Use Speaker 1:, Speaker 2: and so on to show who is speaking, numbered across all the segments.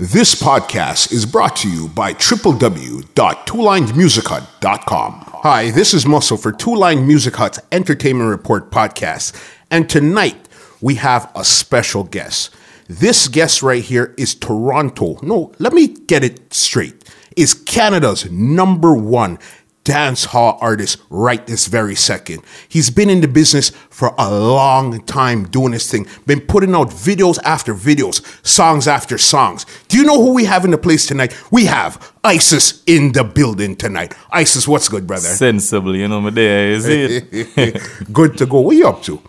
Speaker 1: This podcast is brought to you by www.twolinedmusichut.com. Hi, this is Muscle for Two Lined Music Hut's Entertainment Report podcast. And tonight we have a special guest. This guest right here is Toronto. No, let me get it straight. Is Canada's number one dance hall artist right this very second. He's been in the business for a long time doing this thing, been putting out videos after videos, songs after songs. Do you know who we have in the place tonight? We have ISIS in the building tonight. ISIS, what's good, brother?
Speaker 2: Sensible, you know, my day, is it?
Speaker 1: good to go. What you up to?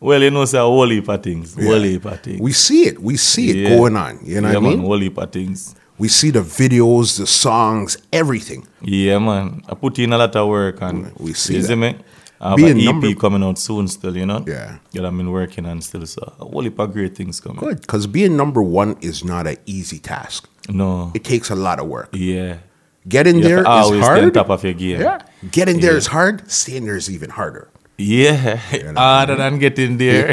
Speaker 2: well, you know, say a whole heap of things. Whole heap of things.
Speaker 1: We see it. We see it
Speaker 2: Yeah.
Speaker 1: going on. You know
Speaker 2: yeah,
Speaker 1: what I mean?
Speaker 2: man, whole heap of things.
Speaker 1: We see the videos, the songs, everything.
Speaker 2: Yeah, man. I put in a lot of work and
Speaker 1: We see
Speaker 2: you
Speaker 1: that.
Speaker 2: see me? I have
Speaker 1: Be
Speaker 2: an
Speaker 1: a
Speaker 2: EP
Speaker 1: number-
Speaker 2: coming out soon still, you know?
Speaker 1: Yeah.
Speaker 2: That I've been working on still. So a whole heap of great things coming.
Speaker 1: Good, because being number one is not an easy task.
Speaker 2: No.
Speaker 1: It takes a lot of work.
Speaker 2: Yeah.
Speaker 1: Getting
Speaker 2: You have to
Speaker 1: there is
Speaker 2: always stay on
Speaker 1: hard.
Speaker 2: top of your game.
Speaker 1: Yeah. Getting there
Speaker 2: Yeah.
Speaker 1: is hard. Staying there is even harder.
Speaker 2: Yeah, harder than getting there.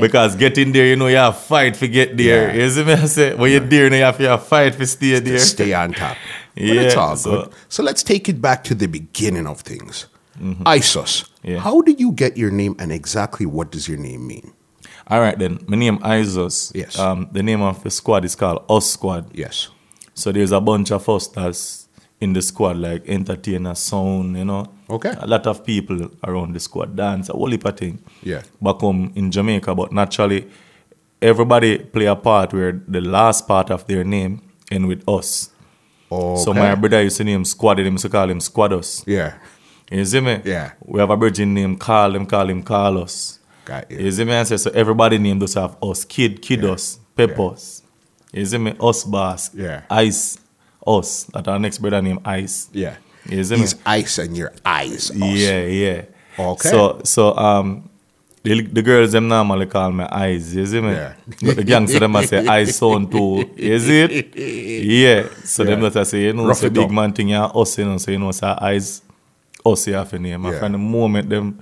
Speaker 2: because getting there, you know, you have fight to get there.
Speaker 1: Yeah.
Speaker 2: You see me? I say, when you're there, you, know, you have to have fight to stay there.
Speaker 1: Stay on top. But it's
Speaker 2: Yeah,
Speaker 1: all
Speaker 2: so-
Speaker 1: good. So let's take it back to the beginning of things. ISOS.
Speaker 2: Mm-hmm. Yeah.
Speaker 1: How did you get your name and exactly what does your name mean?
Speaker 2: All right, then. My name Isos.
Speaker 1: Yes.
Speaker 2: Um, the name of the squad is called Us Squad.
Speaker 1: Yes.
Speaker 2: So there's a bunch of us that's in the squad, like entertainer, sound, you know.
Speaker 1: Okay.
Speaker 2: A lot of people around the squad dance, a whole heap of thing.
Speaker 1: Yeah.
Speaker 2: Back home in Jamaica, but naturally, everybody play a part where the last part of their name end with us.
Speaker 1: Oh,
Speaker 2: So my brother used to name Squad, him used to call him Squados.
Speaker 1: Yeah.
Speaker 2: You see me?
Speaker 1: Yeah.
Speaker 2: We have a virgin named Carl, him call him Carlos.
Speaker 1: Got you.
Speaker 2: You see me? I say, so everybody named us have us. Kid, Kidos, Peppers. You see me? Us Boss.
Speaker 1: Yeah.
Speaker 2: Ice, Us. That our next brother named Ice.
Speaker 1: Yeah.
Speaker 2: You see me?
Speaker 1: He's ice and your eyes. us.
Speaker 2: Yeah, yeah.
Speaker 1: Okay.
Speaker 2: So, so um, the, the girls them normally call me Eyes, you see me?
Speaker 1: Yeah.
Speaker 2: But the gangster them I say Eyes on too, is it? Yeah. So them
Speaker 1: Yeah.
Speaker 2: that I say, you know,
Speaker 1: Rough
Speaker 2: it's a
Speaker 1: it
Speaker 2: big
Speaker 1: up.
Speaker 2: man thing, yeah, us, you know, so you know, say Eyes, us, you have a name. And
Speaker 1: Yeah.
Speaker 2: from the moment them,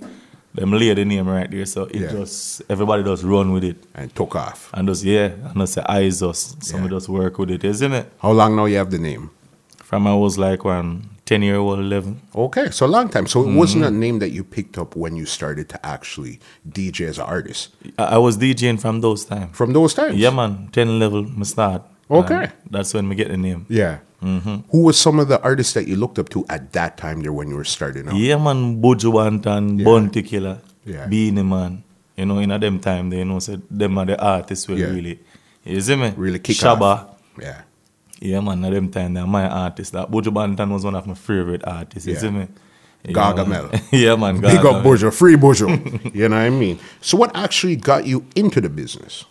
Speaker 2: them lay the name right there, so it
Speaker 1: Yeah.
Speaker 2: just, everybody just run with it.
Speaker 1: And took off.
Speaker 2: And just, yeah, and just say Eyes us. So we
Speaker 1: Yeah.
Speaker 2: just work with it, isn't it?
Speaker 1: How long now you have the name?
Speaker 2: From I was like one, 10 year old, 11.
Speaker 1: Okay, so a long time. So it wasn't a
Speaker 2: Mm-hmm.
Speaker 1: name that you picked up when you started to actually DJ as an artist.
Speaker 2: I, I was DJing from those times.
Speaker 1: From those times?
Speaker 2: Yeah, man. 10 level, I start.
Speaker 1: Okay.
Speaker 2: And that's when we get the name.
Speaker 1: Yeah.
Speaker 2: Mm-hmm.
Speaker 1: Who was some of the artists that you looked up to at that time there when you were starting out?
Speaker 2: Yeah, man. Bojo Bantan, Bounty Killer,
Speaker 1: Yeah.
Speaker 2: Beanie Man. You know, in a them time, they you know, said them are the artists were
Speaker 1: Yeah.
Speaker 2: really, you see me?
Speaker 1: Really kick
Speaker 2: Shaba.
Speaker 1: off. Yeah.
Speaker 2: Yeah, man. At them time, they're my artists. That Bojo Bantan was one of my favorite artists, you
Speaker 1: Yeah.
Speaker 2: see me? Yeah,
Speaker 1: Gargamel.
Speaker 2: man. yeah, man.
Speaker 1: Big
Speaker 2: Gargamel.
Speaker 1: up Bourgeois, free Bourgeois. you know what I mean? So what actually got you into the business?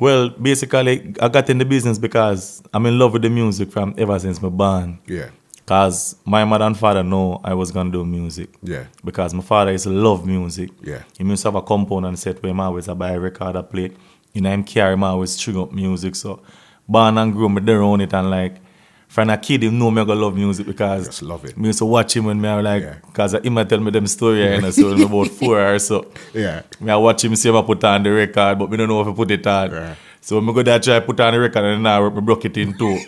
Speaker 2: Well, basically, I got in the business because I'm in love with the music from ever since my born.
Speaker 1: Yeah.
Speaker 2: Cause my mother and father know I was gonna do music.
Speaker 1: Yeah.
Speaker 2: Because my father used to love music.
Speaker 1: Yeah.
Speaker 2: He used to have a compound and set where him always a buy a record a play. You know, him carry him always trigger up music. So born and grew me there on it and like from a kid him know me I gonna love music because
Speaker 1: Just love it.
Speaker 2: Me used to watch him when me I was like
Speaker 1: Yeah.
Speaker 2: cause him a tell me them story you know, so when me about four or so.
Speaker 1: Yeah.
Speaker 2: Me I watch him see if I put on the record, but me don't know if I put it on.
Speaker 1: Right.
Speaker 2: So when I go there try put on the record and now I broke it in two.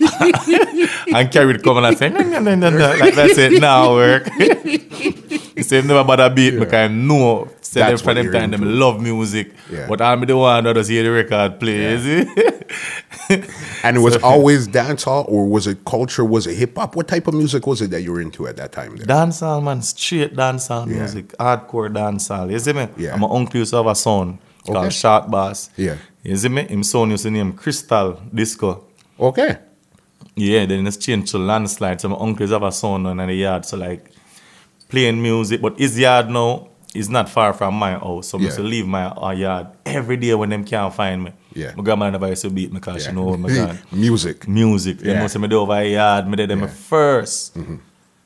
Speaker 2: and carried come and I say, no, no, no, no, no. Like that's it now work. he said never bother beat me because I know say them
Speaker 1: That's
Speaker 2: from
Speaker 1: what
Speaker 2: them
Speaker 1: you're
Speaker 2: time them love music.
Speaker 1: Yeah.
Speaker 2: But I'm the one that does hear the record play, is it?
Speaker 1: And it was always dancehall or was it culture? Was it hip hop? What type of music was it that you were into at that time there?
Speaker 2: dancehall man, straight dancehall
Speaker 1: Yeah.
Speaker 2: music, hardcore dancehall. You see me?
Speaker 1: Yeah.
Speaker 2: And my uncle used to have a son
Speaker 1: Okay.
Speaker 2: called Shark Bass.
Speaker 1: Yeah.
Speaker 2: You see me? Him son used to name Crystal Disco.
Speaker 1: Okay.
Speaker 2: Yeah, then it's changed to landslide. So my uncles have a son on in the yard. So like playing music, but his yard now is not far from my house. So I used to
Speaker 1: Yeah.
Speaker 2: leave my uh, yard every day when them can't find me.
Speaker 1: Yeah.
Speaker 2: My grandma never used to beat me because
Speaker 1: Yeah.
Speaker 2: she know oh where me gone.
Speaker 1: music.
Speaker 2: Music.
Speaker 1: Yeah.
Speaker 2: They must say me do over the yard, me did them
Speaker 1: Yeah. Mm-hmm.
Speaker 2: my first.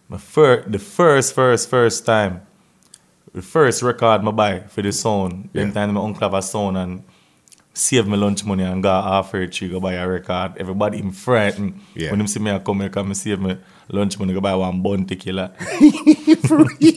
Speaker 2: My first the first, first, first time. The first record I buy for the sound.
Speaker 1: Yeah.
Speaker 2: Them time my uncle have a sound and save my lunch money and go halfway to go buy a record. Everybody in frightened.
Speaker 1: Yeah.
Speaker 2: When them see me I come here, come save my lunch money, go buy one bounty killer. yeah.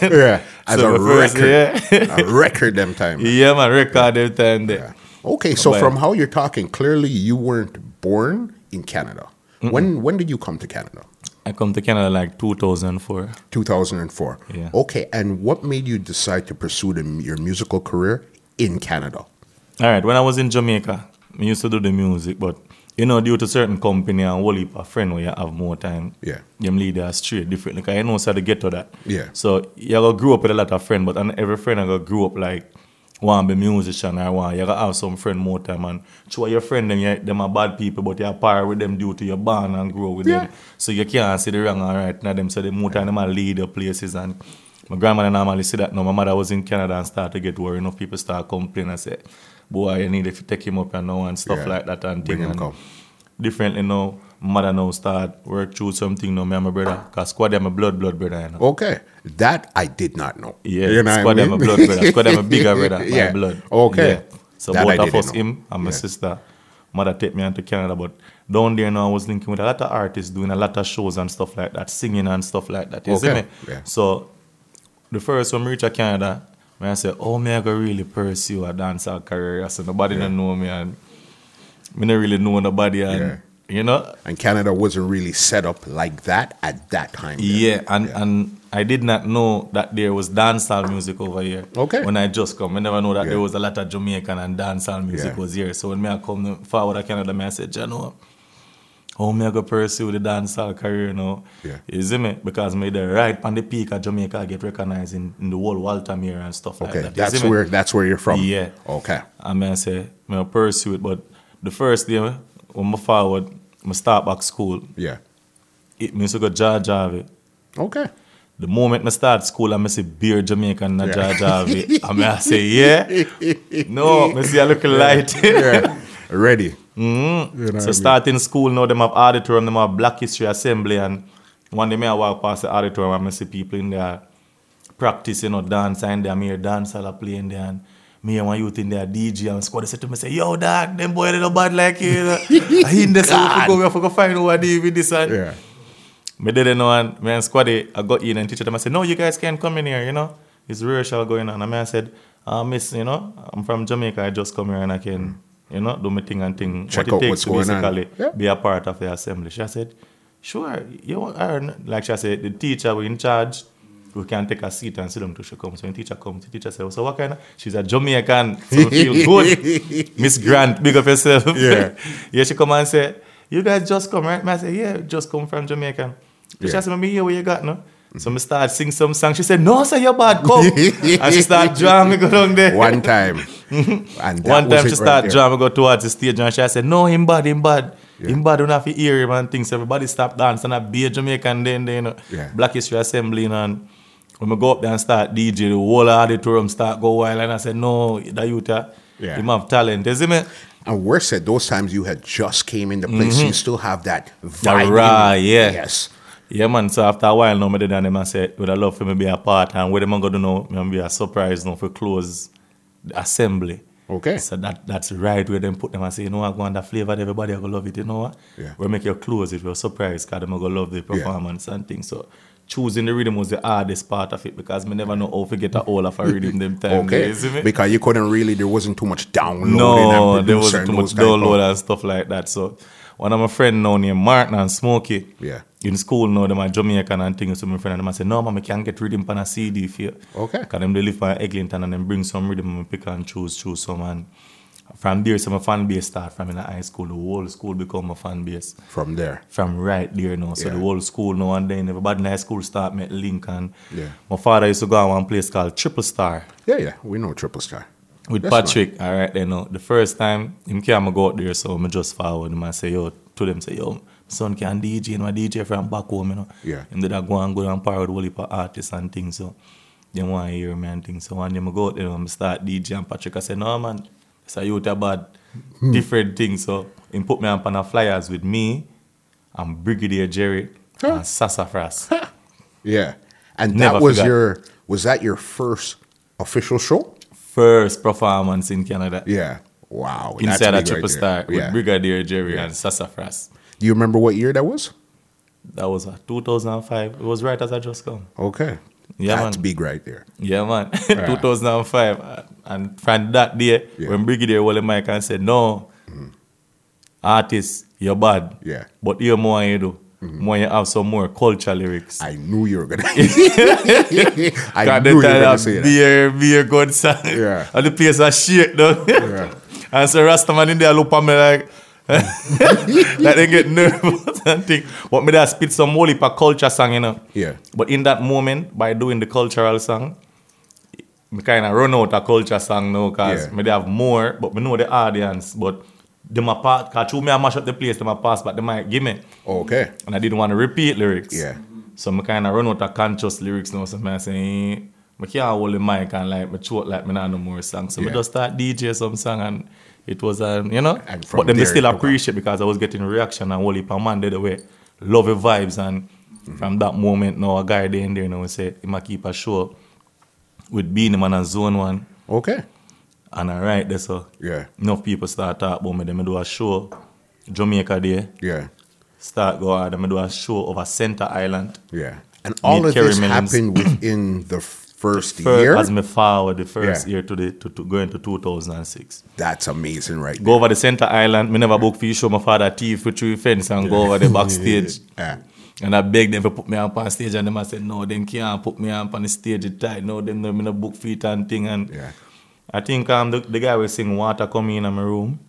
Speaker 2: man.
Speaker 1: Yeah. As
Speaker 2: So
Speaker 1: a
Speaker 2: my first-
Speaker 1: record.
Speaker 2: yeah.
Speaker 1: a record them time.
Speaker 2: yeah, man, record every time there.
Speaker 1: Yeah. Okay, so
Speaker 2: But-
Speaker 1: from how you're talking, clearly you weren't born in Canada. When when did you come to Canada?
Speaker 2: I come to Canada like 2004.
Speaker 1: 2004.
Speaker 2: Yeah.
Speaker 1: Okay, and what made you decide to pursue the, your musical career in Canada?
Speaker 2: All right, when I was in Jamaica, I used to do the music, but you know, due to certain company and whole heap of friend where you have more time,
Speaker 1: Yeah.
Speaker 2: them leader are straight different. Like I know how to get to that.
Speaker 1: Yeah.
Speaker 2: So you gotta grow up with a lot of friends, but and every friend I gotta grow up like want to be musician or want you gotta have some friend more time and sure your friend them you, them are bad people but you're par with them due to your bond and grow with
Speaker 1: Yeah.
Speaker 2: them. So you can't see the wrong and right now them so they more time them are leader places and my grandmother normally say that no, my mother was in Canada and started to get worried. Enough people start complaining and say, boy, you need if you take him up and know and stuff
Speaker 1: Yeah.
Speaker 2: like that and
Speaker 1: Bring
Speaker 2: thing
Speaker 1: him
Speaker 2: and
Speaker 1: come.
Speaker 2: differently now. Mother now start work through something now. Me and my brother, cause squad them a blood blood brother. You know.
Speaker 1: Okay, that I did not know.
Speaker 2: Yeah,
Speaker 1: You know what I
Speaker 2: squad them a
Speaker 1: mean?
Speaker 2: blood brother. Squad them a bigger brother by
Speaker 1: Yeah.
Speaker 2: blood.
Speaker 1: Okay.
Speaker 2: Yeah. So
Speaker 1: That I
Speaker 2: both of
Speaker 1: didn't
Speaker 2: us,
Speaker 1: know.
Speaker 2: him and my
Speaker 1: Yeah.
Speaker 2: sister, mother take me into Canada. But down there now, I was linking with a lot of artists, doing a lot of shows and stuff like that, singing and stuff like that. You see
Speaker 1: Okay.
Speaker 2: me?
Speaker 1: Yeah.
Speaker 2: So the first when I reach Canada, when I say, oh, me I go really pursue a dancer career. So nobody don't know me and me not really know nobody and
Speaker 1: Yeah.
Speaker 2: you know
Speaker 1: And Canada wasn't really set up like that at that time. then.
Speaker 2: yeah, and and I did not know that there was dancehall music over here.
Speaker 1: Okay.
Speaker 2: When I just come, I never know that
Speaker 1: Yeah.
Speaker 2: there was a lot of Jamaican and dancehall music
Speaker 1: Yeah.
Speaker 2: was here. So when me I come forward to Canada, me I said, you know, what? how me I go pursue the dancehall career now?
Speaker 1: Yeah.
Speaker 2: You see me? Because me the right on the peak of Jamaica, I get recognized in, in the whole Waltham here and stuff like
Speaker 1: Okay,
Speaker 2: that. You
Speaker 1: that's
Speaker 2: see me?
Speaker 1: where that's where you're from.
Speaker 2: Yeah.
Speaker 1: Okay.
Speaker 2: I mean, I say, me I pursue it, but the first day when I forward, I start back school.
Speaker 1: Yeah.
Speaker 2: It means I go Jar Jarvie.
Speaker 1: Okay.
Speaker 2: The moment I start school, I see beer Jamaica and
Speaker 1: Yeah.
Speaker 2: Naja Javi. I mean, I say, yeah. No, I see a little light.
Speaker 1: Yeah. Ready. Mm-hmm.
Speaker 2: so starting school now, them have auditorium, them have Black History Assembly. And one day me I walk past the auditorium and I see people in there practicing or dancing in there. Me hear dance all playing there. And me and one youth in there, DJ and squad, they said to me, say, yo, dog, them boy, they don't bad like you. you know. I in there, so we have to go, we have to go find who I deal with this. And
Speaker 1: Yeah.
Speaker 2: me didn't know, and me and Squaddy, I got in and teacher them. I said, no, you guys can't come in here, you know. It's rehearsal going on. And me, I said, uh, miss, you know, I'm from Jamaica. I just come here and I can, you know, do my thing and thing.
Speaker 1: Check
Speaker 2: it
Speaker 1: out
Speaker 2: takes
Speaker 1: what's
Speaker 2: to
Speaker 1: going on.
Speaker 2: basically
Speaker 1: Yeah.
Speaker 2: Be a part of the assembly. She said, sure. You want, or- like she said, the teacher we in charge. We can take a seat and sit them till she comes. So when teacher comes, the teacher says, so what kind of, she's a Jamaican. So we feel good. Miss Grant, big up yourself.
Speaker 1: Yeah.
Speaker 2: yeah, she come and say, you guys just come, right? And I say, yeah, just come from Jamaica. So She
Speaker 1: Yeah.
Speaker 2: said, me hear what you got, no? So I start sing some song. She said, no, sir, you're bad, come. and she start drawing me go down there.
Speaker 1: One time. and that
Speaker 2: One
Speaker 1: was
Speaker 2: time she
Speaker 1: it right
Speaker 2: start
Speaker 1: there.
Speaker 2: drawing me go towards the stage and she said, no, him bad, him bad. Him bad, don't have to hear him and things. Everybody stop dancing and be a Jamaican then, then, you know.
Speaker 1: Yeah.
Speaker 2: Black History Assembly, you know, and when I go up there and start DJ, the whole auditorium start go wild and I said, no, that youth, uh,
Speaker 1: Yeah.
Speaker 2: him have talent, you see me?
Speaker 1: And worse at those times, you had just came in the place. You still have that vibe. in
Speaker 2: Mm-hmm. raw,
Speaker 1: you.
Speaker 2: yeah.
Speaker 1: Yes.
Speaker 2: Yeah, man. So after a while now, me did and them and said, would I love for me be a part and what am I going to know? Me gonna be a surprise now for close the assembly.
Speaker 1: Okay.
Speaker 2: So that that's right where them put them and say, you know what, go on that flavor, everybody are going to love it. You know what?
Speaker 1: Yeah.
Speaker 2: we make your close if you're surprised because them are going to love the performance and things. So choosing the rhythm was the hardest part of it because me never know how to get a all of a rhythm them time. there,
Speaker 1: Okay.
Speaker 2: you see me?
Speaker 1: Because you couldn't really. There wasn't too much downloading.
Speaker 2: No,
Speaker 1: and
Speaker 2: there
Speaker 1: producer
Speaker 2: wasn't
Speaker 1: and
Speaker 2: too
Speaker 1: those
Speaker 2: much
Speaker 1: type of-
Speaker 2: download and stuff like that. So one of my friend now named Martin and Smokey.
Speaker 1: Yeah.
Speaker 2: In school now, them are Jamaican and things. So my friend and them I say, no, mama, I can't get rhythm on a CD for you.
Speaker 1: Okay.
Speaker 2: Because them they live by Eglinton and then bring some rhythm and pick and choose, choose some. And from there, some fan base start from in the high school. The whole school become a fan base
Speaker 1: From there.
Speaker 2: from right there now. So
Speaker 1: Yeah.
Speaker 2: the whole school now and then everybody in high school start met link. And
Speaker 1: Yeah.
Speaker 2: my father used to go on one place called Triple Star
Speaker 1: Yeah, yeah. We know Triple Star.
Speaker 2: with
Speaker 1: Yes,
Speaker 2: Patrick, all right, then know, the first time him came I go out there, so I just forward him and say, yo, to them say, yo, son can DJ and my DJ from back home, you know.
Speaker 1: Yeah.
Speaker 2: Him did I go and go and power with whole heap of artists and things, so they want to hear me and things. So one day I go out there and I start DJ and Patrick I say, no man, it's a youth about
Speaker 1: Hmm.
Speaker 2: different things. So him put me up on a flyers with me and Brigadier Jerry and Sassafras.
Speaker 1: Yeah. And
Speaker 2: Never
Speaker 1: that was
Speaker 2: forgot.
Speaker 1: your. Was that your first official show?
Speaker 2: First performance in Canada.
Speaker 1: Yeah. Wow. that's
Speaker 2: Inside a
Speaker 1: big right
Speaker 2: triple
Speaker 1: there.
Speaker 2: star with
Speaker 1: Yeah.
Speaker 2: Brigadier Jerry
Speaker 1: Yeah.
Speaker 2: and Sassafras.
Speaker 1: Do you remember what year that was?
Speaker 2: That was uh, 2005. It was right as I just come.
Speaker 1: Okay.
Speaker 2: Yeah,
Speaker 1: That's
Speaker 2: man.
Speaker 1: big right there.
Speaker 2: Yeah, man. 2005. I, And from that day,
Speaker 1: Yeah. Mm-hmm.
Speaker 2: when Brigadier Wally Mike and said, No, artist, you're bad.
Speaker 1: Yeah. Mm-hmm.
Speaker 2: But here more you do. More you have some more culture lyrics.
Speaker 1: I knew you were gonna.
Speaker 2: Cause
Speaker 1: I
Speaker 2: they
Speaker 1: knew you were
Speaker 2: tell
Speaker 1: gonna
Speaker 2: that
Speaker 1: say that.
Speaker 2: Beer, beer, good song.
Speaker 1: Yeah.
Speaker 2: And the place are shit though.
Speaker 1: Yeah.
Speaker 2: And so Rastaman in there look at me like, like they get nervous and think, but me that spit some holy pa culture song, you know.
Speaker 1: Yeah.
Speaker 2: But in that moment, by doing the cultural song, me kind of run out of culture song now, cause
Speaker 1: Yeah.
Speaker 2: me they have more, but me know the audience, but them a part, cause through me I mash up the place, them a pass, but they might give me.
Speaker 1: Okay.
Speaker 2: And I didn't want to repeat lyrics.
Speaker 1: Yeah.
Speaker 2: So I kind of run out of conscious lyrics now. So I say, eh, I can't hold the mic and like, I throat like, I no more songs. So I
Speaker 1: Yeah.
Speaker 2: just start DJ some song and it was, um, you know.
Speaker 1: And from
Speaker 2: But then they
Speaker 1: there
Speaker 2: still
Speaker 1: it took off.
Speaker 2: appreciate because I was getting reaction and whole heap of man did away. Love the vibes. And
Speaker 1: Mm-hmm.
Speaker 2: from that moment now, a guy there in there now say, he might keep a show with Beanie Man and Zone One.
Speaker 1: Okay.
Speaker 2: And I write there, so
Speaker 1: Yeah.
Speaker 2: enough people start talk about me. Then I do a show, Jamaica there
Speaker 1: Yeah.
Speaker 2: start go out and me do a show over Center Island.
Speaker 1: Yeah. And all of
Speaker 2: Kerry
Speaker 1: this
Speaker 2: Millings.
Speaker 1: happened within the first
Speaker 2: First,
Speaker 1: year.
Speaker 2: as me forward the first
Speaker 1: Yeah.
Speaker 2: year to the to, to go into 2006.
Speaker 1: That's amazing, right?
Speaker 2: Go over the Center Island. Me never book for you show my father teeth with three fence and go over the backstage.
Speaker 1: there. Yeah.
Speaker 2: And I begged them to put me up on stage and them I said no, them can't put me up on the stage it tight. No, them no me no book feet and thing and
Speaker 1: Yeah.
Speaker 2: I think um the, the guy was sing water coming in my room.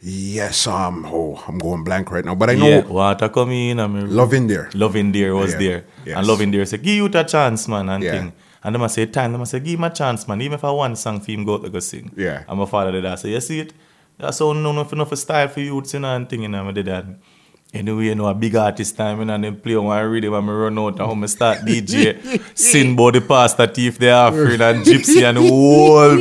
Speaker 1: Yes, um, oh, I'm going blank right now, but I know
Speaker 2: Yeah, water coming in my room.
Speaker 1: love in there.
Speaker 2: Loving Dear was
Speaker 1: Yeah.
Speaker 2: there.
Speaker 1: Yes.
Speaker 2: And Loving Dear said, Give you a chance, man, and
Speaker 1: Yeah.
Speaker 2: thing. And them I say time, them I say, give him a chance, man. Even if I want song for him go out to go sing.
Speaker 1: Yeah.
Speaker 2: And my father did that. I say, You see it? That's all no enough enough style for youths, you know, and thing, you know, I did that. Anyway, you know, a big artist time, you know, and then play on I read them and I run out and home I start DJ, Sinbo the pastor thief, they offering and gypsy and the whole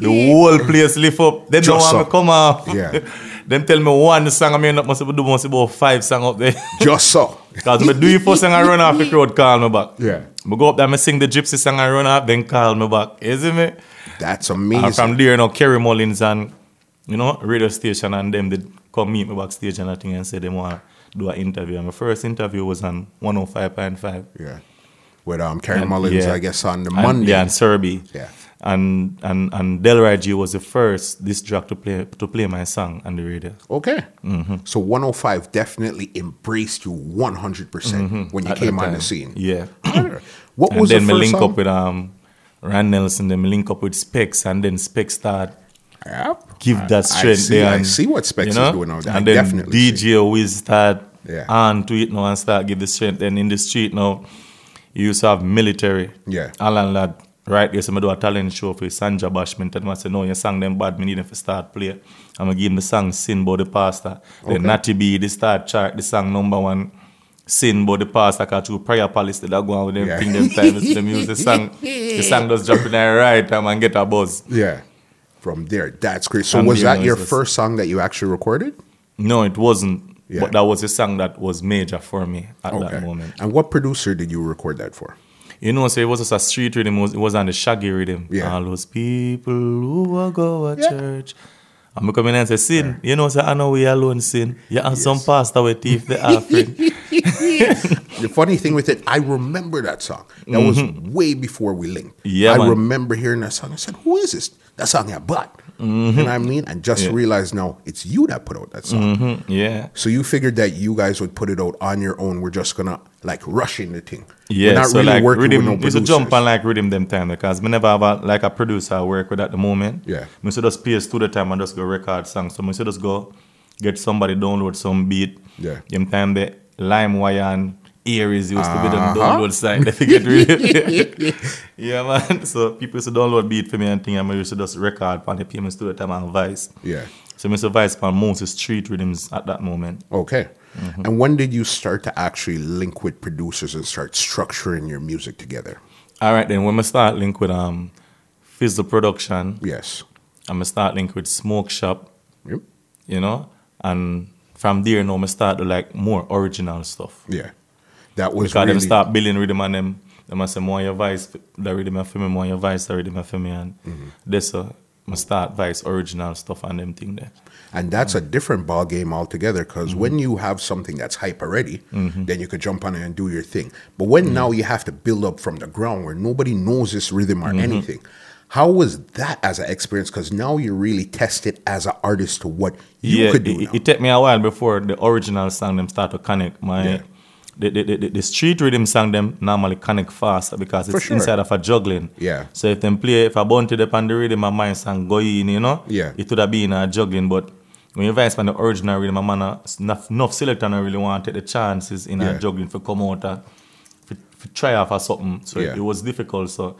Speaker 2: the whole place lift up. They don't
Speaker 1: Just
Speaker 2: want me
Speaker 1: up.
Speaker 2: come off.
Speaker 1: Yeah.
Speaker 2: them tell me one song I mean up must do must about five song up there.
Speaker 1: Just so.
Speaker 2: Because me do it first song I run off the crowd, call me back.
Speaker 1: Yeah.
Speaker 2: Me go up there, me sing the gypsy song I run off, then call me back. You see me?
Speaker 1: That's
Speaker 2: And
Speaker 1: amazing.
Speaker 2: from there, you know, Kerry Mullins and, you know, radio station and them, they come meet me backstage and I think and say they want to do an interview. And my first interview was on 105.5.
Speaker 1: Yeah. With um Karen
Speaker 2: And,
Speaker 1: Mullins,
Speaker 2: yeah.
Speaker 1: I guess, on the
Speaker 2: And-
Speaker 1: Monday.
Speaker 2: Yeah, and Serbi.
Speaker 1: Yeah.
Speaker 2: And, and, and Delroy G was the first this track to play, to play my song on the radio.
Speaker 1: Okay.
Speaker 2: Mm-hmm.
Speaker 1: So 105 definitely embraced you 100% percent when you
Speaker 2: Mm-hmm. At
Speaker 1: came
Speaker 2: that
Speaker 1: on the
Speaker 2: time.
Speaker 1: scene.
Speaker 2: Yeah.
Speaker 1: What
Speaker 2: and
Speaker 1: was
Speaker 2: then
Speaker 1: the
Speaker 2: me
Speaker 1: first
Speaker 2: link
Speaker 1: song?
Speaker 2: up with um Rand Nelson, then me link up with Specs, and then Specs start
Speaker 1: Yep.
Speaker 2: give that
Speaker 1: I
Speaker 2: strength
Speaker 1: see-
Speaker 2: there.
Speaker 1: I
Speaker 2: and,
Speaker 1: see what Specs
Speaker 2: you
Speaker 1: is
Speaker 2: know,
Speaker 1: doing now. I
Speaker 2: And then
Speaker 1: definitely
Speaker 2: DJ Wiz start
Speaker 1: Yeah.
Speaker 2: on to it now and start give the strength. Then in the street now, you used to have military.
Speaker 1: Yeah.
Speaker 2: Alan Lad, right there, so I do a talent show for Sanja Bashman. Tell him I say, no, you sang them bad, me need them to start play. I'm going to give him the song Sin Bo the Pastor. Then
Speaker 1: Okay.
Speaker 2: Natty B, they start chart the song number one. Sin Bo the Pastor, because through Prayer Palace, they da go on with them
Speaker 1: Yeah.
Speaker 2: thing them times, them use the song. The song just drop in the right time and get a buzz.
Speaker 1: Yeah. From there. That's great. So
Speaker 2: From
Speaker 1: was
Speaker 2: there,
Speaker 1: that your
Speaker 2: it's-
Speaker 1: first song that you actually recorded?
Speaker 2: No, it wasn't.
Speaker 1: Yeah.
Speaker 2: But that was a song that was major for me at that moment.
Speaker 1: And what producer did you record that for?
Speaker 2: You know, so it was just a street rhythm. It was, it was on the shaggy rhythm.
Speaker 1: Yeah.
Speaker 2: All those people who a go to
Speaker 1: Yeah.
Speaker 2: church. I'm going to come in and say, sin. You know, say, I know we alone sin. Yeah, and some pastor with thief the offering.
Speaker 1: The funny thing with it, I remember that song. That was way before we linked.
Speaker 2: Mm-hmm. Yeah,
Speaker 1: I
Speaker 2: man.
Speaker 1: remember hearing that song. I said, "Who is this?" That song I bought. You know what I
Speaker 2: Mm-hmm.
Speaker 1: mean? And just realized now it's you that put out that song.
Speaker 2: yeah.
Speaker 1: So you figured that you guys would put it out on your own. We're just gonna like rush in the thing.
Speaker 2: Yeah,
Speaker 1: We're not
Speaker 2: so
Speaker 1: really
Speaker 2: like
Speaker 1: working with
Speaker 2: rhythm,
Speaker 1: no
Speaker 2: it's a
Speaker 1: producers.
Speaker 2: jump on like rhythm them time because me never have a, like a producer I work with at the moment.
Speaker 1: Yeah.
Speaker 2: me so just pay a studio time and just go record songs. So me so just go get somebody download some beat.
Speaker 1: Yeah.
Speaker 2: them time the LimeWire and Aries used to be them
Speaker 1: Uh-huh.
Speaker 2: download site. They get rid. yeah, man. So people used to download beat for me and thing. And me used to just record on the payment studio time and Vice.
Speaker 1: Yeah.
Speaker 2: So me so Vice pan most street rhythms at that moment.
Speaker 1: Okay. And when did you start to actually link with producers and start structuring your music together?
Speaker 2: All right, then when we start link with um, Fizzle Production.
Speaker 1: Yes.
Speaker 2: I'm gonna start link with smoke shop,
Speaker 1: Yep.
Speaker 2: you know, and from there now I'm start to like more original stuff.
Speaker 1: Yeah. That was
Speaker 2: Because them
Speaker 1: really
Speaker 2: start building rhythm and them them I say more your voice the rhythm and for me, more your voice the rhythm and for me and this uh I start vice original stuff and them thing there.
Speaker 1: And that's a different ball game altogether because
Speaker 2: Mm-hmm.
Speaker 1: when you have something that's hype already, then you could jump on it and do
Speaker 2: Mm-hmm.
Speaker 1: your thing. But when now you have to build up from the ground where nobody knows this rhythm or anything, How was that as an experience? Because now you're really tested as an artist to what you
Speaker 2: yeah,
Speaker 1: could do.
Speaker 2: it,
Speaker 1: now.
Speaker 2: it took me a while before the original song them start to connect. My
Speaker 1: Yeah.
Speaker 2: the, the, the, the street rhythm song them normally connect faster because it's
Speaker 1: sure.
Speaker 2: inside of a juggling.
Speaker 1: Yeah.
Speaker 2: So if them play if I bunt it up on the rhythm of my song go in, you know,
Speaker 1: Yeah.
Speaker 2: it would have been a juggling. But when you vice on the original rhythm, a man uh, a- enough enough selector not really want to take the chances in
Speaker 1: Yeah.
Speaker 2: a juggling for come out a, for, for try off or something. So
Speaker 1: Yeah.
Speaker 2: it was difficult. So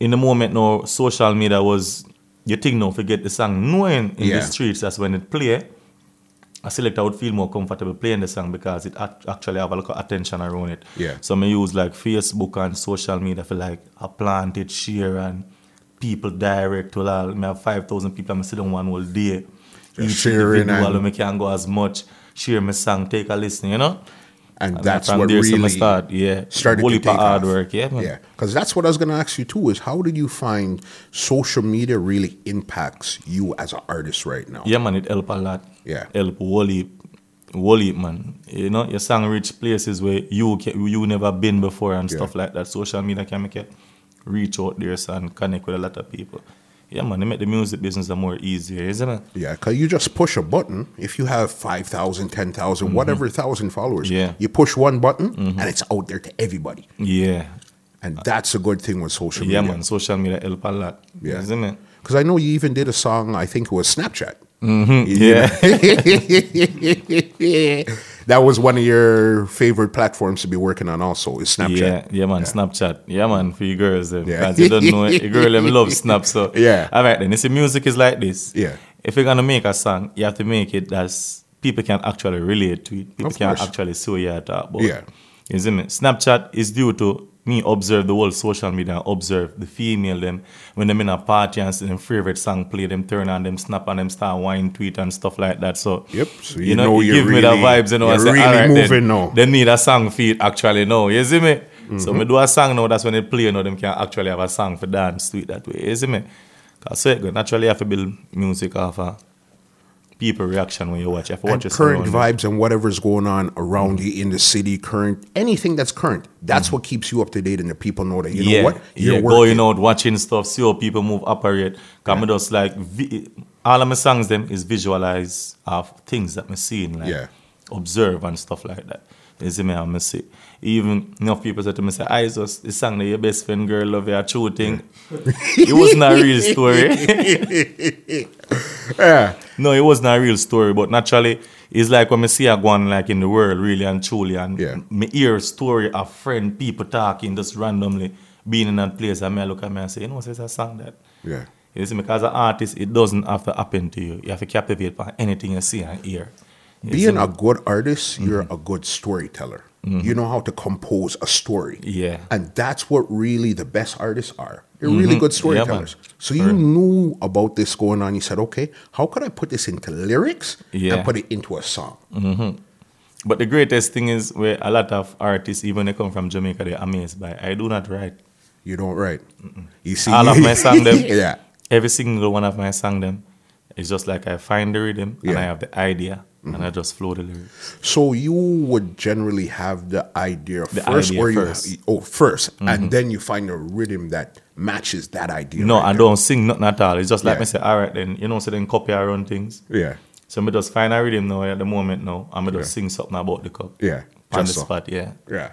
Speaker 2: in the moment now, social media was you think now forget the song knowing in
Speaker 1: Yeah.
Speaker 2: the streets that's when it play a selector would feel more comfortable playing the song because it act- actually have a lot of attention around it.
Speaker 1: Yeah.
Speaker 2: So me use like Facebook and social media for like I plant it, share and people direct to all. Me have five thousand people. I sit on one whole day. Each
Speaker 1: sharing
Speaker 2: individual,
Speaker 1: and-
Speaker 2: me can go as much. Share my song, take a listen, you know.
Speaker 1: and
Speaker 2: And
Speaker 1: that's
Speaker 2: from
Speaker 1: what
Speaker 2: there, so me
Speaker 1: really
Speaker 2: start, yeah,
Speaker 1: started
Speaker 2: whole
Speaker 1: to
Speaker 2: heap of
Speaker 1: take
Speaker 2: hard
Speaker 1: off.
Speaker 2: work, yeah, man.
Speaker 1: yeah. Because that's what I was going to ask you too: is how did you find social media really impacts you as an artist right now?
Speaker 2: Yeah, man, it help a lot.
Speaker 1: Yeah.
Speaker 2: Help Wally, Wally, man. You know, your song reach places where you ca- you never been before and
Speaker 1: Yeah.
Speaker 2: stuff like that. Social media can make it reach out there so, and connect with a lot of people. Yeah, man, they make the music business a more easier, isn't it?
Speaker 1: Yeah, because you just push a button. If you have 5,000, 10,000, whatever thousand followers,
Speaker 2: Mm-hmm. Yeah. Mm-hmm.
Speaker 1: you push one button and it's out there to everybody.
Speaker 2: Yeah.
Speaker 1: And that's a good thing with social
Speaker 2: Yeah,
Speaker 1: media.
Speaker 2: man, social media help a lot.
Speaker 1: Yeah.
Speaker 2: Isn't it?
Speaker 1: Because I know you even did a song, I think it was Snapchat.
Speaker 2: Mm-hmm. Yeah.
Speaker 1: that was one of your favorite platforms to be working on, also, is Snapchat.
Speaker 2: Yeah, yeah, man, Snapchat. Yeah, man, for you girls. Them.
Speaker 1: Yeah.
Speaker 2: Because you don't know it. A girl, them love Snap. So,
Speaker 1: Yeah.
Speaker 2: All right, then. You see, music is like this.
Speaker 1: Yeah.
Speaker 2: If you're going to make a song, you have to make it that's people can actually relate to it. People
Speaker 1: Of
Speaker 2: can
Speaker 1: course.
Speaker 2: actually see what you're talking about.
Speaker 1: Yeah.
Speaker 2: You see me? Snapchat is due to me observe the whole social media, observe the female them when them in a party and see them favorite song play, them turn on them, snap on them, start whine, tweet and stuff like that. So
Speaker 1: Yep, so you know
Speaker 2: it
Speaker 1: you're
Speaker 2: give me the
Speaker 1: really-
Speaker 2: vibes and all. I
Speaker 1: you're
Speaker 2: say,
Speaker 1: really
Speaker 2: all right, then,
Speaker 1: moving now. Mm-hmm.
Speaker 2: They need a song feed actually now. You see me? So me do a song now. That's when they play now. Them can actually have a song for dance to it that way. You see me? Cause so it go. naturally you have to build music off a people reaction when you watch. You have to watch
Speaker 1: and
Speaker 2: your
Speaker 1: current
Speaker 2: surroundings.
Speaker 1: vibes and whatever's going on around
Speaker 2: Mm-hmm.
Speaker 1: you in the city, current anything that's current. That's what keeps you up to date, and the people know that you
Speaker 2: yeah,
Speaker 1: know what
Speaker 2: yeah, going out, watching stuff, see how people move, operate. Cause me just like vi- all of my songs them is visualize of things that me seeing, like
Speaker 1: Yeah.
Speaker 2: observe and stuff like that. You see me, I me see. Even enough people say to me, say, "I just the song that your best friend girl love you, a true thing." it wasn't a real story.
Speaker 1: Yeah,
Speaker 2: no, it wasn't a real story. But naturally, it's like when me see a one like in the world, really and truly, and
Speaker 1: Yeah.
Speaker 2: me hear story of friend people talking just randomly, being in that place, and me I look at me and say, you know, it's a song that.
Speaker 1: yeah.
Speaker 2: You see, because an artist, it doesn't have to happen to you. You have to captivate by anything you see and hear. You see
Speaker 1: Being
Speaker 2: me?
Speaker 1: a good artist, you're
Speaker 2: Mm-hmm.
Speaker 1: a good storyteller. You know how to compose a story.
Speaker 2: Yeah. Mm-hmm.
Speaker 1: And that's what really the best artists are. They're really good
Speaker 2: Yeah, man.
Speaker 1: storytellers. so you knew about this going on. You said, okay, how could I put this into lyrics
Speaker 2: Yeah.
Speaker 1: and put it into a song?
Speaker 2: But the greatest thing is where a lot of artists, even they come from Jamaica, they're amazed by I do not write.
Speaker 1: You don't write. You see,
Speaker 2: All of my song them.
Speaker 1: yeah.
Speaker 2: Every single one of my song them. It's just like I find the rhythm and
Speaker 1: Yeah. Mm-hmm.
Speaker 2: I have the idea and I just flow the lyrics.
Speaker 1: So you would generally have the idea first,
Speaker 2: idea
Speaker 1: or you
Speaker 2: first. Mm-hmm.
Speaker 1: oh 1st and then you find a rhythm that matches that idea.
Speaker 2: No,
Speaker 1: right
Speaker 2: I
Speaker 1: there.
Speaker 2: don't sing nothing at all. It's just like
Speaker 1: Yeah.
Speaker 2: I say, all right then, you know, so then copy our own things.
Speaker 1: Yeah,
Speaker 2: So me just find a rhythm now at the moment now. I'm just sing something about the cup.
Speaker 1: yeah.
Speaker 2: On the
Speaker 1: Just so.
Speaker 2: spot, yeah.
Speaker 1: Yeah.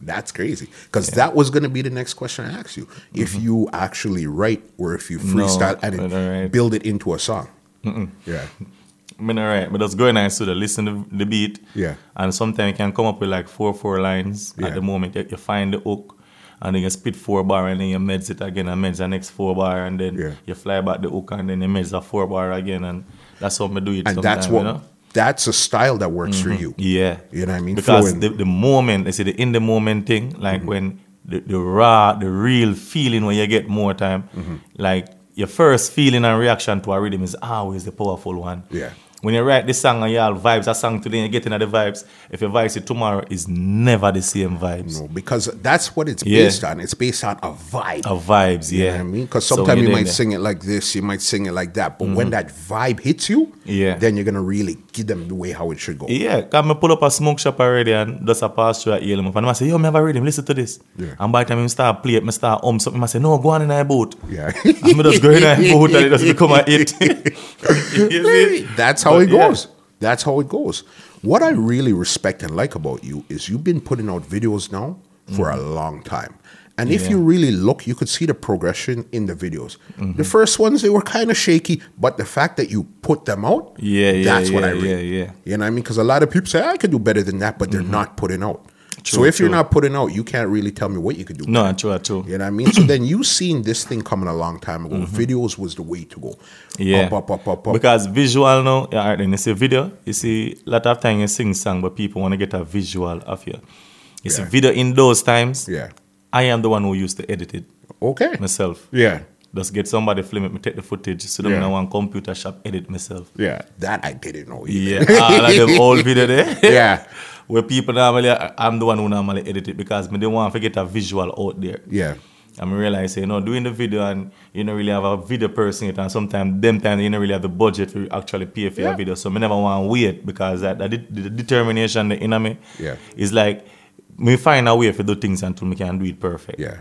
Speaker 1: That's crazy. Because that was going to be the next question I asked you. If you actually write or if you freestyle and
Speaker 2: Mm-hmm. I
Speaker 1: it,
Speaker 2: don't write.
Speaker 1: build it into a song. Yeah.
Speaker 2: Me not right, but just going and studio, listen to the beat.
Speaker 1: Yeah.
Speaker 2: And sometimes you can come up with like four, four lines
Speaker 1: Yeah.
Speaker 2: at the moment. You, you find the hook and then you spit four bar and then you meds it again and meds the next four bar and then
Speaker 1: Yeah.
Speaker 2: you fly back the hook and then you meds the four bar again and that's how I do it Mm-hmm.
Speaker 1: And that's
Speaker 2: sometimes,
Speaker 1: what,
Speaker 2: you know?
Speaker 1: that's a style that works for you.
Speaker 2: Yeah.
Speaker 1: You know what I mean?
Speaker 2: Because
Speaker 1: Flowing. Mm-hmm.
Speaker 2: the, the moment, they say the in the moment thing, like when the, the raw, the real feeling when you get more
Speaker 1: Mm-hmm.
Speaker 2: time, like your first feeling and reaction to a rhythm is always the powerful one.
Speaker 1: Yeah.
Speaker 2: When you write this song and y'all vibes that song today, you get into the vibes. If you vibes it tomorrow, it's never the same vibes.
Speaker 1: No, because that's what it's
Speaker 2: Yeah.
Speaker 1: based on. It's based on a vibe.
Speaker 2: Of vibes, yeah.
Speaker 1: You know what I mean? Because
Speaker 2: So when
Speaker 1: sometimes
Speaker 2: you're
Speaker 1: you
Speaker 2: doing
Speaker 1: might
Speaker 2: that- Mm-hmm.
Speaker 1: sing it like this, you might sing it like that. But when that vibe hits you,
Speaker 2: Yeah.
Speaker 1: then you're gonna really give them the way how it should go.
Speaker 2: Yeah, because I pull up a smoke shop already and just a pass through at Yale. And I say, yo, me have a rhythm, listen to this.
Speaker 1: Yeah.
Speaker 2: And by the time I start play it, I start um something. I say, no, go on in that boat.
Speaker 1: Yeah.
Speaker 2: I'm just going in that boat and it doesn't become a hit. You see?
Speaker 1: That's how
Speaker 2: But
Speaker 1: it
Speaker 2: yeah.
Speaker 1: goes. That's how it goes. What I really respect and like about you is you've been putting out videos now for a long time. And if
Speaker 2: Yeah. Mm-hmm.
Speaker 1: you really look, you could see the progression in the videos. The first ones they were kind of shaky, but the fact that you put them out,
Speaker 2: Yeah, yeah,
Speaker 1: that's what
Speaker 2: yeah,
Speaker 1: I read.
Speaker 2: yeah, yeah.
Speaker 1: You know what I mean? Because a lot of people say I could do better than that, but they're not putting out. so
Speaker 2: Mm-hmm. True,
Speaker 1: if you're
Speaker 2: true.
Speaker 1: not putting out, you can't really tell me what you could do.
Speaker 2: No, true, true.
Speaker 1: You know what I mean? so then you seen this thing coming a long time ago. Videos was the way to go.
Speaker 2: Mm-hmm. Yeah.
Speaker 1: Up, up, up, up, up.
Speaker 2: Because visual er now, yeah, alright, then you see video, you see a lot of time you sing song, but people want to get a visual of you. You see
Speaker 1: Yeah.
Speaker 2: video in those times.
Speaker 1: yeah.
Speaker 2: I am the one who used to edit it
Speaker 1: Okay.
Speaker 2: myself.
Speaker 1: Yeah.
Speaker 2: Just get somebody film it, me take the footage, so them
Speaker 1: Yeah.
Speaker 2: yeah. now one computer shop edit myself.
Speaker 1: Yeah. That I didn't know. either.
Speaker 2: Yeah, all of them old video there.
Speaker 1: Yeah.
Speaker 2: Where people normally, I'm the one who normally edit it because me don't want to get a visual out there.
Speaker 1: Yeah.
Speaker 2: And I realize, you know, doing the video and you don't really have a video person yet, and sometimes them time you don't really have the budget to actually pay for
Speaker 1: Yeah.
Speaker 2: your video. So I never want to wait because that, that de- the determination the inner me
Speaker 1: Yeah.
Speaker 2: is like me find a way to do things until me can do it perfect.
Speaker 1: Yeah.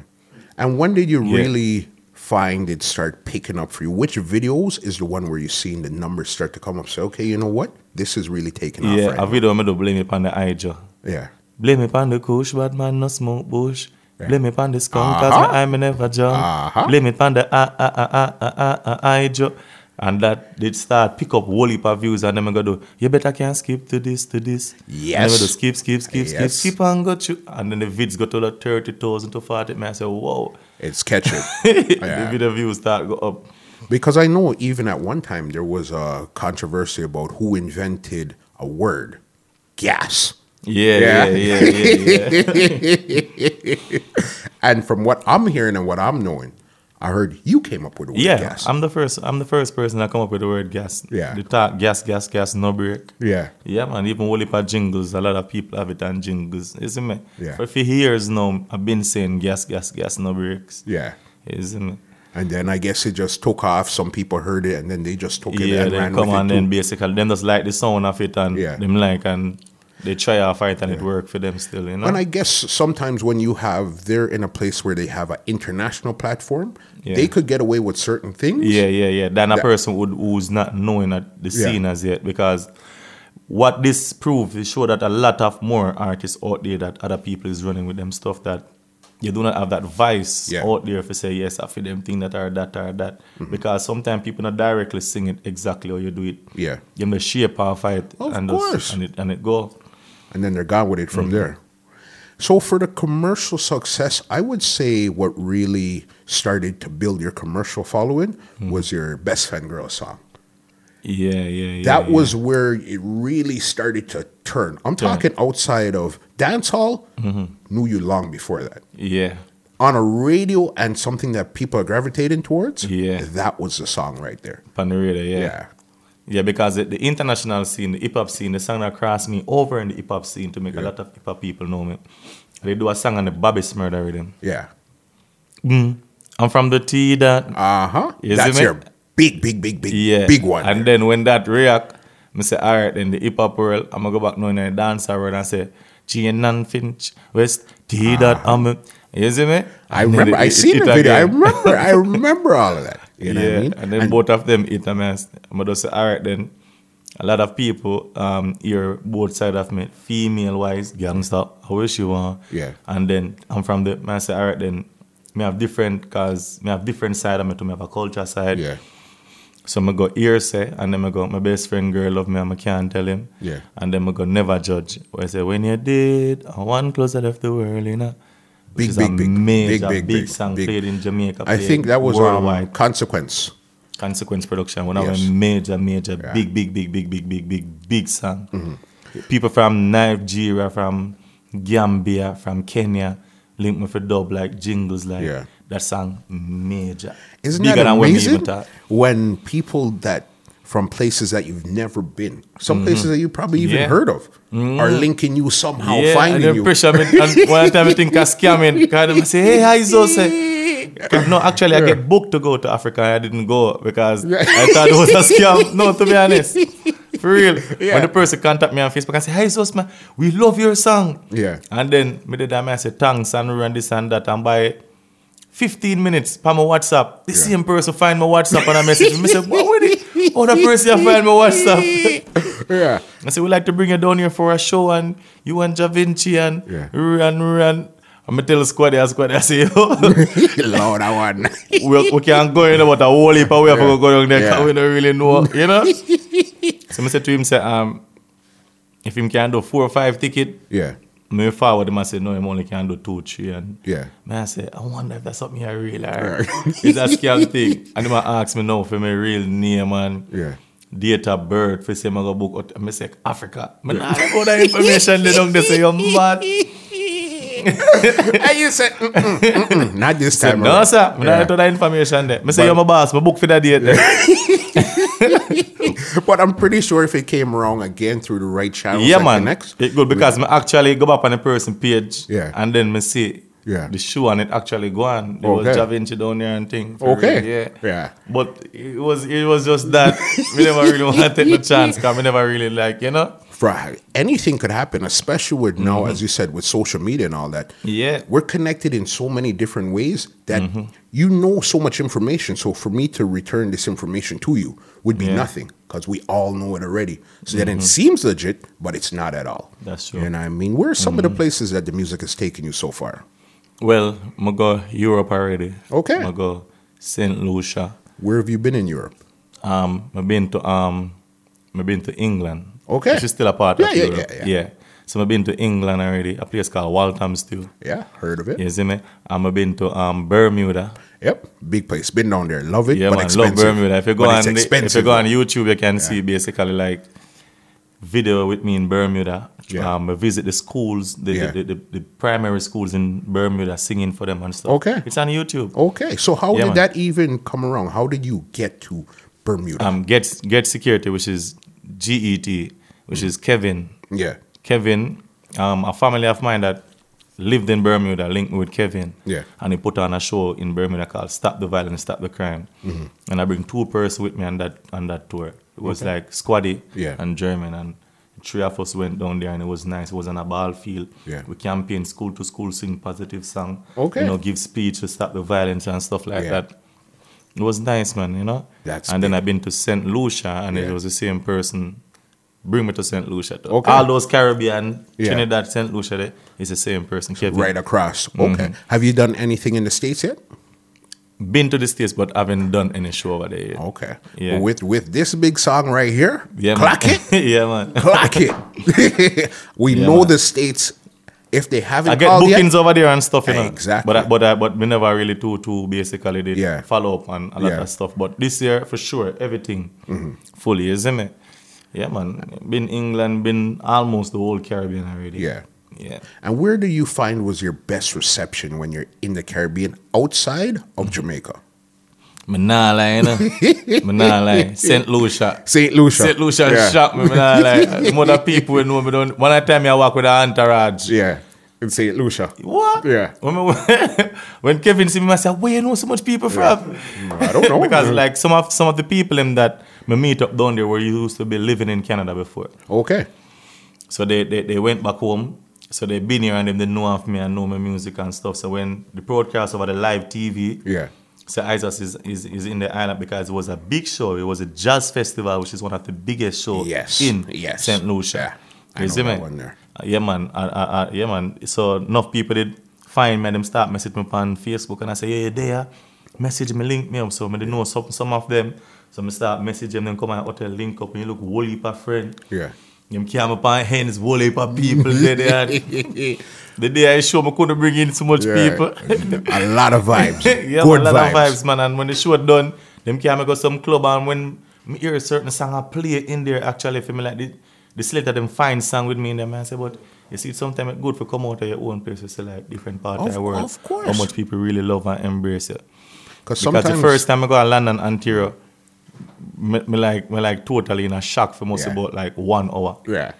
Speaker 1: And when did you
Speaker 2: Yeah.
Speaker 1: really find it start picking up for you? Which videos is the one where you're seeing the numbers start to come up? Say, okay, you know what? This is really taking off.
Speaker 2: Yeah,
Speaker 1: right now.
Speaker 2: a video me do blame it on the IJ.
Speaker 1: yeah.
Speaker 2: Blame it on the kush, but man no smoke bush. Blame it on the skunk, because
Speaker 1: Uh-huh.
Speaker 2: my eye me never jump.
Speaker 1: Uh-huh.
Speaker 2: Blame it on the ah ah ah ah ah ah ah I jo- And that did start pick up whole heap of views and then I go do you better can skip to this to this. And
Speaker 1: Yes.
Speaker 2: then I do skip skip skip skip
Speaker 1: Yes.
Speaker 2: skip and go to and then the vids go to the thirty thousand to forty man I say whoa
Speaker 1: It's catching.
Speaker 2: the
Speaker 1: Yeah.
Speaker 2: video views start go up.
Speaker 1: Because I know even at one time there was a controversy about who invented a word, gas.
Speaker 2: Yeah
Speaker 1: Yeah.
Speaker 2: yeah yeah yeah. yeah,
Speaker 1: And from what I'm hearing and what I'm knowing, I heard you came up with the word
Speaker 2: Yeah,
Speaker 1: gas.
Speaker 2: I'm the first. I'm the first person that come up with the word gas.
Speaker 1: Yeah.
Speaker 2: the talk gas gas gas no break.
Speaker 1: yeah.
Speaker 2: Yeah, man. Even whole heap of jingles. A lot of people have it on jingles. Isn't me?
Speaker 1: Yeah.
Speaker 2: For few years now, I've been saying gas, gas, gas, no breaks.
Speaker 1: Yeah.
Speaker 2: Isn't me?
Speaker 1: And then I guess it just took off. Some people heard it and then they just took it
Speaker 2: yeah,
Speaker 1: and
Speaker 2: then
Speaker 1: ran
Speaker 2: come
Speaker 1: with
Speaker 2: on
Speaker 1: it.
Speaker 2: then basically them just like the sound of it and
Speaker 1: Yeah.
Speaker 2: them like and they try our fight and it work for them still, you know.
Speaker 1: And I guess sometimes when you have, they're in a place where they have an international platform,
Speaker 2: Yeah.
Speaker 1: they could get away with certain things.
Speaker 2: Yeah, yeah, yeah. Than a
Speaker 1: That-
Speaker 2: person who, who's not knowing at the
Speaker 1: Yeah.
Speaker 2: scene as yet because what this proves is show that a lot of more artists out there that other people is running with them stuff that you do not have that vice
Speaker 1: Yeah. Mm-hmm.
Speaker 2: out there if you say yes after them thing that are that or that because sometimes people not directly sing it exactly how you do it.
Speaker 1: Yeah.
Speaker 2: You may shape or fight
Speaker 1: Of
Speaker 2: and
Speaker 1: course.
Speaker 2: Just, and it and it go.
Speaker 1: and then they're gone with it from
Speaker 2: Mm-hmm.
Speaker 1: there. So for the commercial success, I would say what really started to build your commercial following
Speaker 2: Mm-hmm.
Speaker 1: was your best fan girl song.
Speaker 2: Yeah, yeah, yeah.
Speaker 1: That
Speaker 2: yeah.
Speaker 1: was where it really started to turn. I'm
Speaker 2: Turn. Mm-hmm.
Speaker 1: talking outside of dance hall, knew you long before that.
Speaker 2: yeah.
Speaker 1: On a radio and something that people are gravitating towards,
Speaker 2: Yeah.
Speaker 1: that was the song right there.
Speaker 2: Pan the radar, yeah.
Speaker 1: Yeah.
Speaker 2: Yeah, because the, the international scene, the hip hop scene, the song that crossed me over in the hip hop scene to make a lot of hip hop people know me. They do a song on the Bobby Smurder rhythm.
Speaker 1: Yeah.
Speaker 2: I'm from the T that.
Speaker 1: Uh huh.
Speaker 2: Is
Speaker 1: That's
Speaker 2: it me?
Speaker 1: your big, big, big, big,
Speaker 2: Yeah.
Speaker 1: big one.
Speaker 2: And then when that react, I say, all right, then the hip hop world, I'm going to go back now in the dance world and say, G and Nan Finch, West, T that, I'm a. You see me?
Speaker 1: Ah. I
Speaker 2: And then
Speaker 1: remember.
Speaker 2: it-
Speaker 1: I
Speaker 2: it-
Speaker 1: seen
Speaker 2: it
Speaker 1: the video. I
Speaker 2: again.
Speaker 1: remember. I remember all of that. You know what I mean?
Speaker 2: and then both of them hit a mess. I'm just say, all right, then a lot of people um, hear both side of me, female wise, gangster, I wish you want.
Speaker 1: Yeah.
Speaker 2: And then I'm from the, man, I say, all right, then me have different, cause me have different side of me, to me have a culture side.
Speaker 1: yeah,
Speaker 2: So I go ear say, and then I go, my best friend girl love me, and I can't tell him.
Speaker 1: Yeah.
Speaker 2: And then I go, never judge. Where I say, when you did, I one closer left the world, you know.
Speaker 1: Big,
Speaker 2: Which is a
Speaker 1: big, big,
Speaker 2: major,
Speaker 1: big, big, big,
Speaker 2: song
Speaker 1: big.
Speaker 2: played in Jamaica.
Speaker 1: I
Speaker 2: played
Speaker 1: think that was
Speaker 2: worldwide.
Speaker 1: um, consequence.
Speaker 2: Consequence Production, one
Speaker 1: Yes.
Speaker 2: of our major, major,
Speaker 1: Yeah. Mm-hmm.
Speaker 2: big, big, big, big, big, big, big, big song. People from Nigeria, from Gambia, from Kenya, link me for dub like jingles like
Speaker 1: Yeah.
Speaker 2: that song major.
Speaker 1: Isn't
Speaker 2: Bigger
Speaker 1: that
Speaker 2: than when we even
Speaker 1: amazing?
Speaker 2: thought.
Speaker 1: When people that from places that you've never been, some places that you probably even
Speaker 2: Mm-hmm. Yeah.
Speaker 1: heard
Speaker 2: Mm-hmm.
Speaker 1: of, are linking you somehow,
Speaker 2: yeah, and
Speaker 1: finding
Speaker 2: then
Speaker 1: you.
Speaker 2: pressure me. And one time I think I scamming. Because I say, hey, how is those? No, actually, I get booked to go to Africa. and I didn't go because I thought it was a scam. No, to be honest. For real.
Speaker 1: Yeah.
Speaker 2: When the person contact me on Facebook, I say, hi, Zos, man. We love your song.
Speaker 1: Yeah.
Speaker 2: And then, me did that, man, I say, thanks, and we run this and that. And by 15 minutes, pa my WhatsApp, the
Speaker 1: Yeah.
Speaker 2: same person find my WhatsApp and I message me. I say, what with it? Other person find my WhatsApp.
Speaker 1: yeah,
Speaker 2: I said, we like to bring you down here for a show and you and Javinci and
Speaker 1: Yeah.
Speaker 2: run, run. I'm going to tell the squad, here, squad, here, I say, yo,
Speaker 1: Lord, I want.
Speaker 2: we, we can't go in about a whole heap of way yeah.
Speaker 1: Yeah.
Speaker 2: go down there 'cause
Speaker 1: Yeah.
Speaker 2: we don't really know, you know? so I said to him, say, um, if him can do four or five ticket,
Speaker 1: Yeah,
Speaker 2: me forward him and say, no, him only can do two, three. And
Speaker 1: yeah.
Speaker 2: Man, I say, I wonder if that's something I real or
Speaker 1: Yeah.
Speaker 2: It's a scam thing. And him a ask me now for my real name and
Speaker 1: Yeah.
Speaker 2: date of birth for say I go book out. I say Africa. I nah go that information they don't they say you're mad.
Speaker 1: and you said, "Mm, mm-mm, mm-mm, not this time.
Speaker 2: No
Speaker 1: around.
Speaker 2: sir, I
Speaker 1: Yeah.
Speaker 2: nah get that information there. I say you're my boss, my book for that date. there.
Speaker 1: But I'm pretty sure if it came wrong again through the right channels,
Speaker 2: Yeah
Speaker 1: like
Speaker 2: man,
Speaker 1: The next,
Speaker 2: it good because me actually go back on the person page
Speaker 1: Yeah.
Speaker 2: and then me see
Speaker 1: Yeah.
Speaker 2: the shoe and it actually go on. It was
Speaker 1: Okay.
Speaker 2: Javinci down there and thing. for
Speaker 1: okay,
Speaker 2: real, yeah.
Speaker 1: yeah,
Speaker 2: But it was it was just that we never really want to take the chance because we never really like you know.
Speaker 1: Right. Anything could happen, especially with
Speaker 2: Mm-hmm.
Speaker 1: now, as you said, with social media and all that.
Speaker 2: Yeah.
Speaker 1: We're connected in so many different ways that
Speaker 2: Mm-hmm.
Speaker 1: you know so much information. So for me to return this information to you would be nothing because we all know it already. So then it seems legit, but it's not at all.
Speaker 2: Mm-hmm. That's true. Mm-hmm.
Speaker 1: You know what I mean? Where are some of the places that the music has taken you so far?
Speaker 2: Well, I go Europe already.
Speaker 1: Okay.
Speaker 2: I go Saint Lucia.
Speaker 1: Where have you been in Europe?
Speaker 2: Um, I've been to um, I've been to England.
Speaker 1: Okay.
Speaker 2: which is still a part
Speaker 1: Yeah,
Speaker 2: of
Speaker 1: yeah,
Speaker 2: Europe.
Speaker 1: yeah, yeah.
Speaker 2: So I've been to England already. A place called Waltham still.
Speaker 1: Yeah, heard of it.
Speaker 2: You see me? Um, I've been to um Bermuda.
Speaker 1: Yep, big place. Been down there. Love it,
Speaker 2: Yeah,
Speaker 1: but
Speaker 2: man,
Speaker 1: expensive.
Speaker 2: love Bermuda. If you go
Speaker 1: But
Speaker 2: on,
Speaker 1: it's
Speaker 2: the- if you
Speaker 1: expensive.
Speaker 2: go on YouTube, you can see basically like video with me in Bermuda.
Speaker 1: Yeah.
Speaker 2: Um, I visit the schools, the,
Speaker 1: Yeah.
Speaker 2: the, the, the, the primary schools in Bermuda, singing for them and stuff.
Speaker 1: Okay.
Speaker 2: it's on YouTube.
Speaker 1: Okay, so how
Speaker 2: Yeah,
Speaker 1: did
Speaker 2: man.
Speaker 1: that even come around? How did you get to Bermuda?
Speaker 2: um, get get security, which is GET,
Speaker 1: Mm.
Speaker 2: which is Kevin.
Speaker 1: yeah,
Speaker 2: Kevin, um, a family of mine that lived in Bermuda linked me with Kevin.
Speaker 1: Yeah.
Speaker 2: And he put on a show in Bermuda called Stop the Violence, Stop the Crime.
Speaker 1: Mm-hmm.
Speaker 2: And I bring two persons with me on that on that tour. It was like Squaddy
Speaker 1: Yeah.
Speaker 2: and German and three of us went down there and it was nice. It was on a ball field.
Speaker 1: Yeah.
Speaker 2: We campaigned school to school, sing positive song.
Speaker 1: Okay.
Speaker 2: You know, give speech to stop the violence and stuff like
Speaker 1: Yeah.
Speaker 2: that. It was nice, man, you know?
Speaker 1: That's
Speaker 2: and then I've been to St. Lucia, and
Speaker 1: Yeah.
Speaker 2: it was the same person. Bring me to St. Lucia. too.
Speaker 1: Okay.
Speaker 2: All those Caribbean,
Speaker 1: Yeah.
Speaker 2: Trinidad, St. Lucia, there, it's the same person. Kevin.
Speaker 1: right across.
Speaker 2: Mm-hmm.
Speaker 1: Okay, have you done anything in the states yet?
Speaker 2: Been to the States, but haven't done any show over there yet.
Speaker 1: Okay,
Speaker 2: Yeah.
Speaker 1: But with with this big song right here,
Speaker 2: Yeah,
Speaker 1: clock
Speaker 2: man.
Speaker 1: it,
Speaker 2: yeah, man.
Speaker 1: clock it. we
Speaker 2: Yeah,
Speaker 1: know
Speaker 2: man.
Speaker 1: the states. If they haven't
Speaker 2: I get
Speaker 1: called
Speaker 2: bookings
Speaker 1: yet,
Speaker 2: over there and stuff, you know.
Speaker 1: Exactly.
Speaker 2: But I, but I, but we never really too too basically did
Speaker 1: Yeah.
Speaker 2: follow up on a lot
Speaker 1: Yeah. Mm-hmm.
Speaker 2: of stuff. But this year for sure everything fully, isn't it? Yeah, man. Been England, been almost the whole Caribbean already.
Speaker 1: Yeah.
Speaker 2: yeah.
Speaker 1: and where do you find was your best reception when you're in the Caribbean outside
Speaker 2: Mm-hmm.
Speaker 1: of Jamaica?
Speaker 2: Me nah lie, you know. me nah lie. St. Lucia.
Speaker 1: St. Lucia.
Speaker 2: St. Lucia
Speaker 1: Yeah.
Speaker 2: shocked me, me nah lie. Mother people know me don't. One time I walk with an entourage.
Speaker 1: Yeah, in Saint Lucia.
Speaker 2: What?
Speaker 1: Yeah.
Speaker 2: When, me- when Kevin see me, I say, where you know so much people from?
Speaker 1: I don't know
Speaker 2: because like some of some of the people in that me meet up down there were used to be living in Canada before.
Speaker 1: Okay,
Speaker 2: So they, they, they went back home. So they been here and them they know of me and know my music and stuff. So when the broadcast over the live TV,
Speaker 1: yeah,
Speaker 2: so Isaac is, is, is in the island because it was a big show. It was a jazz festival, which is one of the biggest shows
Speaker 1: Yes,
Speaker 2: in
Speaker 1: yes.
Speaker 2: St. Lucia.
Speaker 1: Yeah, I
Speaker 2: You
Speaker 1: know
Speaker 2: see
Speaker 1: that
Speaker 2: me?
Speaker 1: one there.
Speaker 2: Uh, yeah, man. Uh, uh, uh, yeah, man. So enough people did find me and them start messaging me on Facebook and I say, yeah, you there. Message me, link me up. So I didn't know some, some of them. So I start messaging them, come and hotel, link up, and you look whole heap of friend.
Speaker 1: yeah.
Speaker 2: Them came upon hands, whole heap of people there. they had- the day I show me couldn't bring in so much
Speaker 1: Yeah.
Speaker 2: people.
Speaker 1: a lot of vibes.
Speaker 2: yeah,
Speaker 1: Good
Speaker 2: man, a lot
Speaker 1: vibes.
Speaker 2: of vibes, man. And when the show done, them can go some club and when me hear a certain song I play it in there actually for me like the, the select of them fine song with me in them and I say, but you see sometimes it's good for come out of your own place to see like different part of,
Speaker 1: Of-
Speaker 2: the world.
Speaker 1: of course.
Speaker 2: How much people really love and embrace you.
Speaker 1: Because
Speaker 2: Because the
Speaker 1: sometimes
Speaker 2: first time I go to London, Ontario, me, me like me like totally in a shock for most
Speaker 1: Yeah.
Speaker 2: about like one hour.
Speaker 1: Yeah.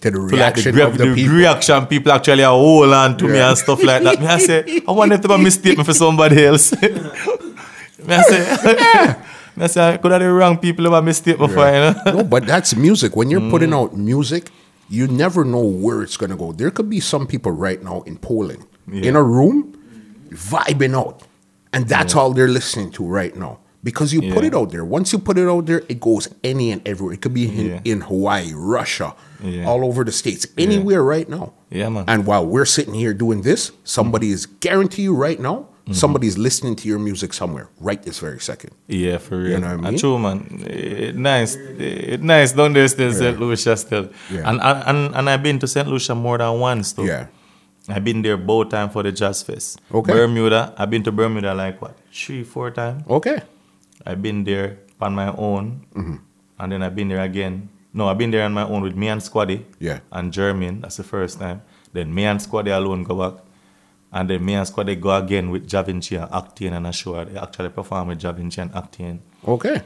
Speaker 1: To the
Speaker 2: So, like
Speaker 1: reaction
Speaker 2: the, gra-
Speaker 1: of the,
Speaker 2: the
Speaker 1: people.
Speaker 2: reaction people actually are hold on to me and stuff like that. Me I say, I wonder if they mistake me for somebody else. me I say, me I say, could have the wrong people ever mistake me for, you know?
Speaker 1: no, but that's music. When you're putting
Speaker 2: Mm.
Speaker 1: out music, you never know where it's gonna go. There could be some people right now in Poland in a room vibing out, and that's all they're listening to right now because you put
Speaker 2: Yeah.
Speaker 1: it out there. Once you put it out there, it goes any and everywhere. It could be in,
Speaker 2: Yeah.
Speaker 1: in Hawaii, Russia,
Speaker 2: Yeah.
Speaker 1: all over the states, anywhere right now.
Speaker 2: Yeah, Mm. man.
Speaker 1: And while we're sitting here doing this, somebody is guarantee you right now.
Speaker 2: Mm-hmm.
Speaker 1: Somebody's listening to your music somewhere right this very second.
Speaker 2: Yeah, for real.
Speaker 1: know what I
Speaker 2: And
Speaker 1: mean?
Speaker 2: true, man. Eh, nice, eh, nice down there still, St. Lucia still.
Speaker 1: Yeah.
Speaker 2: And, and and and I've been to St. Lucia more than once though.
Speaker 1: Yeah.
Speaker 2: I've been there both time for the jazz fest.
Speaker 1: Okay.
Speaker 2: Bermuda. I've been to Bermuda like what three, four times.
Speaker 1: Okay.
Speaker 2: I've been there on my own,
Speaker 1: Mm-hmm.
Speaker 2: and then I've been there again. No, I've been there on my own with me and Squaddy.
Speaker 1: Yeah.
Speaker 2: And Jermaine. That's the first time. Then me and Squaddy alone go back. And then me and Squaddy go again with Javinci and Actian and Ashua. They actually perform with Javinci and Actian.
Speaker 1: Okay.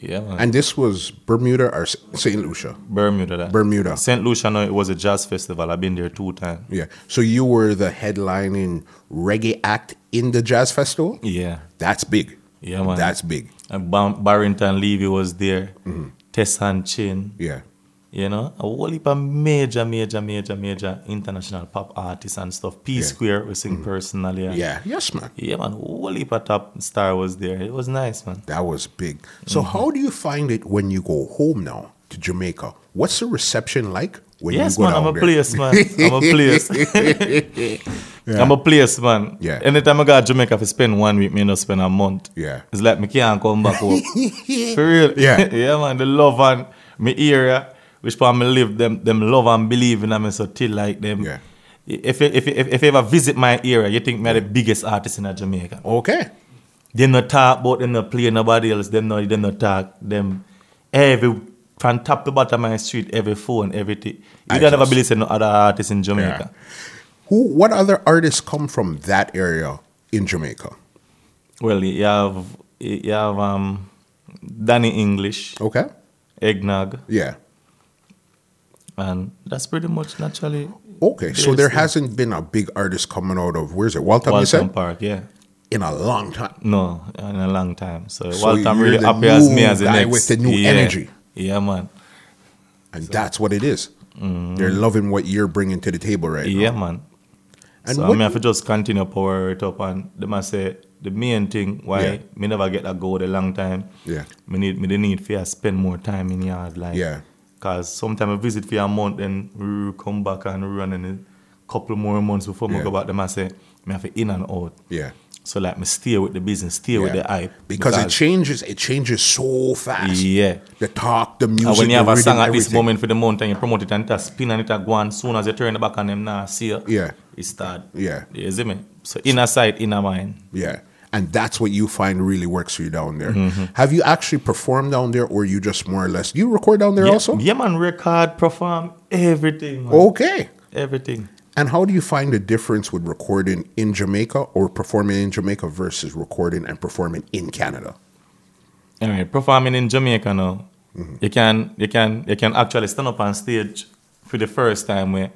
Speaker 2: Yeah, man.
Speaker 1: And this was Bermuda or S- St. Lucia.
Speaker 2: Bermuda. That.
Speaker 1: Bermuda.
Speaker 2: St. Lucia, no, it was a jazz festival. I've been there two times.
Speaker 1: Yeah. So you were the headlining reggae act in the jazz festival?
Speaker 2: Yeah.
Speaker 1: That's big.
Speaker 2: Yeah, man.
Speaker 1: That's big.
Speaker 2: And Bar- Barrington Levy was there.
Speaker 1: Mm-hmm.
Speaker 2: Tessan Chin.
Speaker 1: Yeah.
Speaker 2: You know, a whole heap of major, major, major, major international pop artists and stuff. P
Speaker 1: Yeah. Mm-hmm.
Speaker 2: Square, we sing personally. and-
Speaker 1: Yeah. Yes, man.
Speaker 2: Yeah, man. Whole heap of top star was there. It was nice, man.
Speaker 1: That was big. So
Speaker 2: Mm-hmm.
Speaker 1: how do you find it when you go home now to Jamaica? What's the reception like when
Speaker 2: Yes,
Speaker 1: you go
Speaker 2: man, I'm
Speaker 1: down
Speaker 2: a
Speaker 1: there?
Speaker 2: place, man. I'm a place. I'm a place, man.
Speaker 1: Yeah.
Speaker 2: Anytime I go to Jamaica, if I spend one week, me not spend a month.
Speaker 1: Yeah.
Speaker 2: It's like me can't come back home. For real.
Speaker 1: Yeah.
Speaker 2: yeah, man. The love and me area, which part me live, them them love and believe in me so till like them.
Speaker 1: Yeah.
Speaker 2: If you, if, you, if, if you ever visit my area, you think me are the biggest artist in a Jamaica.
Speaker 1: Okay.
Speaker 2: Them not talk about them not play nobody else. Them not them not talk. Them every from top to bottom of my street, every phone, everything.
Speaker 1: I
Speaker 2: You don't ever
Speaker 1: just-
Speaker 2: believe say no other artist in Jamaica.
Speaker 1: Who what other artists come from that area in Jamaica?
Speaker 2: Well, you have you have um Danny English,
Speaker 1: Okay?
Speaker 2: Eggnog,
Speaker 1: Yeah.
Speaker 2: and that's pretty much naturally
Speaker 1: Okay. So
Speaker 2: Yes,
Speaker 1: there
Speaker 2: yeah.
Speaker 1: hasn't been a big artist coming out of where's it? Waltham, you
Speaker 2: Walton
Speaker 1: said?
Speaker 2: Park. Yeah,
Speaker 1: In a long time.
Speaker 2: no, in a long time. So,
Speaker 1: So
Speaker 2: Walton
Speaker 1: you're
Speaker 2: really
Speaker 1: the
Speaker 2: appears
Speaker 1: new
Speaker 2: me as the
Speaker 1: guy
Speaker 2: next
Speaker 1: with the new
Speaker 2: yeah.
Speaker 1: energy.
Speaker 2: Yeah, man.
Speaker 1: And that's what it is. They're loving what you're bringing to the table right now.
Speaker 2: Mm-hmm. Yeah, man.
Speaker 1: And
Speaker 2: so I
Speaker 1: what
Speaker 2: mean, I have to just continue power it up, and the man say the main thing why
Speaker 1: Yeah.
Speaker 2: me never get that goal a long time.
Speaker 1: Yeah.
Speaker 2: me need me the need for spend more time in yard, like
Speaker 1: Yeah.
Speaker 2: Cause sometimes I visit for a month, then we come back and run and a couple more months before me
Speaker 1: Yeah.
Speaker 2: go back. The man say me have to in and out.
Speaker 1: Yeah.
Speaker 2: So like me stay with the business, stay with
Speaker 1: yeah.
Speaker 2: the hype
Speaker 1: Because, it changes it changes so fast.
Speaker 2: yeah.
Speaker 1: The talk, the music.
Speaker 2: And when you
Speaker 1: the
Speaker 2: have a
Speaker 1: rhythm,
Speaker 2: song at this
Speaker 1: everything.
Speaker 2: moment for the mountain, you promote it and it spin and it go on. Soon as you turn the back on them, now see you.
Speaker 1: Yeah.
Speaker 2: It start.
Speaker 1: Yeah.
Speaker 2: You see me? So inner sight, inner mind.
Speaker 1: Yeah. And that's what you find really works for you down there.
Speaker 2: Mm-hmm.
Speaker 1: Have you actually performed down there or you just more or less do you record down there
Speaker 2: yeah,
Speaker 1: also? Oh.
Speaker 2: yeah, man, record, perform, everything. Man.
Speaker 1: Okay.
Speaker 2: Everything.
Speaker 1: And how do you find the difference with recording in Jamaica or performing in Jamaica versus recording and performing in Canada?
Speaker 2: All right, performing in Jamaica now,
Speaker 1: Mm-hmm.
Speaker 2: you can you can you can actually stand up on stage for the first time where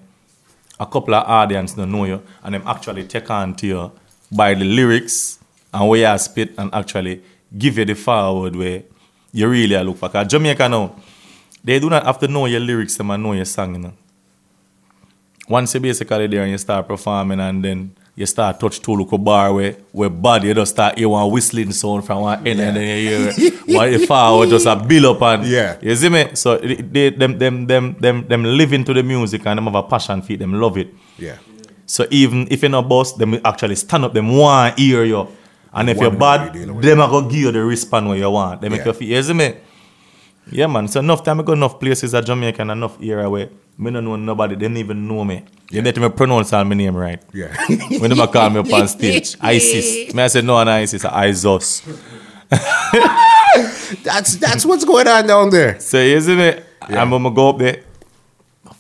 Speaker 2: a couple of audience don't know you and them actually take on to you by the lyrics and where you spit and actually give you the forward where you really are look for. Cause Jamaica now, they do not have to know your lyrics them and know your song, you know. Once you basically there and you start performing and then you start touch two local bar where where body you just start hear one whistling sound from one end and then you hear what you forward just a build up and
Speaker 1: Yeah.
Speaker 2: you see me? So it- they them them them them them live into the music and them have a passion for it, them love it.
Speaker 1: Yeah.
Speaker 2: So even if you're not boss, them will actually stand up, them want hear you. And if
Speaker 1: Wonder
Speaker 2: you're bad,
Speaker 1: what you dealing with.
Speaker 2: them are gonna give you the response where you want. They make
Speaker 1: Yeah.
Speaker 2: you feel, you see me? Yeah, man. So enough time I go enough places at Jamaica and enough era where me don't know nobody, they don't even know me. You let me pronounce all my name right.
Speaker 1: Yeah.
Speaker 2: When they call me up on stage, ISIS. Me I said no, an ISIS, a ISOS.
Speaker 1: that's that's what's going on down there.
Speaker 2: So you see me? I'm gonna go up there.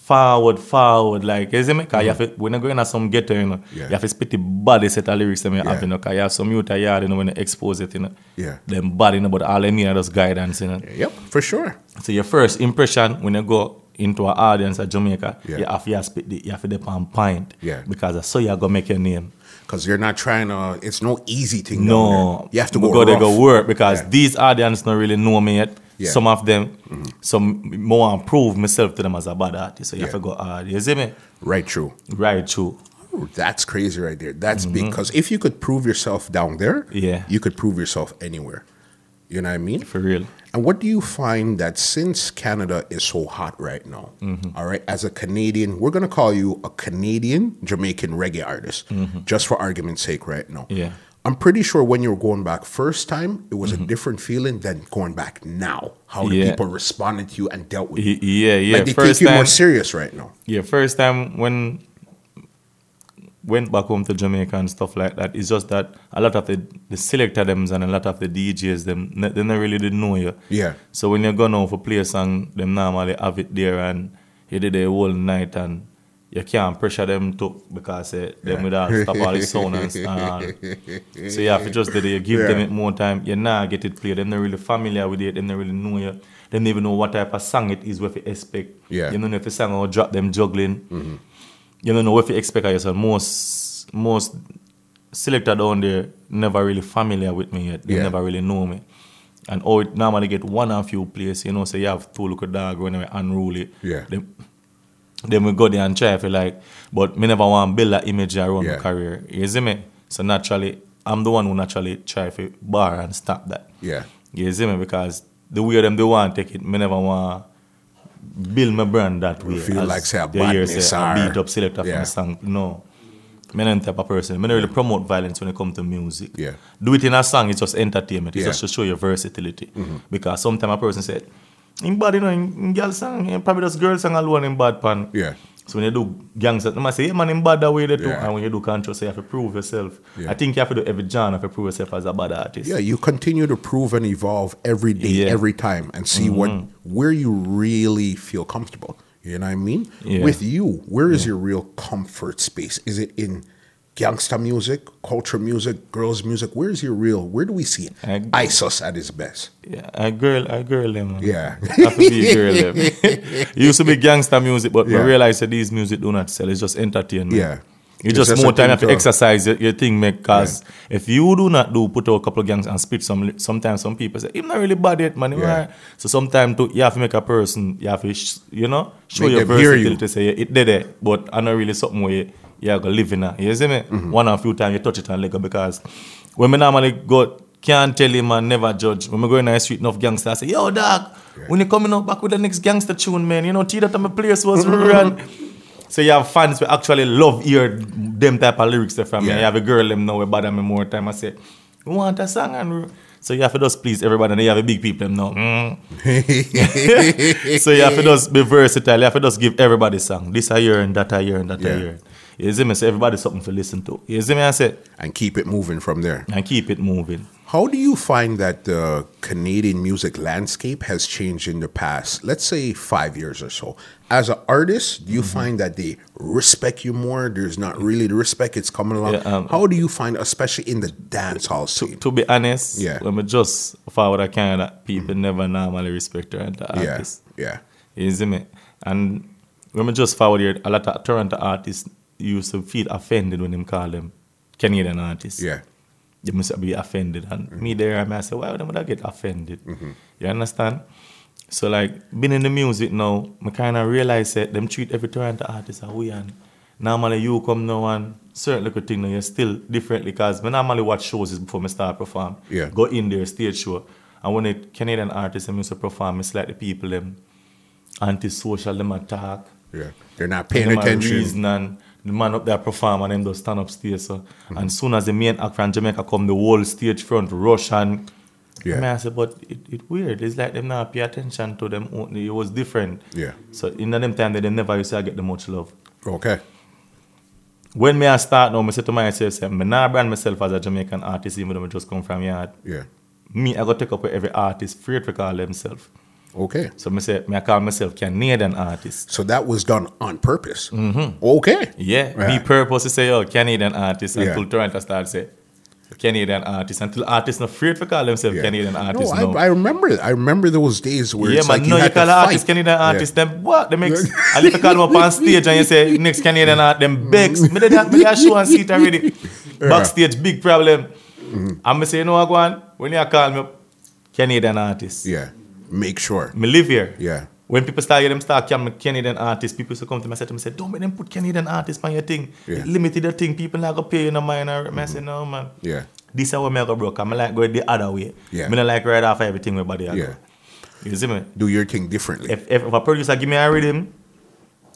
Speaker 2: forward, forward, like, you see me? Because you have to, when you go into some ghetto, you know,
Speaker 1: Yeah.
Speaker 2: you have to spit the body set of lyrics that you have,
Speaker 1: Yeah.
Speaker 2: you know, because you have some youth out here, you know, when you expose it, you know,
Speaker 1: Yeah.
Speaker 2: them body, you know, but all them need are just guidance, you know.
Speaker 1: Yep, for sure.
Speaker 2: So your first impression when you go into an audience at Jamaica,
Speaker 1: Yeah.
Speaker 2: you have to spit the, you have to dip on point.
Speaker 1: Yeah.
Speaker 2: Because that's how you're gonna make your name.
Speaker 1: Because you're not trying to, it's no easy thing. down
Speaker 2: No.
Speaker 1: there. You have to
Speaker 2: We
Speaker 1: go,
Speaker 2: there
Speaker 1: rough.
Speaker 2: go work because
Speaker 1: Yeah.
Speaker 2: these audience don't really know me yet.
Speaker 1: Yeah.
Speaker 2: Some of them. Some more and prove myself to them as a bad artist. So you have
Speaker 1: Yeah.
Speaker 2: to go hard. You see me?
Speaker 1: Right, true.
Speaker 2: Right true.
Speaker 1: Ooh, That's crazy right there. That's big 'cause because if you could prove yourself down there,
Speaker 2: Mm-hmm. Yeah.
Speaker 1: you could prove yourself anywhere. You know what I mean?
Speaker 2: For real.
Speaker 1: And what do you find that since Canada is so hot right now,
Speaker 2: Mm-hmm.
Speaker 1: all right, as a Canadian, we're going to call you a Canadian Jamaican reggae artist,
Speaker 2: Mm-hmm.
Speaker 1: just for argument's sake right now.
Speaker 2: Yeah.
Speaker 1: I'm pretty sure when you were going back first time, it was a different feeling than going back now, how the
Speaker 2: Mm-hmm. Yeah.
Speaker 1: people responded to you and dealt with you.
Speaker 2: Y- Yeah, yeah.
Speaker 1: Like they
Speaker 2: first
Speaker 1: take you
Speaker 2: time,
Speaker 1: more serious right now.
Speaker 2: yeah, first time when went back home to Jamaica and stuff like that. It's just that a lot of the, the selector thems and a lot of the DJs them ne- they not really didn't know you.
Speaker 1: Yeah.
Speaker 2: So when you go now for play a song, them normally have it there and you did the whole night and you can't pressure them to because eh, them would all stop all the sound and, and all. So you have to just do that, you give them
Speaker 1: Yeah.
Speaker 2: it more time. You nah get it played. Them not really familiar with it. Them not really know you. Them not even know what type of song it is. What you expect.
Speaker 1: Yeah. Mm-hmm.
Speaker 2: You don't know if the song or drop them juggling. You don't know what you expect of yourself. Most most selector down there never really familiar with me yet. They
Speaker 1: Yeah.
Speaker 2: never really know me. And all it normally get one and few place, you know, so you have two little dog when they unruly.
Speaker 1: Yeah.
Speaker 2: Them, then we go there and try for like, but me never want build that image around
Speaker 1: Yeah.
Speaker 2: my career. You see me? So naturally, I'm the one who naturally try for bar and stop that.
Speaker 1: Yeah.
Speaker 2: You see me? Because the way them they want take it, me never want build my brand that way.
Speaker 1: feel like, say, a
Speaker 2: they hear
Speaker 1: badness
Speaker 2: a
Speaker 1: or-
Speaker 2: beat up selector from
Speaker 1: Yeah.
Speaker 2: the song. No. Me not type of person. Me not really promote violence when it comes to music.
Speaker 1: Yeah.
Speaker 2: Do it in a song, it's just entertainment. It's
Speaker 1: Yeah. Mm-hmm.
Speaker 2: just to show your versatility. Because sometimes a person said, in bad, you know, in, in girl song, in probably just girl song alone in bad pan.
Speaker 1: Yeah.
Speaker 2: So when you do gangs, I say, yeah man, in bad that way they do.
Speaker 1: Yeah.
Speaker 2: And when you do control, so you have to prove yourself.
Speaker 1: Yeah.
Speaker 2: I think you have to do every genre, you have to prove yourself as a bad artist.
Speaker 1: Yeah, you continue to prove and evolve every day,
Speaker 2: Yeah. Mm-hmm.
Speaker 1: every time, and see what where you really feel comfortable. You know what I mean?
Speaker 2: Yeah.
Speaker 1: With you, where is your real comfort space? Is it in gangster music, culture music, girls music? Where is your real? Where do we see
Speaker 2: I-
Speaker 1: ISIS at his best?
Speaker 2: Yeah, a girl, a girl, them. man.
Speaker 1: Yeah.
Speaker 2: Have to be a girl, them. it used to be gangster music, but
Speaker 1: Yeah.
Speaker 2: we realized that these music do not sell. It's just entertainment.
Speaker 1: Yeah.
Speaker 2: You
Speaker 1: It's
Speaker 2: just,
Speaker 1: just a
Speaker 2: more
Speaker 1: thing
Speaker 2: time you have to
Speaker 1: to-
Speaker 2: exercise your, your thing, make cause if you do not do put out a couple of gangs and spit some li- sometimes some people say, I'm not really bad yet, man.
Speaker 1: Yeah.
Speaker 2: Yeah. So sometimes too, you have to make a person, you have to sh- you know, show
Speaker 1: Make
Speaker 2: your
Speaker 1: them hear
Speaker 2: versatility to say yeah, it did it, but I know really something where you, you are gonna live in it. You see me?
Speaker 1: Mm-hmm.
Speaker 2: One or few times you touch it and go because when me normally go can't tell him and never judge. When we go in the street enough gangster, I say, yo dog, when you coming up back with the next gangster tune, man, you know, T that my place was rural. So you have fans who actually love hear them type of lyrics there from me.
Speaker 1: Yeah.
Speaker 2: You have a girl them know about me more time. I say, we want a song and ru-" so you have to just please everybody and you have a big people them know. "Mm." so you have to just be versatile. You have to just give everybody song. This a year and that a year and that
Speaker 1: Yeah.
Speaker 2: a year. You see me? So everybody something to listen to. You see me? I said,
Speaker 1: and keep it moving from there.
Speaker 2: and keep it moving.
Speaker 1: How do you find that the Canadian music landscape has changed in the past, let's say five years or so? As an artist, do you
Speaker 2: Mm-hmm.
Speaker 1: find that they respect you more? There's not really the respect, it's coming along.
Speaker 2: Yeah, um,
Speaker 1: How do you find, especially in the dance hall scene?
Speaker 2: To be honest,
Speaker 1: Yeah. Mm.
Speaker 2: when we just forward a Canada, people never normally respect her and the
Speaker 1: yeah,
Speaker 2: artist.
Speaker 1: yeah,
Speaker 2: You see me? And when we just forward here, a lot of Toronto artists used to feel offended when them call them Canadian artists.
Speaker 1: yeah,
Speaker 2: They must be offended. And me there, I say, why would I get offended? You understand? So like, being in the music now, I kind of realize that them treat every Toronto artist a way and normally you come now and certain little thing now, you're still differently because I normally watch shows is before I start perform.
Speaker 1: Yeah.
Speaker 2: Go in there, stage show. And when a Canadian artist them used to perform, it's like the people them antisocial, them attack.
Speaker 1: yeah. They're not paying
Speaker 2: Them a
Speaker 1: attention.
Speaker 2: reason and the man up there perform and them just stand up stage. So. And soon as the main act from Jamaica come, the whole stage front rush and
Speaker 1: Yeah.
Speaker 2: I, mean, I said, but it, it weird. It's like them not pay attention to them. own- It was different.
Speaker 1: Yeah.
Speaker 2: So in them time, they, they never used to get the much love.
Speaker 1: Okay,
Speaker 2: When me I start now, I say to myself, say, me nah brand myself as a Jamaican artist, even though I just come from yard.
Speaker 1: yeah,
Speaker 2: Me, I go take up with every artist, free to call themselves.
Speaker 1: Okay.
Speaker 2: So me say, me I call myself Canadian artist.
Speaker 1: So that was done on purpose.
Speaker 2: Mm-hmm.
Speaker 1: Okay.
Speaker 2: Yeah,
Speaker 1: Yeah.
Speaker 2: we purpose to say, oh, Canadian artist until
Speaker 1: Yeah.
Speaker 2: Toronto start say, Canadian artist until artists not afraid to call themselves
Speaker 1: Yeah.
Speaker 2: Canadian artist
Speaker 1: no,
Speaker 2: no.
Speaker 1: I, I remember. I remember those days where
Speaker 2: yeah,
Speaker 1: it's
Speaker 2: man,
Speaker 1: like you
Speaker 2: no, you
Speaker 1: had
Speaker 2: call
Speaker 1: to
Speaker 2: an artist
Speaker 1: fight.
Speaker 2: Canadian
Speaker 1: Yeah.
Speaker 2: artist, them what? They makes, I leave a call them up on stage and you say, next Canadian art, them begs. me did that, me did that show and see it already. Backstage, big problem.
Speaker 1: Mm-hmm.
Speaker 2: I'm say, you know what, go on, when you call me up, Canadian artist.
Speaker 1: Yeah. Make sure.
Speaker 2: Me live here.
Speaker 1: Yeah.
Speaker 2: When people start hearing them start coming Canadian artists, people used to come to me and say to me, say, don't make them put Canadian artists on your thing.
Speaker 1: Yeah.
Speaker 2: It limited the thing. People not gonna pay you no mind. Mm-hmm. I say, no man.
Speaker 1: Yeah.
Speaker 2: This is what me I go broke. I'm like go the other way.
Speaker 1: Yeah.
Speaker 2: Me not like right off everything with body. I go.
Speaker 1: Yeah.
Speaker 2: You see me?
Speaker 1: Do your thing differently.
Speaker 2: If, if, if a producer give me a rhythm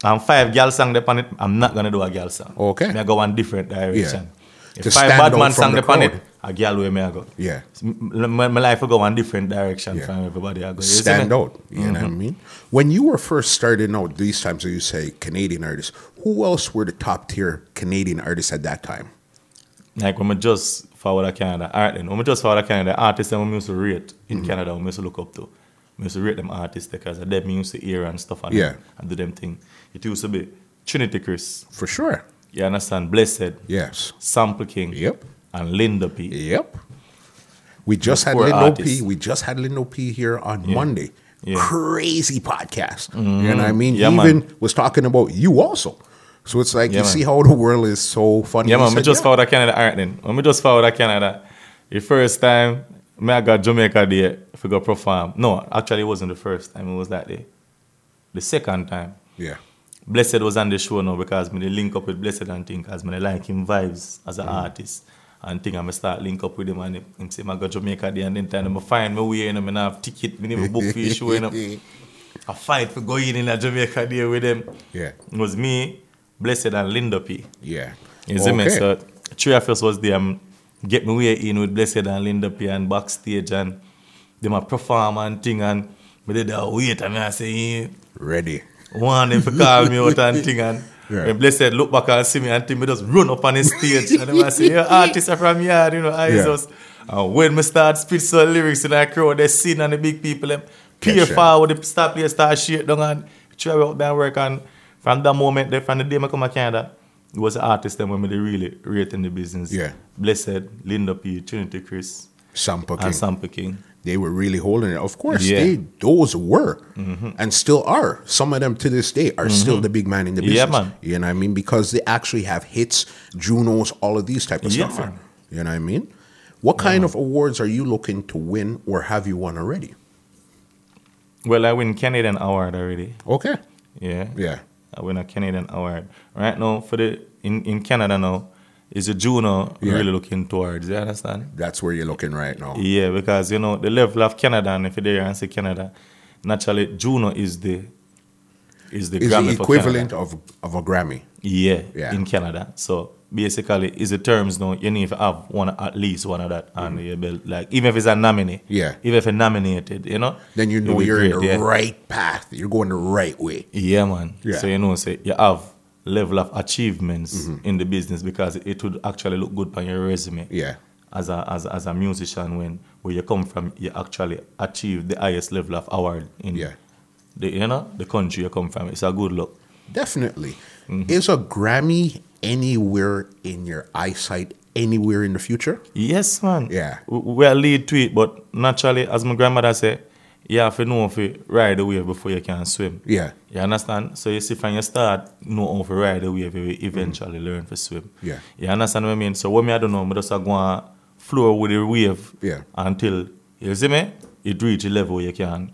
Speaker 2: and five girl song upon it, I'm not gonna do a girl song.
Speaker 1: Okay.
Speaker 2: Me I go one different direction. If
Speaker 1: To
Speaker 2: five
Speaker 1: stand
Speaker 2: bad
Speaker 1: out
Speaker 2: man
Speaker 1: from
Speaker 2: song
Speaker 1: the
Speaker 2: upon it,
Speaker 1: crowd.
Speaker 2: a girl way me I go.
Speaker 1: yeah.
Speaker 2: M- m- My, my life will go one different direction
Speaker 1: Yeah.
Speaker 2: from everybody. I go. You see
Speaker 1: Stand
Speaker 2: me?
Speaker 1: out. You know what I
Speaker 2: Mm-hmm.
Speaker 1: mean? When you were first starting out, these times that you say Canadian artists, who else were the top tier Canadian artists at that time?
Speaker 2: Like when we just forward to Canada, all right then, when we just forward to Canada, artists that we used to rate in
Speaker 1: Mm-hmm.
Speaker 2: Canada, we used to look up to. We used to rate them artists because of them we used to hear and stuff and,
Speaker 1: Yeah.
Speaker 2: and do them thing. It used to be Trinity Chris,
Speaker 1: For sure.
Speaker 2: you understand, Blessed,
Speaker 1: Yes.
Speaker 2: Sample King,
Speaker 1: Yep.
Speaker 2: and Linda P.
Speaker 1: Yep. We just had
Speaker 2: Poor
Speaker 1: Lindo P.
Speaker 2: artists.
Speaker 1: We just had Lindo P here on Monday.
Speaker 2: Yeah. Mm-hmm.
Speaker 1: Crazy podcast. You know what I mean?
Speaker 2: Yeah,
Speaker 1: Even
Speaker 2: man.
Speaker 1: was talking about you also. So it's like
Speaker 2: Yeah,
Speaker 1: you
Speaker 2: man.
Speaker 1: see how the world is so funny.
Speaker 2: Yeah,
Speaker 1: You
Speaker 2: man, we
Speaker 1: said,
Speaker 2: just
Speaker 1: yeah.
Speaker 2: forward to Canada, all right then. When we just forward to Canada, the first time, me I got Jamaica there, if we go perform. No, actually, it wasn't the first time, it was that day. The second time.
Speaker 1: yeah.
Speaker 2: Blessed was on the show now because me dey link up with Blessed and think as me dey like him vibes as an
Speaker 1: Mm.
Speaker 2: artist and think I'm gonna start link up with him and him, him say I go Jamaica there and then time I find my way in and I have ticket, me never book for the show you know. I fight for going in a Jamaica there with them.
Speaker 1: Yeah.
Speaker 2: It was me, Blessed and Linda P.
Speaker 1: Yeah.
Speaker 2: You see me?
Speaker 1: Okay.
Speaker 2: So three of us was there um, get me way in with Blessed and Linda P and backstage and them a perform and thing and me did a wait and me I say "Eh,
Speaker 1: Ready.
Speaker 2: one if you call me out and thing and
Speaker 1: Yeah.
Speaker 2: when Blessed look back and see me and thing, me just run up on the stage and them I say, yeah, artists are from yard, you know, I
Speaker 1: Yeah.
Speaker 2: just and when me start spit some lyrics in that crowd, they sing and the big people them peer
Speaker 1: Catch 'em.
Speaker 2: forward, they start play start shit down and travel out there and work and from that moment there, from the day I come to Canada, it was the artist them when me they really rate in the business.
Speaker 1: Yeah.
Speaker 2: Blessed, Linda P, Trinity Chris,
Speaker 1: Sampa King.
Speaker 2: and Sampa King.
Speaker 1: they were really holding it. Of course,
Speaker 2: Yeah. Mm-hmm.
Speaker 1: they those were and still are. Some of them to this day are still the big man in the business.
Speaker 2: Yeah, man.
Speaker 1: You know what I mean? Because they actually have hits, Junos, all of these type of
Speaker 2: Yeah,
Speaker 1: stuff.
Speaker 2: man.
Speaker 1: You know what I mean? What kind of awards are you looking to win or have you won already?
Speaker 2: Well, I win Canadian Award already.
Speaker 1: Okay.
Speaker 2: Yeah.
Speaker 1: Yeah.
Speaker 2: I win a Canadian award. Right now, for the in, in Canada now, is a Juno
Speaker 1: Yeah.
Speaker 2: really looking towards? You understand?
Speaker 1: That's where you're looking right now.
Speaker 2: Yeah, because you know the level of Canada, and if you there and say Canada, naturally Juno is the is the
Speaker 1: Is
Speaker 2: Grammy
Speaker 1: the
Speaker 2: for
Speaker 1: equivalent of,
Speaker 2: Canada.
Speaker 1: of a Grammy.
Speaker 2: Yeah,
Speaker 1: Yeah.
Speaker 2: in Canada. So basically, is the terms now you need to have one at least one of that under your belt. Like even if it's a nominee,
Speaker 1: Mm. Yeah.
Speaker 2: even if it's nominated, you know,
Speaker 1: Then you
Speaker 2: it
Speaker 1: know
Speaker 2: would be
Speaker 1: you're in
Speaker 2: great,
Speaker 1: the
Speaker 2: yeah.
Speaker 1: right path. You're going the right way.
Speaker 2: Yeah, man.
Speaker 1: Yeah.
Speaker 2: So you know, say you have level of achievements
Speaker 1: Mm-hmm.
Speaker 2: in the business because it would actually look good on your resume
Speaker 1: Yeah.
Speaker 2: as a as, as a musician when where you come from, you actually achieve the highest level of award in
Speaker 1: Yeah.
Speaker 2: the you know the country you come from. It's a good look.
Speaker 1: Definitely.
Speaker 2: Mm-hmm.
Speaker 1: Is a Grammy anywhere in your eyesight, anywhere in the future?
Speaker 2: Yes, man.
Speaker 1: Yeah.
Speaker 2: W- We are lead to it, but naturally, as my grandmother said, you have to know if you ride the wave before you can swim.
Speaker 1: Yeah.
Speaker 2: You understand? So you see, from you start know how to ride the wave, you will eventually learn to swim.
Speaker 1: Mm. Yeah.
Speaker 2: You understand what I mean? So what me I don't know, I just a go on flow with the wave
Speaker 1: Yeah.
Speaker 2: until, you see me? It reach the level where you can.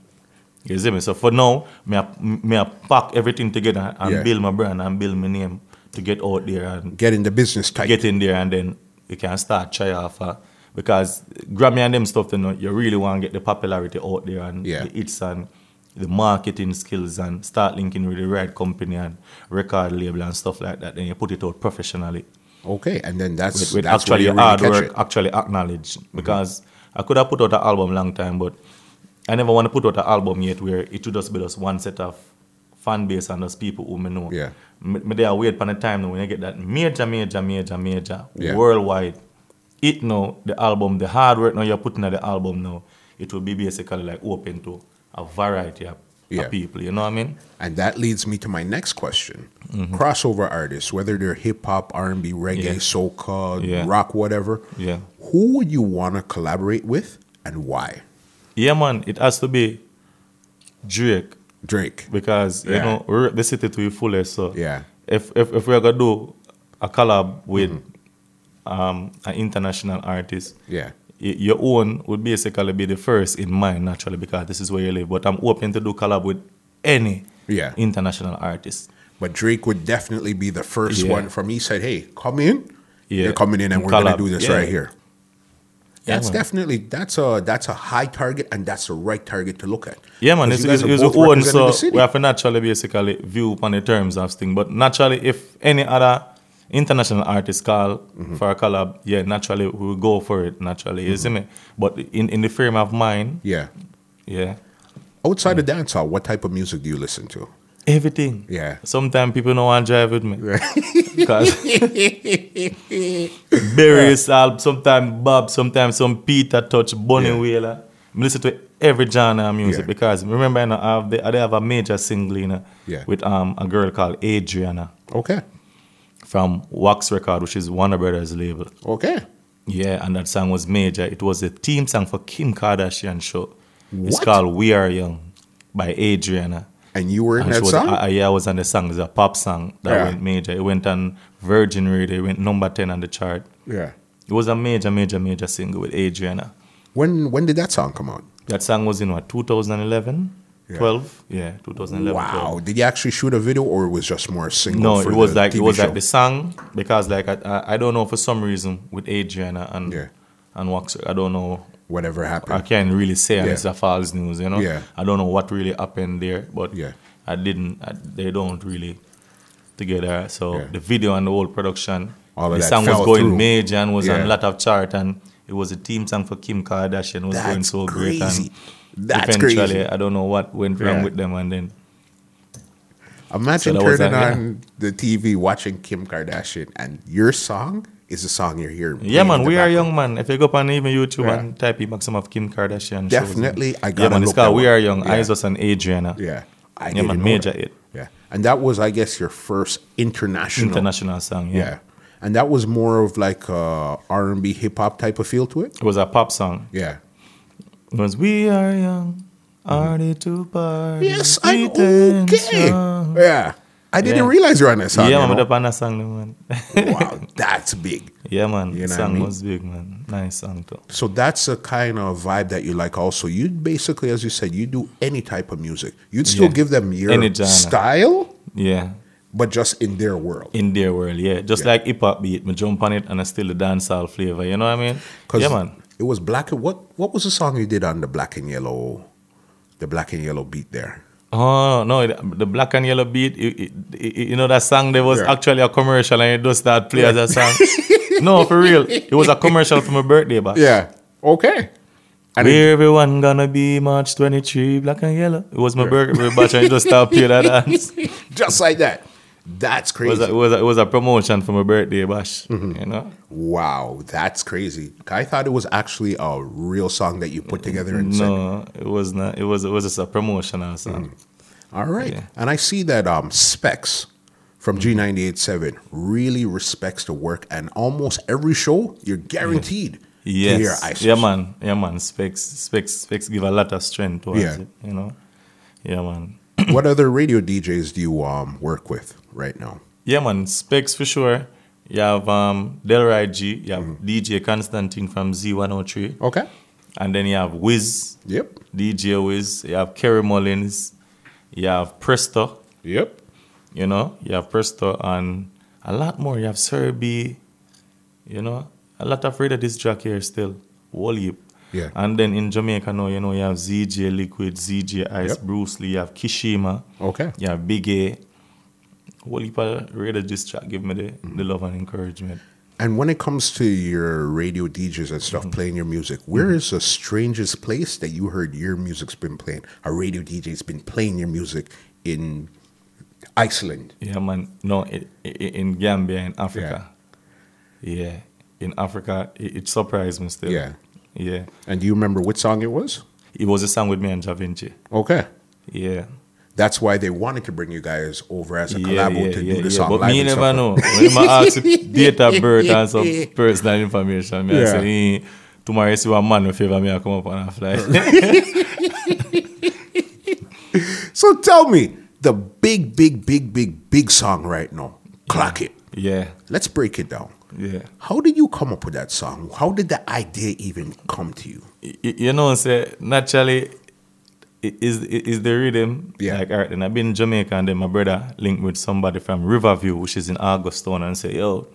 Speaker 2: You see me? So for now, me I, me I pack everything together and
Speaker 1: Yeah.
Speaker 2: build my brand and build my name to get out there and
Speaker 1: Get in the business type.
Speaker 2: get in there and then you can start try alpha because Grammy and them stuff you know you really want to get the popularity out there and
Speaker 1: Yeah.
Speaker 2: the hits and the marketing skills and start linking with the right company and record label and stuff like that then you put it out professionally
Speaker 1: okay. And then that's,
Speaker 2: with, with
Speaker 1: that's where
Speaker 2: actually
Speaker 1: you really
Speaker 2: hard
Speaker 1: catch
Speaker 2: work
Speaker 1: it.
Speaker 2: actually acknowledged because I could have put out an album long time but I never want to put out an album yet where it would just be just one set of fan base and those people who me know
Speaker 1: Yeah.
Speaker 2: me, me they are weird pan the time now when you get that major major major major
Speaker 1: Yeah.
Speaker 2: worldwide it now the album the hard work now you're putting at the album now it will be basically like open to a variety of, of
Speaker 1: Yeah.
Speaker 2: people, you know what I mean?
Speaker 1: And that leads me to my next question. Crossover artists, whether they're hip hop, R and B, reggae,
Speaker 2: Mm-hmm. Yeah.
Speaker 1: soca,
Speaker 2: Yeah.
Speaker 1: rock, whatever.
Speaker 2: Yeah.
Speaker 1: Who would you want to collaborate with and why?
Speaker 2: Yeah, man, it has to be Drake
Speaker 1: Drake.
Speaker 2: because, you
Speaker 1: Yeah.
Speaker 2: know, we're the city to the fullest. So
Speaker 1: Yeah.
Speaker 2: if, if, if we're going to do a collab with
Speaker 1: Mm-hmm.
Speaker 2: um, an international artist,
Speaker 1: Yeah.
Speaker 2: y- your own would basically be the first in mind naturally because this is where you live. But I'm open to do collab with any
Speaker 1: Yeah.
Speaker 2: international artist.
Speaker 1: But Drake would definitely be the first
Speaker 2: Yeah.
Speaker 1: one from East Side. Hey, come in.
Speaker 2: Yeah.
Speaker 1: You're coming in, and we're gonna
Speaker 2: Collab.
Speaker 1: do this
Speaker 2: Yeah.
Speaker 1: right here.
Speaker 2: Yeah,
Speaker 1: That's
Speaker 2: man.
Speaker 1: definitely that's a that's a high target, and that's the right target to look at.
Speaker 2: Yeah, man,
Speaker 1: 'Cause
Speaker 2: it's,
Speaker 1: you guys
Speaker 2: it's,
Speaker 1: are
Speaker 2: it's
Speaker 1: both
Speaker 2: your own,
Speaker 1: representing
Speaker 2: so
Speaker 1: the city.
Speaker 2: we have to naturally basically view upon the terms of thing. But naturally, if any other international artist call for a collab, yeah, naturally we will go for it, naturally, you see me? But in, in the frame of mind,
Speaker 1: Yeah.
Speaker 2: yeah,
Speaker 1: Outside of dance hall, what type of music do you listen to?
Speaker 2: everything.
Speaker 1: Yeah.
Speaker 2: Sometimes people don't want to drive with me. Because various albums, sometimes Bob, sometimes some Peter Touch, Bonnie
Speaker 1: Yeah.
Speaker 2: Wheeler. I listen to every genre of music
Speaker 1: Yeah.
Speaker 2: because remember, you know, I have the, I have a major single you know,
Speaker 1: Yeah.
Speaker 2: with um, a girl called Adriana
Speaker 1: Okay.
Speaker 2: from Wax Record, which is Warner Brothers label.
Speaker 1: Okay.
Speaker 2: Yeah, and that song was major. It was the theme song for Kim Kardashian show. It's
Speaker 1: What?
Speaker 2: called We Are Young by Adriana.
Speaker 1: And you were in
Speaker 2: And
Speaker 1: that
Speaker 2: she was,
Speaker 1: song?
Speaker 2: I, I- yeah, I was on the song. It's a pop song that
Speaker 1: Yeah.
Speaker 2: went major. It went on Virgin Radio. It went number 10 on the chart.
Speaker 1: yeah.
Speaker 2: It was a major, major, major single with Adriana.
Speaker 1: When when did that song come out?
Speaker 2: That song was in what, 2011?
Speaker 1: Yeah.
Speaker 2: 12? Yeah, 2011.
Speaker 1: wow.
Speaker 2: 12.
Speaker 1: Did you actually shoot a video or it was just more a single?
Speaker 2: No,
Speaker 1: for
Speaker 2: it was
Speaker 1: the
Speaker 2: like it
Speaker 1: TV
Speaker 2: was
Speaker 1: show?
Speaker 2: like the song because like I, I, I don't know for some reason with Adriana and
Speaker 1: Yeah.
Speaker 2: and Wax I don't know
Speaker 1: whatever
Speaker 2: I
Speaker 1: happened.
Speaker 2: can't really say and
Speaker 1: Yeah.
Speaker 2: it's a false news you know
Speaker 1: Yeah.
Speaker 2: I don't know what really happened there but
Speaker 1: Yeah.
Speaker 2: I didn't I, they don't really together so
Speaker 1: Yeah.
Speaker 2: the video and the whole production
Speaker 1: All of
Speaker 2: the
Speaker 1: that
Speaker 2: song was
Speaker 1: fell
Speaker 2: going
Speaker 1: through.
Speaker 2: major and was on
Speaker 1: Yeah.
Speaker 2: a lot of chart and it was a team song for Kim Kardashian was going
Speaker 1: That's
Speaker 2: so great
Speaker 1: crazy.
Speaker 2: and
Speaker 1: That's
Speaker 2: eventually
Speaker 1: crazy.
Speaker 2: I don't know what went wrong
Speaker 1: Yeah.
Speaker 2: with them and then
Speaker 1: Imagine
Speaker 2: So that was
Speaker 1: turning
Speaker 2: like, yeah.
Speaker 1: on the TV watching Kim Kardashian and your song is the song you're hearing. playing
Speaker 2: Yeah,
Speaker 1: in
Speaker 2: man,
Speaker 1: the
Speaker 2: we are
Speaker 1: background.
Speaker 2: young, man. If you go up on even YouTube
Speaker 1: Yeah.
Speaker 2: and type in some of Kim Kardashian, shows,
Speaker 1: Definitely,
Speaker 2: man.
Speaker 1: I
Speaker 2: yeah,
Speaker 1: gotta
Speaker 2: man. It's
Speaker 1: look that
Speaker 2: called We
Speaker 1: up.
Speaker 2: Are Young.
Speaker 1: Yeah.
Speaker 2: Isos and Adriana.
Speaker 1: Yeah. I
Speaker 2: yeah,
Speaker 1: didn't
Speaker 2: man.
Speaker 1: know
Speaker 2: Major
Speaker 1: that.
Speaker 2: it
Speaker 1: Yeah. And that was, I guess, your first international.
Speaker 2: international song. Yeah.
Speaker 1: Yeah. And that was more of like a R&B hip hop type of feel to it.
Speaker 2: it was a pop song.
Speaker 1: Yeah.
Speaker 2: It was We Are Young, are they to party?
Speaker 1: Yes, I
Speaker 2: we
Speaker 1: know.
Speaker 2: dance
Speaker 1: Okay.
Speaker 2: on.
Speaker 1: Yeah. I didn't
Speaker 2: Yeah.
Speaker 1: realize you're on that song.
Speaker 2: Yeah,
Speaker 1: you
Speaker 2: man,
Speaker 1: know?
Speaker 2: up on that song, though, man.
Speaker 1: wow, that's big.
Speaker 2: yeah,
Speaker 1: You
Speaker 2: man.
Speaker 1: know what I
Speaker 2: song
Speaker 1: mean?
Speaker 2: was big, man. Nice song too.
Speaker 1: So that's the kind of vibe that you like. Also, you basically, as you said, you do any type of music. You'd still
Speaker 2: Yeah.
Speaker 1: give them your
Speaker 2: Any genre.
Speaker 1: style,
Speaker 2: Yeah.
Speaker 1: but just in their world.
Speaker 2: In their world, yeah. Just
Speaker 1: Yeah.
Speaker 2: like hip hop beat, me jump on it and I still the dancehall flavor. You know what I mean? Yeah, man.
Speaker 1: It was black. and What what was the song you did on the black and yellow, the black and yellow beat there?
Speaker 2: Oh no! it- The black and yellow beat. It, it, it- you know that song? There was
Speaker 1: Yeah.
Speaker 2: actually a commercial, and it does that play as a song. no, for real. It was a commercial for my birthday, but
Speaker 1: Yeah. Okay. And it,
Speaker 2: Where everyone gonna be March twenty three, black and yellow. It was my birthday, but and it just start play that dance. It
Speaker 1: just like that. That's
Speaker 2: was
Speaker 1: crazy.
Speaker 2: a, it was a, it was a promotion for my birthday, bash.
Speaker 1: Mm-hmm.
Speaker 2: You know.
Speaker 1: wow, that's crazy. I thought it was actually a real song that you put together and sang.
Speaker 2: No, it was not. It was it was just a promotional
Speaker 1: Mm-hmm.
Speaker 2: song.
Speaker 1: All right.
Speaker 2: Yeah. Mm-hmm.
Speaker 1: And I see that um, Specs from G987 really respects the work, and almost every show, you're guaranteed to hear
Speaker 2: Yes.
Speaker 1: Isis.
Speaker 2: yeah, man. Yeah, man. Specs, specs, specs give a lot of strength towards
Speaker 1: Yeah.
Speaker 2: it. You know. Yeah, man.
Speaker 1: what other radio DJs do you um, work with right now?
Speaker 2: Yeah, man, specs for sure. You have um, Delroy G, you have
Speaker 1: Mm-hmm.
Speaker 2: DJ Constantine from Z103,
Speaker 1: Okay.
Speaker 2: and then you have Wiz,
Speaker 1: Yep.
Speaker 2: DJ Wiz, you have Kerry Mullins, you have Presto,
Speaker 1: Yep.
Speaker 2: you know, you have Presto, and a lot more. You have Serbi, you know, a lot of radio disc jockey here still, Wally.
Speaker 1: Yeah.
Speaker 2: And then in Jamaica now, you know, you have ZJ Liquid, ZJ Ice,
Speaker 1: Yep.
Speaker 2: Bruce Lee, you have Kishima.
Speaker 1: Okay.
Speaker 2: Yeah, Big A. Whole heap of radio just chat give me the,
Speaker 1: Mm-hmm.
Speaker 2: the love and encouragement.
Speaker 1: And when it comes to your radio DJs and
Speaker 2: Mm-hmm.
Speaker 1: stuff playing your music, where is the strangest place that you heard your music's been playing? A radio DJ's been playing your music in Iceland.
Speaker 2: Yeah, man. No, i i in Gambia, in Africa. Yeah. In Africa, it, it surprised me still.
Speaker 1: Yeah.
Speaker 2: Yeah.
Speaker 1: And do you remember what song it was?
Speaker 2: It was a song with me and Javinci.
Speaker 1: Okay.
Speaker 2: Yeah.
Speaker 1: That's why they wanted to bring you guys over as a
Speaker 2: Yeah,
Speaker 1: collabo
Speaker 2: yeah,
Speaker 1: to
Speaker 2: yeah,
Speaker 1: do the
Speaker 2: yeah.
Speaker 1: song.
Speaker 2: But
Speaker 1: live
Speaker 2: me
Speaker 1: and
Speaker 2: never
Speaker 1: stuff.
Speaker 2: know. When I ask date of birth and some personal information, me I
Speaker 1: Yeah.
Speaker 2: say, eh, tomorrow you see one man who favor me, I come up and I fly.
Speaker 1: So tell me the big, big, big, big, big song right now. Clock it.
Speaker 2: yeah,
Speaker 1: Let's break it down.
Speaker 2: yeah.
Speaker 1: How did you come up with that song? How did the idea even come to you?
Speaker 2: Y- y- You know, say naturally, i- is i- is the rhythm.
Speaker 1: Yeah.
Speaker 2: Like, all right, and I've been in Jamaica, and then my brother linked with somebody from Riverview, which is in Augustown, and say, yo,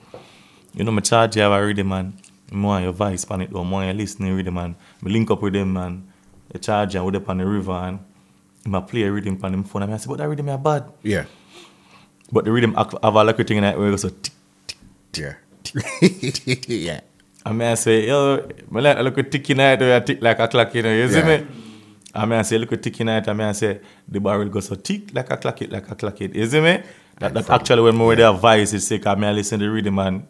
Speaker 2: you know, my charge you have a rhythm, man. More your voice on it, or more your listening rhythm, man. Me link up with them, man. The charge you with up on the river, and him a play a rhythm on him phone. I mean, I say, but that rhythm is bad.
Speaker 1: Yeah.
Speaker 2: But the rhythm ac- have a like thing in that way, it goes so tick.
Speaker 1: Yeah. yeah.
Speaker 2: I mean, I say, yo, I like look at ticking night, or tick like a clock, you know, you see
Speaker 1: Yeah.
Speaker 2: me? I mean, I say, look at ticking night, I mean, I say, the barrel goes so tick like a clock, it like a clock, it, you see me? That, that actually when more their voice is sick, I mean, I listen to the rhythm and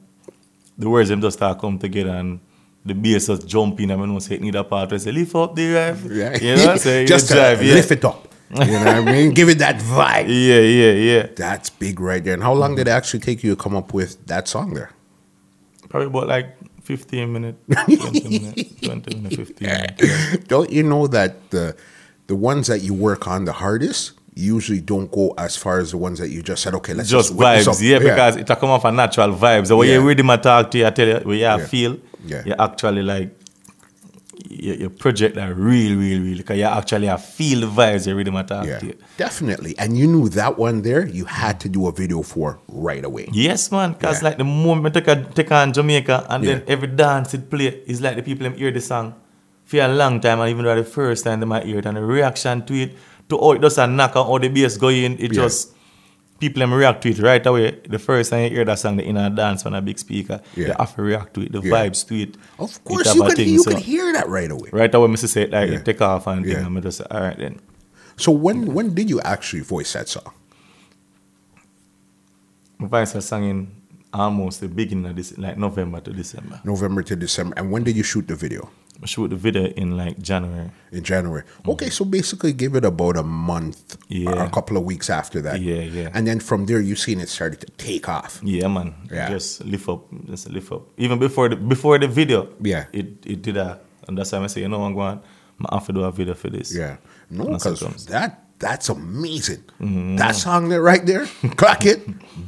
Speaker 2: the words them just start come together and the bass just jumping. I mean, I say, it need a part, I say, lift up the drive,
Speaker 1: Yeah.
Speaker 2: you know, say,
Speaker 1: Just
Speaker 2: you
Speaker 1: to
Speaker 2: drive, yeah.
Speaker 1: lift it up. You know what I mean? Give it that vibe.
Speaker 2: yeah, Mm-hmm. yeah, yeah.
Speaker 1: That's big right there. And how long did it actually take you to come up with that song there?
Speaker 2: Probably about like 15 minutes, 20 minutes, 20 minutes, 15 minutes.
Speaker 1: Don't you know that the the ones that you work on the hardest usually don't go as far as the ones that you just said, okay, let's just,
Speaker 2: just
Speaker 1: whip this
Speaker 2: vibes,
Speaker 1: up.
Speaker 2: yeah, because it come off a natural vibes. So when
Speaker 1: Yeah.
Speaker 2: you read my talk to you, I tell you what you feel,
Speaker 1: Yeah.
Speaker 2: you actually like you, you project that real, real, real. Cause you actually have feel the vibes you read my talk
Speaker 1: Yeah,
Speaker 2: to you.
Speaker 1: definitely. And you knew that one there, you had to do a video for right away.
Speaker 2: Yes, man. Cause
Speaker 1: Yeah.
Speaker 2: like the moment I take, a, take on Jamaica and then
Speaker 1: Yeah.
Speaker 2: every dance it play, it's like the people them hear the song for a long time and even though the first time they might hear it and the reaction to it to how it doesn't knock on how the bass go in, it
Speaker 1: Yeah.
Speaker 2: just people them react to it right away. The first time you hear that song, the inner dance on a big speaker,
Speaker 1: Yeah.
Speaker 2: you have to react to it, the
Speaker 1: Yeah.
Speaker 2: vibes to it.
Speaker 1: Of
Speaker 2: It
Speaker 1: course,
Speaker 2: have
Speaker 1: you
Speaker 2: a
Speaker 1: could
Speaker 2: thing,
Speaker 1: you
Speaker 2: so
Speaker 1: could hear that right away.
Speaker 2: Right away, Mr. said like
Speaker 1: Yeah.
Speaker 2: it take off and thing,
Speaker 1: Yeah.
Speaker 2: and I just say, all right then.
Speaker 1: So when when did you actually voice that song?
Speaker 2: My voice was sung in almost the beginning of this like November to December.
Speaker 1: November to December, and when did you shoot the video?
Speaker 2: I shoot the video in like January.
Speaker 1: In January. Okay, so basically, give it about a month, or
Speaker 2: Mm-hmm. Yeah.
Speaker 1: a couple of weeks after that.
Speaker 2: Yeah, yeah.
Speaker 1: And then from there, you seen it started to take off.
Speaker 2: Yeah, man.
Speaker 1: Yeah.
Speaker 2: Just lift up, just lift up. Even before the before the video.
Speaker 1: Yeah.
Speaker 2: It it did that, and that's why I say, you know, I'm going. I have to do a video for this.
Speaker 1: Yeah, no,
Speaker 2: That's
Speaker 1: because
Speaker 2: what comes.
Speaker 1: that that's amazing. That song there, right there, crack it,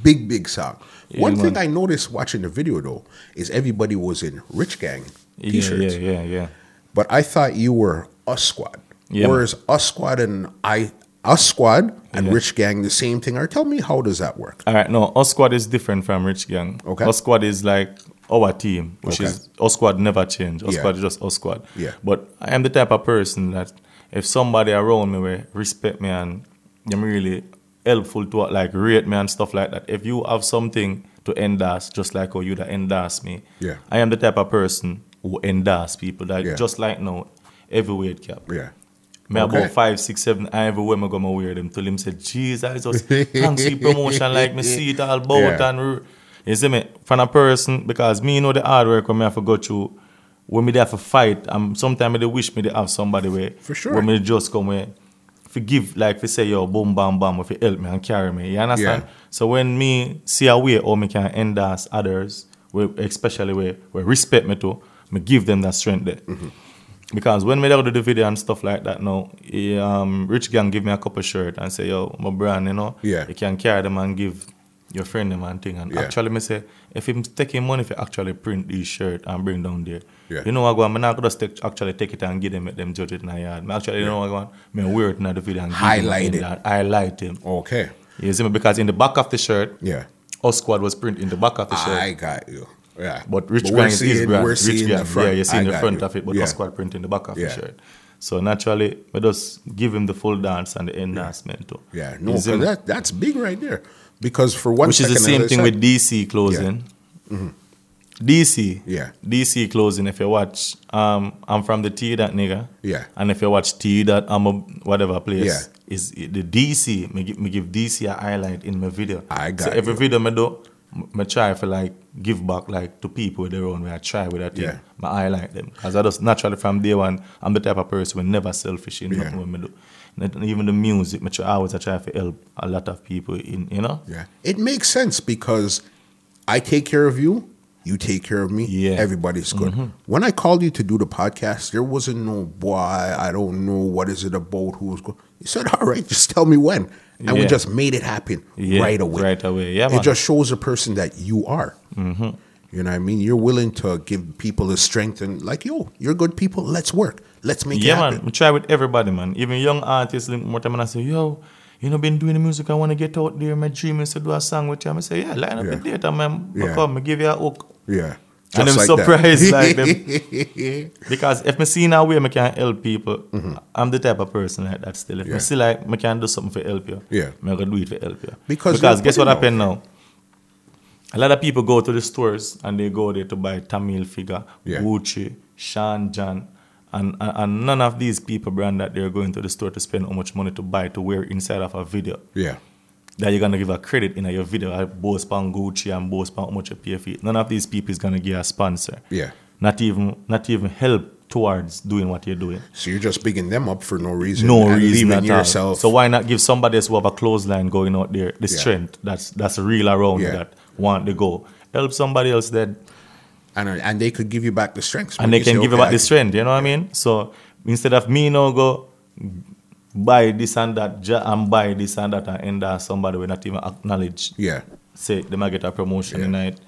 Speaker 1: big big song. One thing I noticed watching the video though is everybody was in Rich Gang
Speaker 2: Yeah,
Speaker 1: t-shirts,
Speaker 2: yeah, yeah, yeah.
Speaker 1: but I thought you were Us Squad.
Speaker 2: Yeah.
Speaker 1: Or is Us Squad and I Us Squad and
Speaker 2: Yeah.
Speaker 1: Rich Gang the same thing? Or tell me how does that work?
Speaker 2: All right, no, our squad is different from Rich Gang.
Speaker 1: Okay.
Speaker 2: Our squad is like our team, which
Speaker 1: Okay.
Speaker 2: is our squad never change. Our
Speaker 1: Yeah.
Speaker 2: squad is just our squad.
Speaker 1: Yeah.
Speaker 2: But I am the type of person that if somebody around me will respect me and I'm really helpful to like rate me and stuff like that. If you have something to endorse, just like how you that endorse me,
Speaker 1: Yeah.
Speaker 2: I am the type of person who endorse people that
Speaker 1: Yeah.
Speaker 2: just like now, every weight cap.
Speaker 1: Yeah.
Speaker 2: Me
Speaker 1: Okay.
Speaker 2: about five, six, seven, I everywhere me go me wear them till him say, Jesus, I just thanks for promotion like me see it all about
Speaker 1: Yeah.
Speaker 2: and ru-" you see me from a person because me know the hard work when me have to go through when me there for fight and sometimes they wish me they have somebody where
Speaker 1: For sure.
Speaker 2: when me just come where forgive like for say yo boom bam bam if you help me and carry me. You understand?
Speaker 1: Yeah.
Speaker 2: So when me see a way or me can endorse others, where, especially where, where respect me to, me give them that strength there.
Speaker 1: Mm-hmm.
Speaker 2: Because when me there do the video and stuff like that now, he, um, Rich Gang give me a couple shirt and say, yo, my brand, you know,
Speaker 1: Yeah.
Speaker 2: you can carry them and give your friend them and thing. And
Speaker 1: Yeah.
Speaker 2: actually me say, if him taking money, if you actually print this shirt and bring down there,
Speaker 1: Yeah.
Speaker 2: you know what I go on, me not go just take, actually take it and give them, make them judge it in a yard. Me actually, you know what I go on, me wear it in the video and give them
Speaker 1: Highlight
Speaker 2: in
Speaker 1: it.
Speaker 2: that. Highlight him.
Speaker 1: Okay.
Speaker 2: You see me? Because in the back of the shirt,
Speaker 1: Yeah.
Speaker 2: our squad was print in the back of the shirt.
Speaker 1: I got you. Yeah.
Speaker 2: But Rich
Speaker 1: we're
Speaker 2: Gang is his
Speaker 1: seeing-
Speaker 2: brand.
Speaker 1: We're
Speaker 2: Rich
Speaker 1: seeing
Speaker 2: Gang,
Speaker 1: the front.
Speaker 2: Yeah, you see
Speaker 1: I
Speaker 2: in the
Speaker 1: got
Speaker 2: front
Speaker 1: you.
Speaker 2: of it, but
Speaker 1: Yeah.
Speaker 2: our squad print in the back of
Speaker 1: Yeah.
Speaker 2: the shirt. So naturally, we just give him the full dance and the endorsement too.
Speaker 1: Yeah, no,
Speaker 2: You
Speaker 1: 'cause
Speaker 2: see me?
Speaker 1: that that's big right there. Because for one
Speaker 2: Which is the
Speaker 1: second,
Speaker 2: same
Speaker 1: as I
Speaker 2: thing
Speaker 1: said-
Speaker 2: with DC closing. DC.
Speaker 1: Mm-hmm. Yeah.
Speaker 2: DC closing. If you watch, um, I'm from the T that nigga.
Speaker 1: Yeah.
Speaker 2: And if you watch T that I'm a whatever place.
Speaker 1: Yeah.
Speaker 2: Is the DC me give, me give DC a highlight in my video.
Speaker 1: I
Speaker 2: so
Speaker 1: got
Speaker 2: every
Speaker 1: you.
Speaker 2: video me do, I try for like give back like to people with their own way. I try with that thing.
Speaker 1: Yeah.
Speaker 2: But I like them. Because I just naturally from day one, I'm the type of person who never selfish in
Speaker 1: Yeah.
Speaker 2: nothing what me do. And even the music, me try, I always I try to help a lot of people in, you know?
Speaker 1: Yeah. It makes sense because I take care of you, you take care of me.
Speaker 2: Yeah. Mm-hmm.
Speaker 1: Everybody's good. When I called you to do the podcast, there wasn't no boy, I don't know what is it about, who was good. You said, All right, just tell me when. And we
Speaker 2: Yeah.
Speaker 1: just made it happen
Speaker 2: Yeah,
Speaker 1: right away.
Speaker 2: right Mm-hmm. away. Yeah,
Speaker 1: It
Speaker 2: man.
Speaker 1: just shows a person that you are. You know what I mean? You're willing to give people the strength and like, yo, you're good people, let's work. Let's make it
Speaker 2: Yeah,
Speaker 1: happen.
Speaker 2: man. We try with everybody, man. Even young artists, link more time and I say, yo, you know, been doing the music. I want to get out there. My dream is to do a song with you. I say, yeah, line up
Speaker 1: Yeah.
Speaker 2: the theater, man.
Speaker 1: Yeah.
Speaker 2: I come, I give you a hook.
Speaker 1: Yeah.
Speaker 2: And
Speaker 1: Just like
Speaker 2: I'm
Speaker 1: that.
Speaker 2: surprised, like, Because if me see in a way me can help people, I'm the type of person like that still. If
Speaker 1: Mm-hmm. Yeah.
Speaker 2: me see like me can do something for help you,
Speaker 1: Yeah.
Speaker 2: me gonna do it for help you.
Speaker 1: Because
Speaker 2: because
Speaker 1: you're
Speaker 2: guess what
Speaker 1: putting
Speaker 2: happened now? A lot of people go to the stores and they go there to buy Tamil figure,
Speaker 1: Yeah.
Speaker 2: Gucci, Sean John, and, and and none of these people brand that they're going to the store to spend how much money to buy to wear inside of a video
Speaker 1: yeah.
Speaker 2: that you're gonna give a credit in your video. I boast pan Gucci and boast pan how much you pay for it. None of these people is gonna give a sponsor.
Speaker 1: Yeah.
Speaker 2: Not even not even help towards doing what you're doing.
Speaker 1: So you're just bigging them up for no reason.
Speaker 2: No
Speaker 1: and
Speaker 2: reason
Speaker 1: Leaving
Speaker 2: at
Speaker 1: yourself.
Speaker 2: all. So why not give somebody else who have a clothesline going out there the
Speaker 1: Yeah.
Speaker 2: strength that's that's real around you
Speaker 1: Yeah.
Speaker 2: that want to go. Help somebody else that
Speaker 1: and, and they could give you back the strengths.
Speaker 2: and they
Speaker 1: You
Speaker 2: can
Speaker 1: say,
Speaker 2: give
Speaker 1: "Okay,
Speaker 2: about
Speaker 1: I-
Speaker 2: the strength. You know what I mean? So instead of me now go buy this and that ju- and buy this and that and end up somebody will not even acknowledge
Speaker 1: Yeah.
Speaker 2: say they might get a promotion
Speaker 1: Yeah.
Speaker 2: tonight.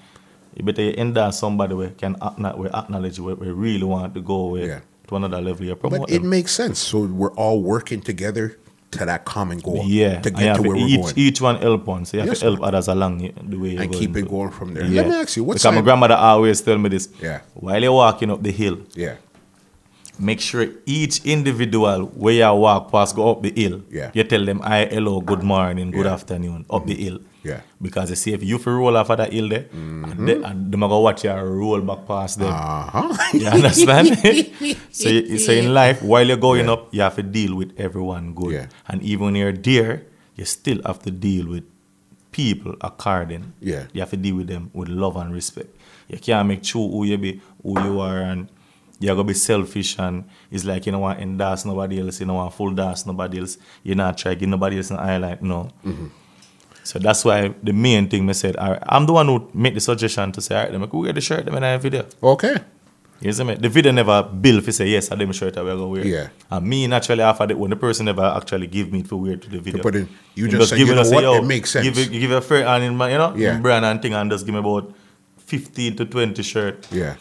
Speaker 2: You better you end up somebody where can acknow- where acknowledge where we really want to go where
Speaker 1: Yeah.
Speaker 2: to another level. You promote
Speaker 1: But
Speaker 2: them.
Speaker 1: it makes sense. So we're all working together to that common goal.
Speaker 2: Yeah,
Speaker 1: To
Speaker 2: and
Speaker 1: get to
Speaker 2: you have
Speaker 1: where we're
Speaker 2: each,
Speaker 1: going.
Speaker 2: each one help one, so you have
Speaker 1: Yes,
Speaker 2: to help others along y- the way. You're
Speaker 1: And keep
Speaker 2: going
Speaker 1: it
Speaker 2: to.
Speaker 1: going from there. Let me ask you, what
Speaker 2: because
Speaker 1: side?
Speaker 2: my grandmother always tell me this.
Speaker 1: Yeah.
Speaker 2: While you're walking up the hill,
Speaker 1: yeah.
Speaker 2: make sure each individual where you walk past go up the hill.
Speaker 1: Yeah.
Speaker 2: You tell them hi, hello, good morning, good
Speaker 1: Yeah.
Speaker 2: afternoon, up the hill.
Speaker 1: Yeah. Mm-hmm.
Speaker 2: Because you see if you fi roll off of that hill there, and they, and them a go watch you roll back past them.
Speaker 1: Uh huh.
Speaker 2: You understand? so, you, so in life, while you're going up, you have to deal with everyone good.
Speaker 1: Yeah.
Speaker 2: And even when you're there, you still have to deal with people according.
Speaker 1: Yeah.
Speaker 2: You have to deal with them with love and respect. You can't make true who you be, who you are, and you're gonna be selfish and it's like you don't want to endorse nobody else, you don't want to full dance nobody else, you're not trying to give nobody else an highlight, no. So that's why the main thing I said, all right, I'm the one who made the suggestion to say, all right, let me go get the shirt, let me have a video.
Speaker 1: Okay.
Speaker 2: You see me? The video never built if you say yes, I them shirt I will go wear.
Speaker 1: Yeah.
Speaker 2: And me naturally after that when the person never actually give me for wear to the video.
Speaker 1: put in- you
Speaker 2: Him
Speaker 1: just say,
Speaker 2: give
Speaker 1: "You
Speaker 2: it
Speaker 1: know
Speaker 2: and say,
Speaker 1: what?
Speaker 2: "Yo,
Speaker 1: It makes sense."
Speaker 2: Give it, give it a fair and in my you know,
Speaker 1: Yeah.
Speaker 2: him brand and thing and just give me about fifteen to twenty shirt.
Speaker 1: Yeah.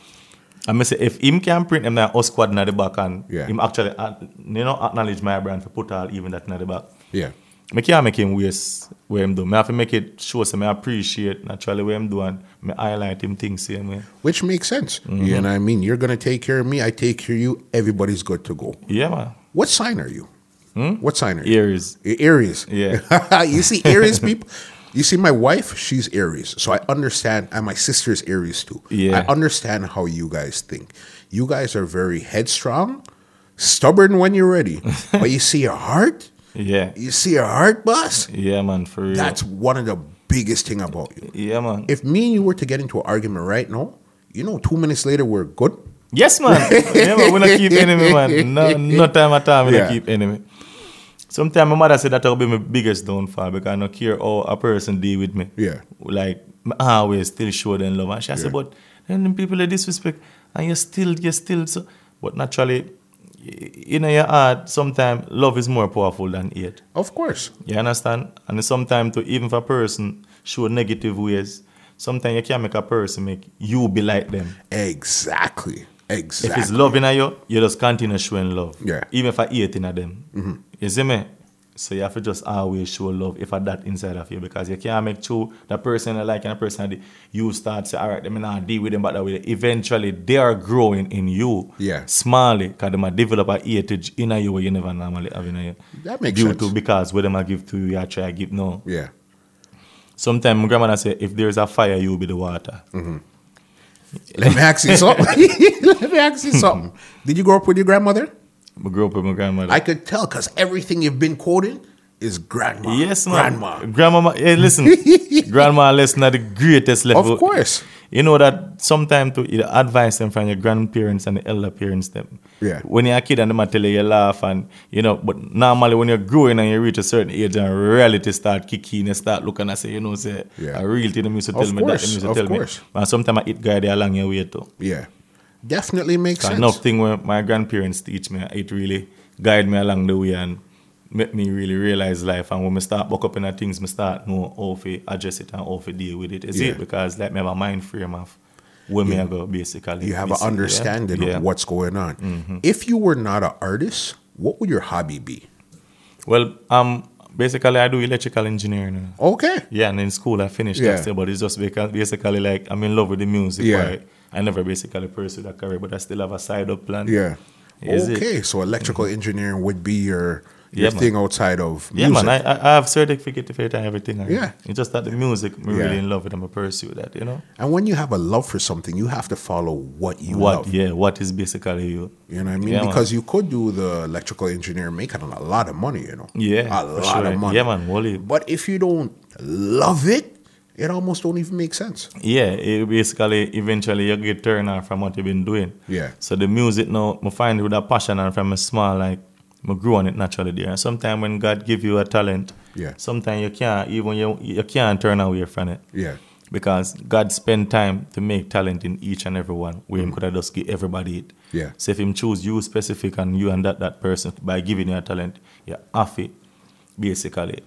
Speaker 2: And me say if him can print them that us squad in the back and
Speaker 1: Yeah.
Speaker 2: him actually ack- you know acknowledge my brand for put all even that in the back.
Speaker 1: Yeah.
Speaker 2: Me can't make him waste where him do. Me have to make it show so me appreciate naturally what him do and me highlight him things same way.
Speaker 1: Which makes sense.
Speaker 2: Mm-hmm.
Speaker 1: You know what I mean? You're going to take care of me. I take care of you. Everybody's good to go.
Speaker 2: Yeah man.
Speaker 1: What sign are you? What sign are you?
Speaker 2: Aries.
Speaker 1: A- Aries.
Speaker 2: Hmm? Yeah.
Speaker 1: you see Aries people. You see my wife, she's Aries. So I understand and my sister's Aries too.
Speaker 2: Yeah.
Speaker 1: I understand how you guys think. You guys are very headstrong, stubborn when you're ready. but you see your heart?
Speaker 2: Yeah.
Speaker 1: You see your heart, boss?
Speaker 2: Yeah, man, for real.
Speaker 1: That's one of the biggest thing about you.
Speaker 2: yeah, man.
Speaker 1: If me and you were to get into an argument right now, you know, two minutes later we're good.
Speaker 2: yes, man. yeah, man. We don't keep enemy, man. No, no time at all. We
Speaker 1: Yeah.
Speaker 2: don't keep enemy. Sometimes my mother said that will be my biggest downfall because I don't care how a person deal with me.
Speaker 1: Yeah.
Speaker 2: Like I always still show them love, and she said, "But then them people they disrespect, and you still, you still." So, but naturally, y- you know, your heart sometimes love is more powerful than hate.
Speaker 1: Of course.
Speaker 2: You understand? And sometimes to even if a person show negative ways, sometimes you can't make a person make you be like them.
Speaker 1: Exactly. Exactly.
Speaker 2: If it's love in you, you just continue showing love.
Speaker 1: Yeah. Mm-hmm.
Speaker 2: Even if I hate in them. You see me? So you have to just always show love if I that inside of you because you can't make two the person I like and the person I di- you start say, all right, let me not deal with them but that way. Eventually they are growing in you.
Speaker 1: Yeah.
Speaker 2: Smartly, because they might develop a heritage in you where you never normally have in you.
Speaker 1: That makes
Speaker 2: Due
Speaker 1: sense.
Speaker 2: to because whether I give to you, I try give no.
Speaker 1: yeah.
Speaker 2: Sometimes my grandmother say, if there's a fire, you'll be the water.
Speaker 1: Mm. Let me ask you something. Let me ask you something. Did you grow up with your grandmother?
Speaker 2: I grew up with my grandmother.
Speaker 1: I could tell because everything you've been quoting is grandma.
Speaker 2: Yes, man.
Speaker 1: Grandma.
Speaker 2: Grandma. Hey, listen, grandma lesson at the greatest level.
Speaker 1: Of course.
Speaker 2: You know that sometimes to you advise them from your grandparents and the elder parents them.
Speaker 1: Yeah.
Speaker 2: When you're a kid and them a tell you, you laugh and you know, but normally when you're growing and you reach a certain age and reality start kicking and start looking and say, you know, say
Speaker 1: Yeah.
Speaker 2: a real thing them used to tell
Speaker 1: Of
Speaker 2: me that
Speaker 1: course,
Speaker 2: them used
Speaker 1: of
Speaker 2: to tell
Speaker 1: course.
Speaker 2: me. And sometimes I eat guy there along your way too.
Speaker 1: Yeah. Definitely makes sense.
Speaker 2: Enough thing where my grandparents teach me, it really guide me along the way and make me really realize life. And when I start buck up in that things, I start know how to address it and how to deal with it. Is
Speaker 1: Yeah.
Speaker 2: it because like me have a mind frame of where me I go basically.
Speaker 1: You have
Speaker 2: Basically,
Speaker 1: an understanding
Speaker 2: yeah. Mm-hmm.
Speaker 1: of what's going on. If you were not an artist, what would your hobby be?
Speaker 2: Well, um, basically I do electrical engineering. now.
Speaker 1: Okay.
Speaker 2: Yeah, and in school I finished
Speaker 1: Yeah.
Speaker 2: that still, but it's just because basically like I'm in love with the music.
Speaker 1: Yeah.
Speaker 2: Right? I never basically pursued that career, but I still have a side up plan.
Speaker 1: Yeah.
Speaker 2: Is it- Mm-hmm.
Speaker 1: okay. So electrical engineering would be your your
Speaker 2: Yeah, man.
Speaker 1: thing outside of
Speaker 2: Yeah,
Speaker 1: music.
Speaker 2: man, I- I, I have certificate for it and everything. already.
Speaker 1: Yeah.
Speaker 2: It's just that the music, I'm
Speaker 1: Yeah.
Speaker 2: really in love with I'm a pursue that, you know?
Speaker 1: and when you have a love for something, you have to follow what you
Speaker 2: What,
Speaker 1: love.
Speaker 2: yeah, what is basically you?
Speaker 1: You know what I mean?
Speaker 2: Yeah, man.
Speaker 1: because you could do the electrical engineer making a lot of money, you know.
Speaker 2: Yeah.
Speaker 1: A
Speaker 2: for
Speaker 1: lot
Speaker 2: sure.
Speaker 1: of money.
Speaker 2: Yeah, man, Wally.
Speaker 1: But if you don't love it, it almost don't even make sense.
Speaker 2: Yeah, it basically, eventually you get turned off from what you've been doing.
Speaker 1: Yeah.
Speaker 2: So the music now, I find it with a passion and from a small, like, I grew on it naturally there. And sometimes when God give you a talent,
Speaker 1: Yeah.
Speaker 2: sometimes you can't, even you, you can't turn away from it.
Speaker 1: Yeah.
Speaker 2: because God spent time to make talent in each and every one. Where Him could have just give everybody it.
Speaker 1: Yeah.
Speaker 2: So if Him choose you specific and you and that that person by giving you a talent, you have to basically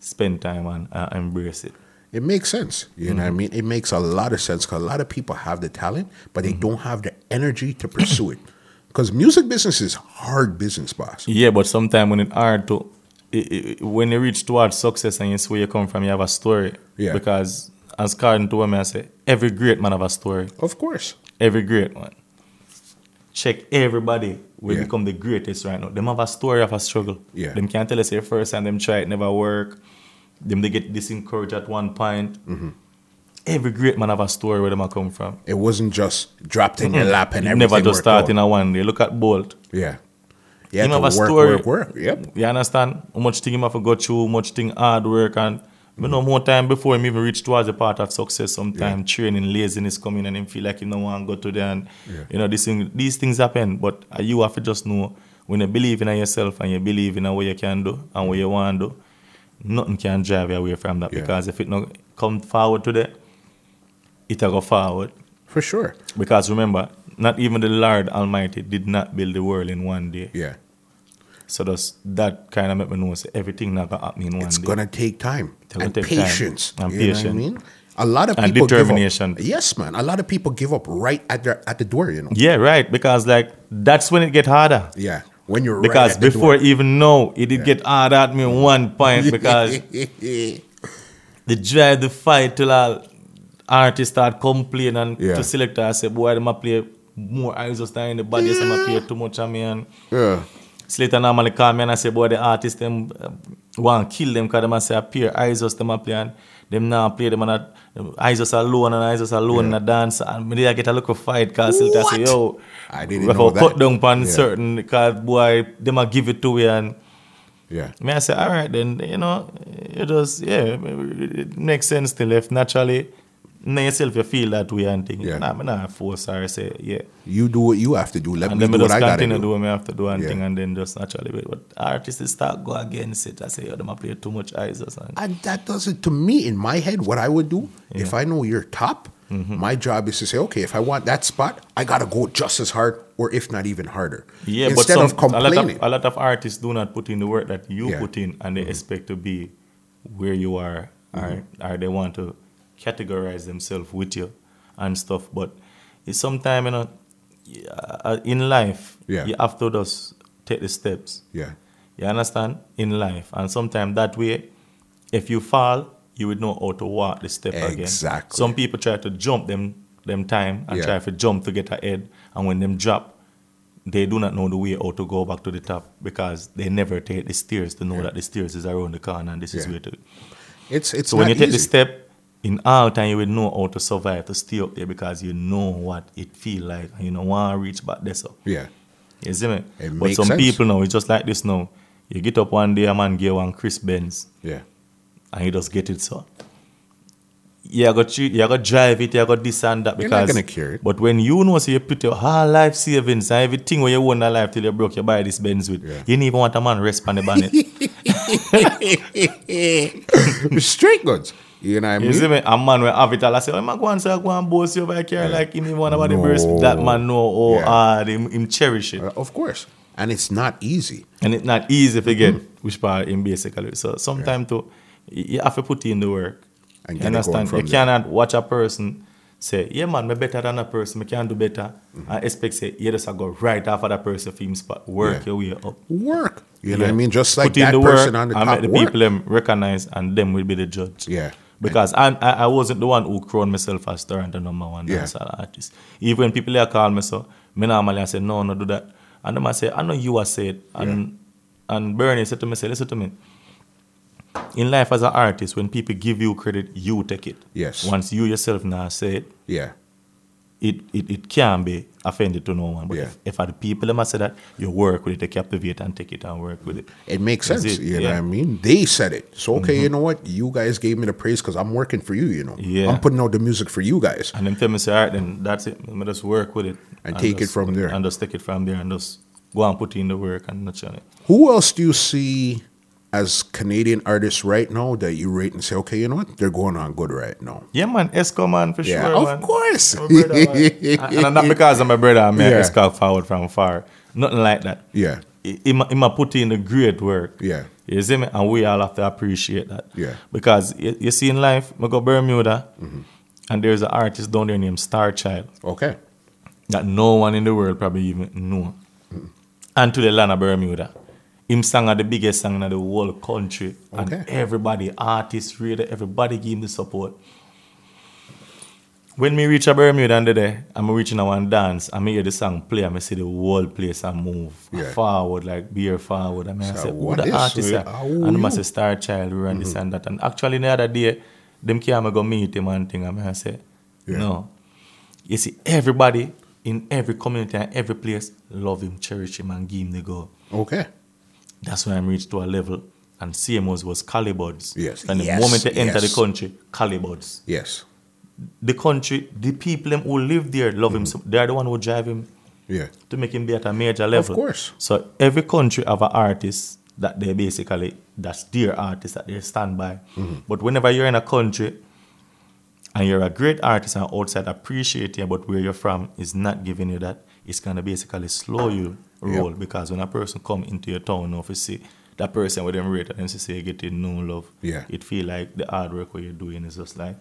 Speaker 2: spend time and uh, embrace it.
Speaker 1: It makes sense. You know what I
Speaker 2: Mm-hmm.
Speaker 1: mean? It makes a lot of sense because a lot of people have the talent, but they
Speaker 2: Mm-hmm.
Speaker 1: don't have the energy to pursue it. Because music business is hard business, boss.
Speaker 2: Yeah, but sometimes when it hard to, i i when you reach towards success and you see where you come from, you have a story.
Speaker 1: Yeah.
Speaker 2: Because as Carden told me, I say every great man have a story.
Speaker 1: Of course.
Speaker 2: Every great one. Check everybody. We
Speaker 1: Yeah.
Speaker 2: become the greatest right now. Them have a story of a struggle.
Speaker 1: Yeah.
Speaker 2: Them can't tell us say first time them try it never work. Them they get disencouraged at one point.
Speaker 1: Mm-hmm.
Speaker 2: Every great man have a story where them a come from.
Speaker 1: It wasn't just dropped in your lap and
Speaker 2: It
Speaker 1: everything.
Speaker 2: never just
Speaker 1: worked out.
Speaker 2: start in a one day. Look at Bolt.
Speaker 1: Yeah. You had
Speaker 2: Him
Speaker 1: to
Speaker 2: have a
Speaker 1: work,
Speaker 2: story.
Speaker 1: work, work. Yep.
Speaker 2: You understand how much thing him have to go through, how much thing hard work and you know more time before him even reach towards the part of success. Sometimes training, laziness come in and him feel like him no want go to there and you know this thing, these things happen. But uh, you have to just know when you believe in yourself and you believe in what you can do and what you want to do, nothing can drive you away from that
Speaker 1: Yeah.
Speaker 2: because if it not come forward to that, it'll go forward.
Speaker 1: For sure.
Speaker 2: Because remember, not even the Lord Almighty did not build the world in one day.
Speaker 1: Yeah.
Speaker 2: So that's that kind of make me know say everything not gonna happen in one
Speaker 1: It's
Speaker 2: day.
Speaker 1: gonna take time
Speaker 2: It's gonna
Speaker 1: and
Speaker 2: take time.
Speaker 1: patience.
Speaker 2: And
Speaker 1: you know
Speaker 2: patience.
Speaker 1: what I mean? A lot of
Speaker 2: And
Speaker 1: people
Speaker 2: determination.
Speaker 1: Give up. Yes, man. A lot of people give up right at their at the door. You know.
Speaker 2: yeah, right. Because like that's when it get harder.
Speaker 1: Yeah. When you're
Speaker 2: Because
Speaker 1: right at
Speaker 2: before
Speaker 1: the
Speaker 2: even know it did get harder at me one point
Speaker 1: door.
Speaker 2: because the drive, the fight till all artists start complaining and
Speaker 1: Yeah.
Speaker 2: to selector I say, boy, them a play more eyes just in the body, yeah. them a play too much of me and
Speaker 1: yeah.
Speaker 2: Slater normally call me and I say, boy, the artist them uh, want kill them because them a say appear ISOS them a play and them now play them and a, ISOS alone and ISOS alone and a dance and me there get a little fight because Slater say,
Speaker 1: What?
Speaker 2: yo,
Speaker 1: I didn't
Speaker 2: we
Speaker 1: know
Speaker 2: have to
Speaker 1: that.
Speaker 2: cut down on
Speaker 1: Yeah.
Speaker 2: certain because boy, them a give it to you and
Speaker 1: Yeah.
Speaker 2: me I say, all right then, you know, it just, yeah, it makes sense to left naturally. Now yourself you feel that way and think,
Speaker 1: Yeah.
Speaker 2: nah, me not force her, I say, yeah.
Speaker 1: You do what you have to do. Let
Speaker 2: And
Speaker 1: me
Speaker 2: then
Speaker 1: do
Speaker 2: we
Speaker 1: what
Speaker 2: just
Speaker 1: I gotta
Speaker 2: continue
Speaker 1: do.
Speaker 2: do what I have to do and
Speaker 1: Yeah.
Speaker 2: thing and then just naturally wait. But artists start go against it. I say, yo, them a play too much eyes or something.
Speaker 1: And that doesn't to me in my head what I would do if I know you're top.
Speaker 2: Mm-hmm.
Speaker 1: My job is to say, okay, if I want that spot, I gotta go just as hard, or if not even harder.
Speaker 2: Yeah,
Speaker 1: Instead
Speaker 2: but
Speaker 1: of
Speaker 2: some, a, lot of,
Speaker 1: complaining.
Speaker 2: a lot of artists do not put in the work that you
Speaker 1: Yeah. Mm-hmm.
Speaker 2: put in and they expect to be where you are or, or they want to categorize themselves with you and stuff. But it's sometimes, you know, yeah, uh, in life,
Speaker 1: Yeah.
Speaker 2: you have to just take the steps.
Speaker 1: yeah,
Speaker 2: You understand? In life. And sometimes that way, if you fall, you would know how to walk the step again.
Speaker 1: Exactly.
Speaker 2: Some people try to jump them them time and
Speaker 1: Yeah.
Speaker 2: try to jump to get ahead. And when them drop, they do not know the way how to go back to the top because they never take the stairs to know that the stairs is around the corner and this is
Speaker 1: Yeah.
Speaker 2: where to
Speaker 1: it's it's
Speaker 2: so when you
Speaker 1: not
Speaker 2: take the
Speaker 1: easy.
Speaker 2: step, in all time you will know how to survive, to stay up there because you know what it feel like and you know want to reach back there. So
Speaker 1: Yeah,
Speaker 2: you see me?
Speaker 1: It
Speaker 2: but
Speaker 1: makes
Speaker 2: some
Speaker 1: sense.
Speaker 2: people now, it's just like this now. You get up one day, a man give one Chris Benz,
Speaker 1: Yeah.
Speaker 2: and you just get it, so. You got to, you got drive it, you got this and that
Speaker 1: You're
Speaker 2: because.
Speaker 1: not gonna cure it.
Speaker 2: But when you know, so you put your whole life savings and everything where you want a life till you broke, you buy this Benz with.
Speaker 1: Yeah.
Speaker 2: You didn't even want a man rest on the bonnet.
Speaker 1: Straight goods. You know what I mean?
Speaker 2: You see me? A man will have it all. I say, oh, man, go and say, go and boast you over here. Like, him, even about the birds.
Speaker 1: No.
Speaker 2: That man know, oh,
Speaker 1: Yeah.
Speaker 2: hard. Him, him cherish it.
Speaker 1: Uh, Of course. And it's not easy.
Speaker 2: And it's not easy to get,
Speaker 1: Mm-hmm.
Speaker 2: which part him basically. So sometimes too, y- you have to put in the work.
Speaker 1: And
Speaker 2: you
Speaker 1: get it going
Speaker 2: understand?
Speaker 1: from
Speaker 2: You
Speaker 1: there.
Speaker 2: cannot watch a person say, yeah, man, me better than a person. Me can do better.
Speaker 1: Mm-hmm.
Speaker 2: And expect say, yeah, just I go right after that person for him spot. Work
Speaker 1: Yeah.
Speaker 2: your way up.
Speaker 1: Work. You know
Speaker 2: Yeah.
Speaker 1: what I mean? Just like
Speaker 2: Put in
Speaker 1: that
Speaker 2: the
Speaker 1: person
Speaker 2: work
Speaker 1: on the
Speaker 2: and
Speaker 1: top
Speaker 2: make the
Speaker 1: work.
Speaker 2: people them recognize and them will be the judge.
Speaker 1: Yeah.
Speaker 2: Because I, I I wasn't the one who crowned myself as Toronto number one
Speaker 1: Yeah.
Speaker 2: dancehall artist. Even when people here call me so, me normally I say, no, no, do that. And them I say, I know you are said. And and Bernie said to me, say, listen to me. In life as an artist, when people give you credit, you take it.
Speaker 1: Yes.
Speaker 2: Once you yourself now say it,
Speaker 1: yeah.
Speaker 2: it, it, it can be offended to no one. But
Speaker 1: Yeah.
Speaker 2: if, if other people them I say that, you work with it, they captivate and take it and work with it.
Speaker 1: It makes
Speaker 2: That's
Speaker 1: sense.
Speaker 2: it,
Speaker 1: You know
Speaker 2: yeah. Mm-hmm.
Speaker 1: what I mean? They said it. So, okay, you know what? You guys gave me the praise because I'm working for you, you know?
Speaker 2: Yeah.
Speaker 1: I'm putting out the music for you guys.
Speaker 2: And then famous art, then that's it. Let me just work with it.
Speaker 1: And take it
Speaker 2: just-
Speaker 1: from there.
Speaker 2: And just take it from there and just go and put in the work and nurture it.
Speaker 1: Who else do you see as Canadian artists right now that you rate and say, okay, you know what? They're going on good right now?
Speaker 2: Yeah, man, Esco, man, for
Speaker 1: Yeah,
Speaker 2: sure.
Speaker 1: of
Speaker 2: man.
Speaker 1: course.
Speaker 2: My brother, man. and, and not because I'm a brother, I'm
Speaker 1: Yeah.
Speaker 2: yeah. Esco forward from far. Nothing like that.
Speaker 1: Yeah.
Speaker 2: He, he ma- he ma put in the great work.
Speaker 1: Yeah.
Speaker 2: You see me? And we all have to appreciate that.
Speaker 1: Yeah. Mm-hmm.
Speaker 2: Because you, you see in life, I go Bermuda, and there's an artist down there named Star Child.
Speaker 1: Okay.
Speaker 2: that no one in the world probably even know.
Speaker 1: Mm.
Speaker 2: And to the land of Bermuda. Him sang are the biggest song in the whole country.
Speaker 1: Okay.
Speaker 2: And everybody, artists, reader, everybody give him the support. When me reach a Bermuda and there, I'm reaching a one dance, I hear the song play, I see the whole place and move
Speaker 1: Yeah.
Speaker 2: forward, like beer forward. I mean, I
Speaker 1: So
Speaker 2: say, who
Speaker 1: what
Speaker 2: the
Speaker 1: is
Speaker 2: artist?
Speaker 1: it?
Speaker 2: are?"
Speaker 1: How
Speaker 2: And
Speaker 1: you?
Speaker 2: I say, Star Child, we run
Speaker 1: Mm-hmm.
Speaker 2: this and that. And actually, the other day, them came I go meet him and thing, I mean, I say,
Speaker 1: Yeah.
Speaker 2: no, you see, everybody in every community and every place love him, cherish him, and give him the go.
Speaker 1: Okay.
Speaker 2: That's when I'm reached to a level. And CMOs was Calibods.
Speaker 1: Yes.
Speaker 2: And the
Speaker 1: Yes,
Speaker 2: moment they enter
Speaker 1: yes.
Speaker 2: the country, Calibods.
Speaker 1: Yes.
Speaker 2: The country, the people them who live there love him.
Speaker 1: Mm-hmm.
Speaker 2: So they're the one who drive him
Speaker 1: Yeah.
Speaker 2: to make him be at a major level.
Speaker 1: course.
Speaker 2: So every country have an artist that they basically that's their artist that they stand by.
Speaker 1: Mm-hmm.
Speaker 2: But whenever you're in a country and you're a great artist and outside appreciate you, but where you're from is not giving you that, it's gonna basically slow you roll because when a person come into your town now if see that person with them rate and see say you getting no love.
Speaker 1: Yeah.
Speaker 2: It feel like the hard work what you're doing is just like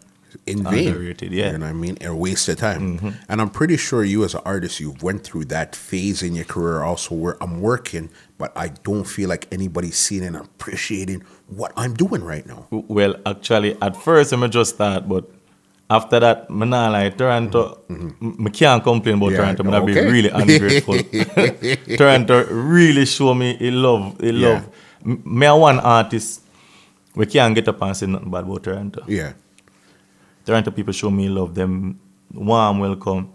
Speaker 1: in vain.
Speaker 2: Underrated, yeah. Mm-hmm.
Speaker 1: You know what I mean? A waste of time. And I'm pretty sure you as an artist, you've went through that phase in your career also where I'm working, but I don't feel like anybody's seeing and appreciating what I'm doing right now.
Speaker 2: Well, actually, at first, I just start, but after that, I nah like Toronto. I can't complain
Speaker 1: Mm-hmm.
Speaker 2: about
Speaker 1: Yeah,
Speaker 2: Toronto. I'm gonna
Speaker 1: okay.
Speaker 2: be really ungrateful. Toronto really show me a love, a
Speaker 1: Yeah.
Speaker 2: love. M- Me a one artist, we can't get up and say nothing bad about Toronto.
Speaker 1: Yeah.
Speaker 2: Toronto people show me love. Them warm welcome.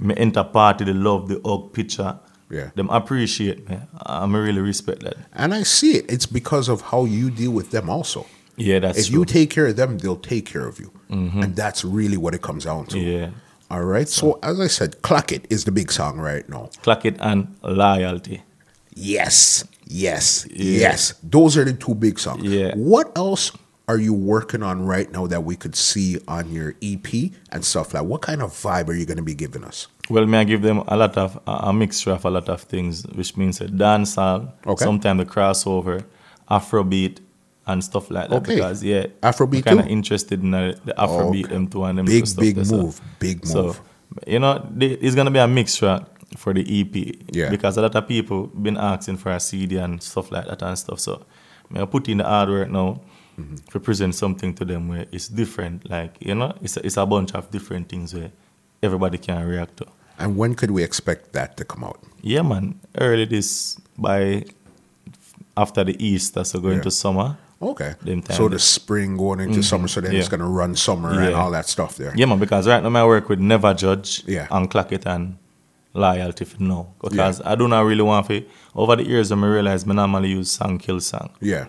Speaker 2: Me enter party, they love the hug picture.
Speaker 1: Yeah.
Speaker 2: Them appreciate me. I I really respect that.
Speaker 1: And I see it. It's because of how you deal with them also.
Speaker 2: Yeah, that's
Speaker 1: if
Speaker 2: true. Mm-hmm.
Speaker 1: you take care of them, they'll take care of you. And that's really what it comes down to.
Speaker 2: yeah.
Speaker 1: All right. So, as I said, Clack It is the big song right now.
Speaker 2: Clock it and loyalty.
Speaker 1: Yes, yes,
Speaker 2: Yeah.
Speaker 1: yes. Those are the two big songs.
Speaker 2: Yeah.
Speaker 1: What else are you working on right now that we could see on your EP and stuff like? What kind of vibe are you going to be giving us?
Speaker 2: Well, may I give them a lot of a, a mixture of a lot of things, which means a dancehall,
Speaker 1: Okay.
Speaker 2: sometimes the crossover, Afrobeat, and stuff like that.
Speaker 1: Okay.
Speaker 2: Because yeah,
Speaker 1: Afrobeat
Speaker 2: kind of
Speaker 1: too?
Speaker 2: interested in the, the Afrobeat
Speaker 1: Okay.
Speaker 2: them too and them
Speaker 1: Big,
Speaker 2: two stuff
Speaker 1: big
Speaker 2: there, so-
Speaker 1: move, big move.
Speaker 2: So you know, the- it's gonna be a mixture for the EP.
Speaker 1: Yeah.
Speaker 2: Because a lot of people been asking for a CD and stuff like that and stuff. So may I put in the hard work now.
Speaker 1: Mm-hmm.
Speaker 2: To present something to them where it's different, like you know, it's a, it's a bunch of different things where everybody can react to.
Speaker 1: And when could we expect that to come out?
Speaker 2: Yeah, man. Early this by after the Easter, so going
Speaker 1: Yeah.
Speaker 2: to summer.
Speaker 1: Okay.
Speaker 2: Them time
Speaker 1: So
Speaker 2: there.
Speaker 1: the spring going into summer, so then it's
Speaker 2: Yeah.
Speaker 1: going to run summer and
Speaker 2: Yeah.
Speaker 1: all that stuff there.
Speaker 2: Yeah, man. Because right now I work with Never Judge
Speaker 1: Yeah.
Speaker 2: and Clackett and loyalty for now. Because I do not really want to. Over the years, I realize I normally use song kill song.
Speaker 1: Yeah.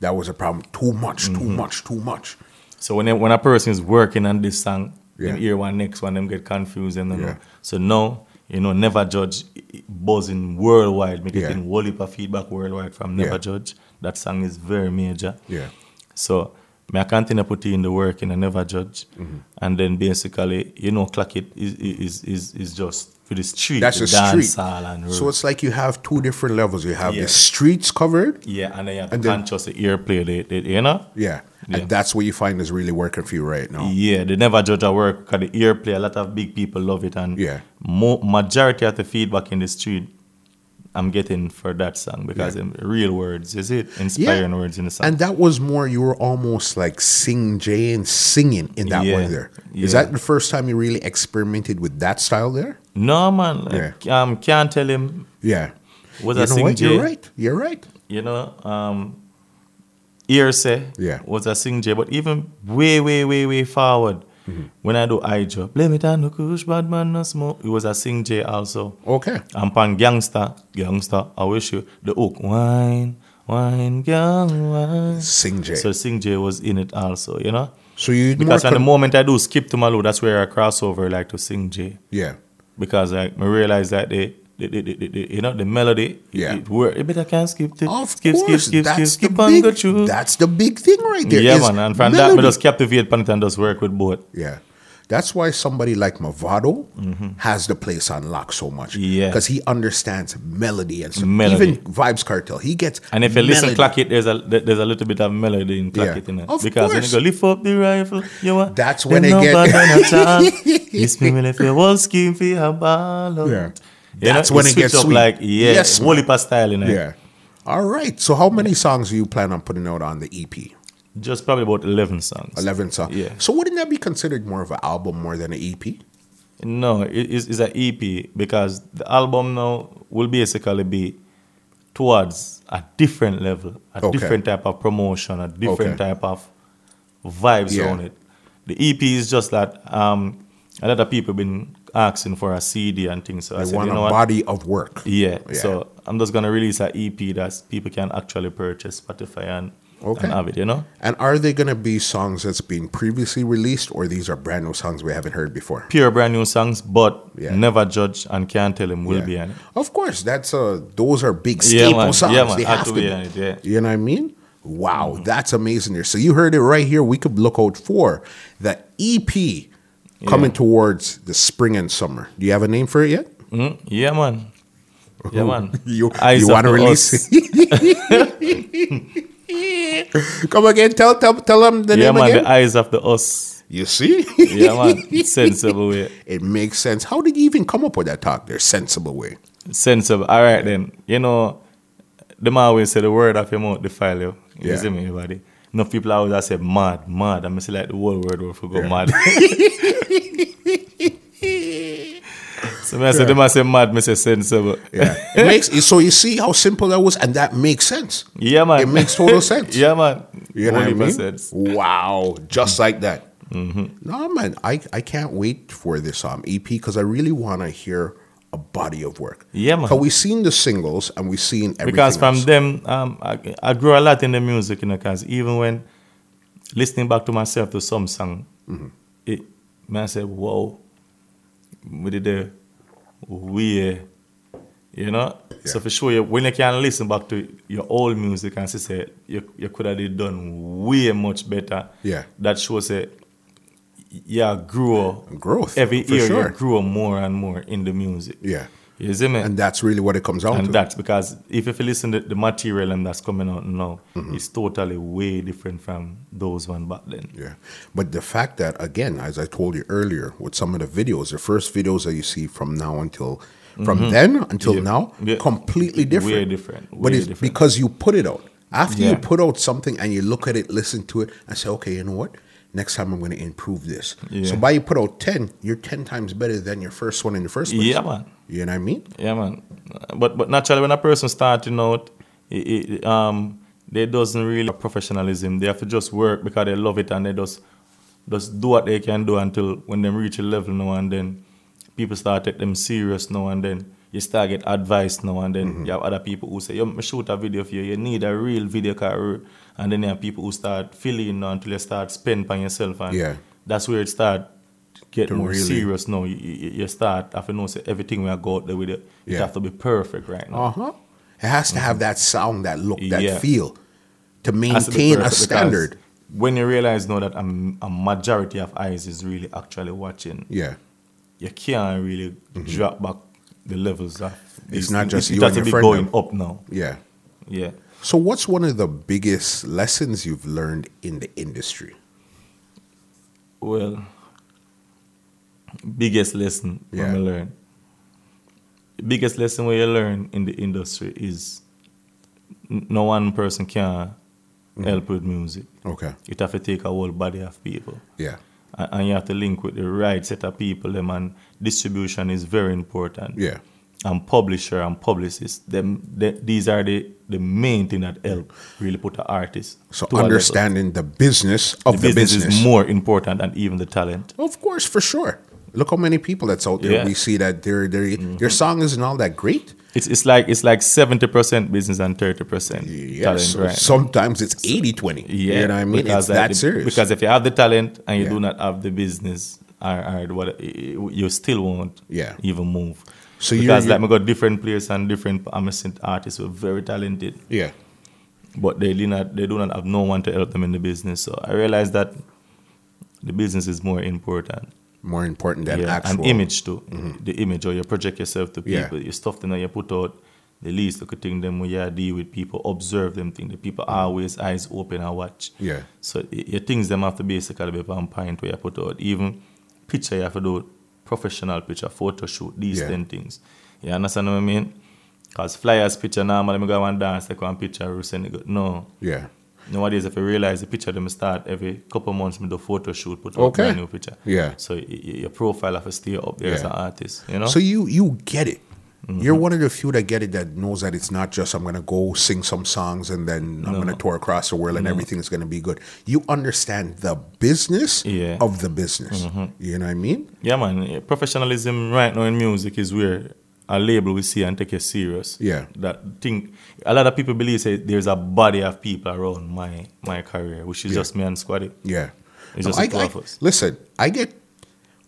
Speaker 1: That was a problem. Too much, too
Speaker 2: Mm-hmm.
Speaker 1: much, too much.
Speaker 2: So when a- when a person is working on this song, you
Speaker 1: Yeah.
Speaker 2: hear one next one, them get confused and them
Speaker 1: Yeah.
Speaker 2: so no, you know, never judge i- i- buzzing worldwide. Me
Speaker 1: Yeah.
Speaker 2: getting whole heap of feedback worldwide from Never
Speaker 1: Yeah.
Speaker 2: Judge. That song is very major.
Speaker 1: Yeah.
Speaker 2: So me I continue put in the work and I never judge.
Speaker 1: Mm-hmm.
Speaker 2: And then basically, you know, clack it is is is, is just for the street,
Speaker 1: That's
Speaker 2: the
Speaker 1: a street.
Speaker 2: dance hall and
Speaker 1: So it's like you have two different levels. You have
Speaker 2: Yeah.
Speaker 1: the streets covered.
Speaker 2: yeah, and then you have
Speaker 1: and
Speaker 2: the
Speaker 1: then-
Speaker 2: conscious earplay, they, they, you know?
Speaker 1: Yeah.
Speaker 2: Yeah.
Speaker 1: And that's what you find is really working for you right now.
Speaker 2: Yeah, they never judge our work because the ear play, a lot of big people love it. And
Speaker 1: Yeah.
Speaker 2: mo- majority of the feedback in the street I'm getting for that song because in real words, is it? Inspiring words in the song.
Speaker 1: And that was more you were almost like sing Jay and singing in that
Speaker 2: Yeah.
Speaker 1: one there. Is
Speaker 2: Yeah.
Speaker 1: that the first time you really experimented with that style there?
Speaker 2: no, man, like, um, can't tell him
Speaker 1: Yeah.
Speaker 2: was
Speaker 1: you
Speaker 2: a
Speaker 1: know
Speaker 2: sing
Speaker 1: what?
Speaker 2: J.
Speaker 1: You're right. You're right.
Speaker 2: You know, um, ear say
Speaker 1: Yeah.
Speaker 2: was a sing J, but even way, way, way, way forward.
Speaker 1: Mm-hmm.
Speaker 2: When I do eye job, blame it on the kush, bad man no smoke. It was a sing J also.
Speaker 1: Okay.
Speaker 2: I'm pan gangsta, gangsta. I wish you the hook. Wine, wine, gang, wine.
Speaker 1: Sing J. So,
Speaker 2: So Sing J was in it also, you know.
Speaker 1: you more
Speaker 2: Because at the
Speaker 1: con-
Speaker 2: moment I do skip to Malo, that's where I cross over like to Sing J.
Speaker 1: yeah.
Speaker 2: Because like I realize that they, they, they, they, they- they- you know, the melody, it-
Speaker 1: Yeah.
Speaker 2: it work. But I can't skip it.
Speaker 1: Of
Speaker 2: skip, skip,
Speaker 1: course,
Speaker 2: skip, skip,
Speaker 1: that's
Speaker 2: skip,
Speaker 1: the
Speaker 2: and
Speaker 1: big.
Speaker 2: go through.
Speaker 1: That's the big thing right there.
Speaker 2: Yeah,
Speaker 1: is
Speaker 2: man, and from that,
Speaker 1: melody.
Speaker 2: me just captivate Panit and just work with both.
Speaker 1: Yeah. That's why somebody like Movado has the place on lock so much.
Speaker 2: Yeah.
Speaker 1: Because he understands melody and stuff.
Speaker 2: Melody.
Speaker 1: Even Vibes Cartel. He gets.
Speaker 2: And if you listen
Speaker 1: melody.
Speaker 2: clack it, there's a there's a little bit of melody in clack
Speaker 1: Yeah.
Speaker 2: it in it.
Speaker 1: Of
Speaker 2: because
Speaker 1: course.
Speaker 2: when you go lift up the rifle, you want
Speaker 1: That's
Speaker 2: the
Speaker 1: when they get-
Speaker 2: number than a child. This me will if you want skin for a ball.
Speaker 1: Yeah.
Speaker 2: You
Speaker 1: That's
Speaker 2: know,
Speaker 1: when
Speaker 2: it
Speaker 1: it
Speaker 2: switch
Speaker 1: gets
Speaker 2: up
Speaker 1: sweet.
Speaker 2: like yeah,
Speaker 1: Yes,
Speaker 2: yes, whole heap of style in it.
Speaker 1: Yeah. All right. So, how many songs do you plan on putting out on the EP?
Speaker 2: Just probably about eleven songs.
Speaker 1: 11 songs.
Speaker 2: Yeah.
Speaker 1: So, wouldn't that be considered more of an album more than an E EP?
Speaker 2: No, it, it's, it's an EP because the album now will basically be towards a different level, a
Speaker 1: Okay.
Speaker 2: different type of promotion, a different
Speaker 1: Okay.
Speaker 2: type of vibes
Speaker 1: Yeah.
Speaker 2: on it. The EP is just that um, a lot of people been asking for a CD and things. So I
Speaker 1: I
Speaker 2: said,
Speaker 1: want
Speaker 2: you
Speaker 1: a
Speaker 2: know what?
Speaker 1: body of work.
Speaker 2: Yeah,
Speaker 1: Yeah.
Speaker 2: so I'm just gonna release an EP that people can actually purchase Spotify and,
Speaker 1: Okay.
Speaker 2: and have it. You know,
Speaker 1: And are they going to be songs that's been previously released or these are brand new songs we haven't heard before?
Speaker 2: pure brand new songs, but
Speaker 1: Yeah.
Speaker 2: never judge and can't tell him will
Speaker 1: Yeah.
Speaker 2: be on it.
Speaker 1: Of course, that's uh those are big
Speaker 2: Yeah,
Speaker 1: staple
Speaker 2: man.
Speaker 1: songs.
Speaker 2: Yeah, man.
Speaker 1: They
Speaker 2: Had
Speaker 1: have
Speaker 2: to
Speaker 1: to
Speaker 2: be
Speaker 1: be.
Speaker 2: on it, yeah.
Speaker 1: You know what I mean? Wow, that's amazing there. So you heard it right here. We could look out for the EP coming towards the spring and summer. Do you have a name for it yet?
Speaker 2: Mm, yeah, man. Yeah, man.
Speaker 1: You,
Speaker 2: Eyes
Speaker 1: you
Speaker 2: of
Speaker 1: want to
Speaker 2: the
Speaker 1: release?
Speaker 2: Us.
Speaker 1: Come again. Tell tell tell them the
Speaker 2: Yeah,
Speaker 1: name
Speaker 2: man.
Speaker 1: again.
Speaker 2: The eyes of the us.
Speaker 1: you see?
Speaker 2: Yeah, man. sensible way.
Speaker 1: It makes sense. How did you even come up with that talk there? Sensible way.
Speaker 2: Sensible. All right, then. You know, them always say the word of your mouth defile you. You
Speaker 1: Yeah.
Speaker 2: see me, everybody? No people always I say mad, mad. I mean, say like the whole word will go
Speaker 1: Yeah.
Speaker 2: mad. so me I say, them I say mad, me say sensible.
Speaker 1: Yeah. it makes so you see how simple that was, and that makes sense.
Speaker 2: Yeah, man.
Speaker 1: It makes total sense.
Speaker 2: yeah, man.
Speaker 1: You know what I
Speaker 2: Only
Speaker 1: mean?
Speaker 2: sense.
Speaker 1: Wow, just like that.
Speaker 2: Mm-hmm.
Speaker 1: No man, I, I can't wait for this um EP because I really want to hear a body of work.
Speaker 2: Yeah, man.
Speaker 1: Cause we've seen the singles and we've seen everything.
Speaker 2: because from
Speaker 1: else.
Speaker 2: them um, I, I grew a lot in the music you know because even when listening back to myself to some song
Speaker 1: Mm-hmm.
Speaker 2: it man said wow we did the we uh, you know so
Speaker 1: Yeah.
Speaker 2: for sure you, when you can listen back to your old music and say you, you could have did done way much better
Speaker 1: Yeah.
Speaker 2: that shows it yeah grew
Speaker 1: Growth,
Speaker 2: every
Speaker 1: for
Speaker 2: year
Speaker 1: sure.
Speaker 2: you grew more and more in the music
Speaker 1: yeah,
Speaker 2: you see me
Speaker 1: and that's really what it comes down to.
Speaker 2: and that's because if you listen to the material and that's coming out now, it's totally way different from those one back then.
Speaker 1: Yeah. But the fact that, again, as I told you earlier, with some of the videos, the first videos that you see from now until, from then until now,
Speaker 2: Mm-hmm. Yeah.
Speaker 1: completely different.
Speaker 2: Way different.
Speaker 1: but
Speaker 2: Way
Speaker 1: it's
Speaker 2: different.
Speaker 1: because you put it out. After you
Speaker 2: Yeah.
Speaker 1: put out something and you look at it, listen to it, and say, okay, you know what? Next time I'm going to improve this.
Speaker 2: Yeah.
Speaker 1: So by you put out 10, you're 10 times better than your first one in the first place.
Speaker 2: Yeah, man.
Speaker 1: You know what I mean?
Speaker 2: Yeah, man. But but naturally, when a person starting out, it, it, um, they doesn't really have professionalism. They have to just work because they love it and they just just do what they can do until when they reach a level now and then people start take them serious now and then. You start get advice now and then.
Speaker 1: Mm-hmm.
Speaker 2: You have other people who say, "Yo, me shoot a video for you. You need a real video car." And then you have people who start feeling now until you start spend on yourself. And
Speaker 1: Yeah.
Speaker 2: that's where it start get more
Speaker 1: really-
Speaker 2: serious now. You, you, you start have to know say everything we go out there with it. It
Speaker 1: Yeah.
Speaker 2: have to be perfect right now.
Speaker 1: Uh huh. It has to have that sound, that look, that
Speaker 2: Mm-hmm. Yeah.
Speaker 1: feel to
Speaker 2: has to be
Speaker 1: maintain a
Speaker 2: perfect because
Speaker 1: standard.
Speaker 2: When you realize now that a, a majority of eyes is really actually watching,
Speaker 1: Yeah.
Speaker 2: you can't really drop back the levels of. these
Speaker 1: Mm-hmm. not
Speaker 2: things.
Speaker 1: just
Speaker 2: it,
Speaker 1: you
Speaker 2: it has
Speaker 1: and your
Speaker 2: to be
Speaker 1: friend
Speaker 2: going
Speaker 1: now.
Speaker 2: up now.
Speaker 1: Yeah.
Speaker 2: Yeah,
Speaker 1: So, what's one of the biggest lessons you've learned in the industry?
Speaker 2: well, biggest lesson
Speaker 1: Yeah.
Speaker 2: I'm learn. The biggest lesson we learn in the industry is n- no one person can
Speaker 1: Mm-hmm.
Speaker 2: help with music.
Speaker 1: Okay.
Speaker 2: It have to take a whole body of people.
Speaker 1: Yeah.
Speaker 2: and, and you have to link with the right set of people them and distribution is very important
Speaker 1: Yeah.
Speaker 2: and publisher and publicist them the- these are the the main thing that help really put an artist
Speaker 1: So,
Speaker 2: to a level.
Speaker 1: understanding the business of
Speaker 2: the
Speaker 1: the
Speaker 2: business,
Speaker 1: business.
Speaker 2: is more important than even the talent
Speaker 1: Of course, for sure. Look how many people that's out there.
Speaker 2: Yeah. Mm-hmm.
Speaker 1: We see that their their their song isn't all that great.
Speaker 2: it's it's like it's like 70% business and 30%
Speaker 1: Yeah,
Speaker 2: talent
Speaker 1: so
Speaker 2: right
Speaker 1: sometimes it's 80-20.
Speaker 2: yeah
Speaker 1: You know what I mean? it's
Speaker 2: like
Speaker 1: that
Speaker 2: the-
Speaker 1: serious.
Speaker 2: because if you have the talent and you
Speaker 1: Yeah.
Speaker 2: do not have the business or, or what you still won't
Speaker 1: Yeah.
Speaker 2: even move
Speaker 1: So you're-
Speaker 2: because
Speaker 1: you're-
Speaker 2: like we got different players and different I'm a synth artists who are very talented
Speaker 1: yeah.
Speaker 2: but they do not they do not have no one to help them in the business. So I realized that the business is more important.
Speaker 1: More important than
Speaker 2: yeah.
Speaker 1: actual Mm-hmm.
Speaker 2: And image too. The image or you project yourself to
Speaker 1: Yeah.
Speaker 2: people, your stuff that you put out, the least look at thing them when you deal with people, observe them thing. The people always eyes open and watch.
Speaker 1: Mm-hmm. Yeah.
Speaker 2: So i- your things them have to basically be on point where you put out. Even picture you have to do professional picture, photo shoot, these
Speaker 1: Yeah.
Speaker 2: ten things. You understand what I mean? Cause flyers picture normally me go and dance, they go and picture we send it go- No.
Speaker 1: Yeah.
Speaker 2: Nowadays, if you realize the picture them start every couple months, me do photo shoot, put up
Speaker 1: Okay.
Speaker 2: brand new picture.
Speaker 1: Yeah.
Speaker 2: So y- y- your profile have to stay up there as
Speaker 1: Yeah.
Speaker 2: an artist, you know.
Speaker 1: So you you get it. You're one of the few that get it that knows that it's not just I'm gonna go sing some songs and then I'm gonna tour across the world and everything's gonna be good. You understand the business
Speaker 2: Yeah. Mm-hmm.
Speaker 1: of the business. You know what I mean?
Speaker 2: yeah, man. eh, Professionalism right now in music is where a label we see and take it serious.
Speaker 1: Yeah.
Speaker 2: That thing. A lot of people believe say there's a body of people around my my career, which is just me and Squaddy.
Speaker 1: Yeah.
Speaker 2: It's
Speaker 1: No,
Speaker 2: just a
Speaker 1: I- I-
Speaker 2: purpose.
Speaker 1: listen, I get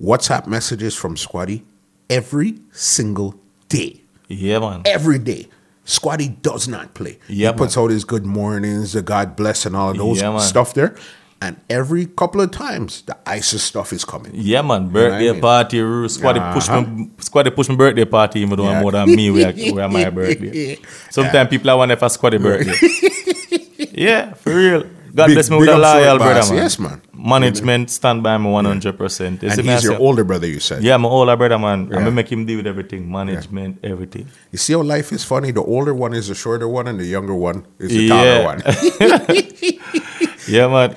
Speaker 1: WhatsApp messages from Squatty every single day.
Speaker 2: Yeah, man.
Speaker 1: every day. Squatty does not play.
Speaker 2: Yeah,
Speaker 1: he puts out his good mornings, the God bless, and all of those
Speaker 2: Yeah, man.
Speaker 1: stuff there. And every couple of times, the ISIS stuff is coming.
Speaker 2: Yeah, man.
Speaker 1: what I
Speaker 2: Birthday
Speaker 1: mean? Uh-huh.
Speaker 2: party, ru- Squaddy push me, Squaddy push me birthday party, even though
Speaker 1: Yeah.
Speaker 2: I'm more than me where, I- where my birthday. Sometimes people are wondering if I Squaddy birthday. yeah, for real. God
Speaker 1: Big-
Speaker 2: bless me with
Speaker 1: big
Speaker 2: a
Speaker 1: up for it,
Speaker 2: loyal brother,
Speaker 1: boss.
Speaker 2: man.
Speaker 1: Yes, man.
Speaker 2: Management stand by me 100%. You see
Speaker 1: And
Speaker 2: me, I
Speaker 1: he's your
Speaker 2: say,
Speaker 1: older brother, you said.
Speaker 2: Yeah, my older brother, man. I'm
Speaker 1: Yeah.
Speaker 2: going to make him deal with everything. Management, everything.
Speaker 1: You see how life is funny? The older one is the shorter one, and the younger one is the taller
Speaker 2: Yeah.
Speaker 1: one.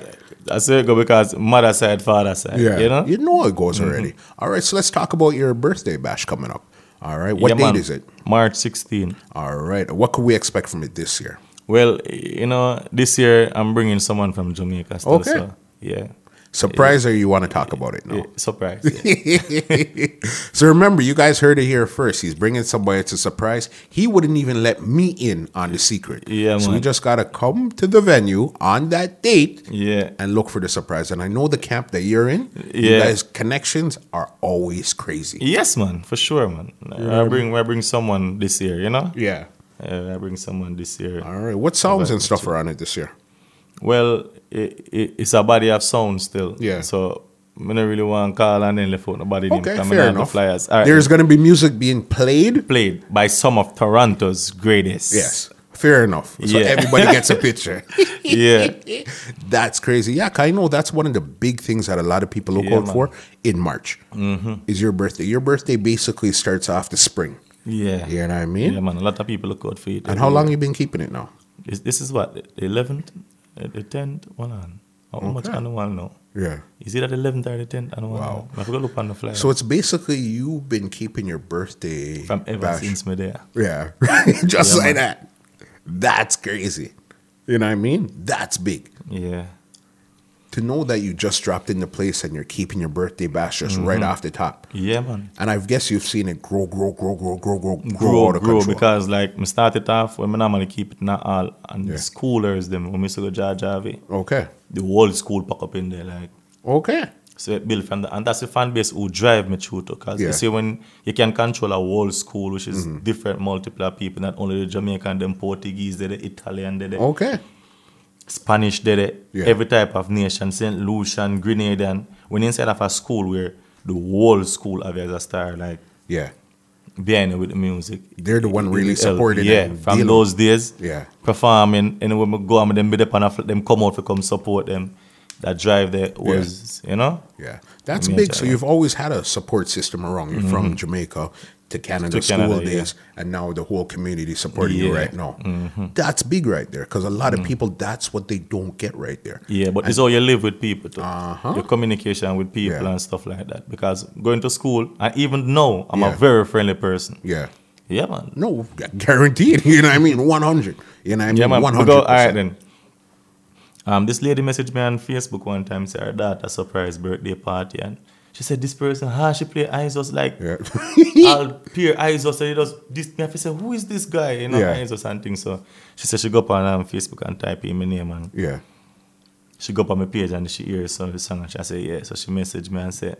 Speaker 2: Yeah, man. I say go because mother side, father side.
Speaker 1: yeah.
Speaker 2: You know? Mm-hmm.
Speaker 1: you know it goes already. All right, so let's talk about your birthday bash coming up. All right, what
Speaker 2: Yeah,
Speaker 1: date
Speaker 2: man.
Speaker 1: is it?
Speaker 2: March 16.
Speaker 1: All right, what could we expect from it this year?
Speaker 2: Well, you know, this year I'm bringing someone from Jamaica still.
Speaker 1: Okay.
Speaker 2: So, yeah.
Speaker 1: Surprise, or you want to talk about it now?
Speaker 2: Yeah, surprise. Yeah.
Speaker 1: So remember, you guys heard it here first. He's bringing somebody to surprise. He wouldn't even let me in on the secret.
Speaker 2: Yeah,
Speaker 1: So we
Speaker 2: man.
Speaker 1: just gotta come to the venue on that date
Speaker 2: yeah.
Speaker 1: and look for the surprise. And I know the camp that you're in. You
Speaker 2: Yeah.
Speaker 1: guys' connections are always crazy.
Speaker 2: Yes, man, for sure, man. I bring I bring someone this year, you know.
Speaker 1: Yeah.
Speaker 2: Uh, I bring someone this year.
Speaker 1: All right. What songs and stuff are on it this year?
Speaker 2: Well, it, it, it's a body of sound still.
Speaker 1: Yeah.
Speaker 2: So I don't really want to call and then left out nobody. name,
Speaker 1: Okay,
Speaker 2: because me
Speaker 1: fair
Speaker 2: not the
Speaker 1: enough.
Speaker 2: flyers. All right.
Speaker 1: There's gonna be music being played.
Speaker 2: played by some of Toronto's greatest.
Speaker 1: Yes. Fair enough. So
Speaker 2: Yeah.
Speaker 1: everybody gets a picture.
Speaker 2: Yeah.
Speaker 1: That's crazy. Yeah, 'cause I know that's one of the big things that a lot of people look
Speaker 2: Yeah,
Speaker 1: out
Speaker 2: man. Mm-hmm.
Speaker 1: for in March is your birthday. Your birthday basically starts off the spring.
Speaker 2: Yeah.
Speaker 1: You know what I mean?
Speaker 2: Yeah, man. A lot of people look out for it.
Speaker 1: And how long you been keeping it now?
Speaker 2: This, this is what the eleventh, uh, the tenth. Hold on. How much I don't want to know.
Speaker 1: Yeah.
Speaker 2: Is it at the eleventh or the tenth? I don't want to
Speaker 1: Wow.
Speaker 2: know. I forgot to look on the flyer.
Speaker 1: So it's basically you've been keeping your birthday
Speaker 2: from ever
Speaker 1: bash.
Speaker 2: since me there.
Speaker 1: Yeah, just
Speaker 2: Yeah,
Speaker 1: like
Speaker 2: man.
Speaker 1: that. That's crazy. You know what I mean? That's big.
Speaker 2: Yeah.
Speaker 1: to know that you just dropped into place and you're keeping your birthday bash just right
Speaker 2: Mm-hmm.
Speaker 1: off the top.
Speaker 2: Yeah, man.
Speaker 1: And I guess you've seen it grow, grow, grow, grow, grow, grow, grow,
Speaker 2: Grow,
Speaker 1: out of
Speaker 2: grow,
Speaker 1: control.
Speaker 2: Oh, because like me started off when me normally keep it not all and schoolers them when we used to go Jar Javi,
Speaker 1: okay.
Speaker 2: the whole school pack up in there like
Speaker 1: Okay.
Speaker 2: So it built from that. And that's the fan base who drive me through to. Because
Speaker 1: Yeah. Mm-hmm.
Speaker 2: you see, when you can control a whole school, which is different multiple people, not only the Jamaican, them Portuguese, they the Italian, they the
Speaker 1: Okay.
Speaker 2: Spanish, they the
Speaker 1: Oh. Yeah.
Speaker 2: every type of nation, St. Lucian, Grenadian. When inside of a school where the whole school have you as a star, like
Speaker 1: Yeah.
Speaker 2: behind it with the music.
Speaker 1: They're the one really
Speaker 2: Help.
Speaker 1: supporting it
Speaker 2: Yeah,
Speaker 1: and
Speaker 2: from
Speaker 1: dealing
Speaker 2: those days.
Speaker 1: Yeah.
Speaker 2: Performing, and when we go and them bid up and them come out to come support them. That drive there was, you know?
Speaker 1: Yeah, that's
Speaker 2: Me and
Speaker 1: big. So
Speaker 2: Tyler.
Speaker 1: you've always had a support system around you from Jamaica to Canada
Speaker 2: Mm-hmm. To
Speaker 1: school
Speaker 2: Canada, yeah.
Speaker 1: days, and now the whole community supporting you
Speaker 2: Yeah. Mm-hmm. Mm.
Speaker 1: right now. That's big right there because a lot of people that's what they don't get right there.
Speaker 2: Yeah, but it's how you live with people, too.
Speaker 1: Uh-huh.
Speaker 2: your communication with people
Speaker 1: Yeah.
Speaker 2: and stuff like that. Because going to school, and even now, I'm
Speaker 1: Yeah.
Speaker 2: a very friendly person.
Speaker 1: Yeah,
Speaker 2: Yeah, man.
Speaker 1: no, guaranteed. You know what I mean? One hundred. You know what I mean?
Speaker 2: Yeah, man.
Speaker 1: One
Speaker 2: We go,
Speaker 1: hundred.
Speaker 2: all right then. Um, this lady messaged me on Facebook one time, said her daughter surprise birthday party, and she said this person, huh, she play ISOS like
Speaker 1: Yeah.
Speaker 2: I'll peer ISOS and he does this. Me have to say, who is this guy? You know,
Speaker 1: Yeah.
Speaker 2: ISOS and things. So she said she go up on um, Facebook and type in my name and
Speaker 1: yeah.
Speaker 2: she go up on my page and she hears some of the song and she say yeah. So she messaged me and said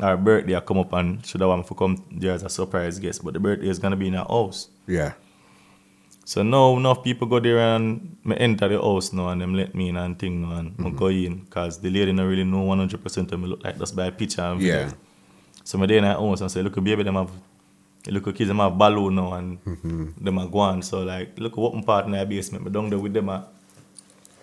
Speaker 2: her birthday I come up and should I want to come there as a surprise guest, but the birthday is gonna be in her house.
Speaker 1: Yeah.
Speaker 2: So now enough people go there and me enter the house now and them let me in and thing now and
Speaker 1: Mm-hmm.
Speaker 2: I go in because the lady not really know one hundred percent of me look like just by picture and video.
Speaker 1: Yeah.
Speaker 2: oh, So me there in her house and say, look baby them have look kids them have balloon now and them are gone. So like look what my partner in the basement, but down there with them uh,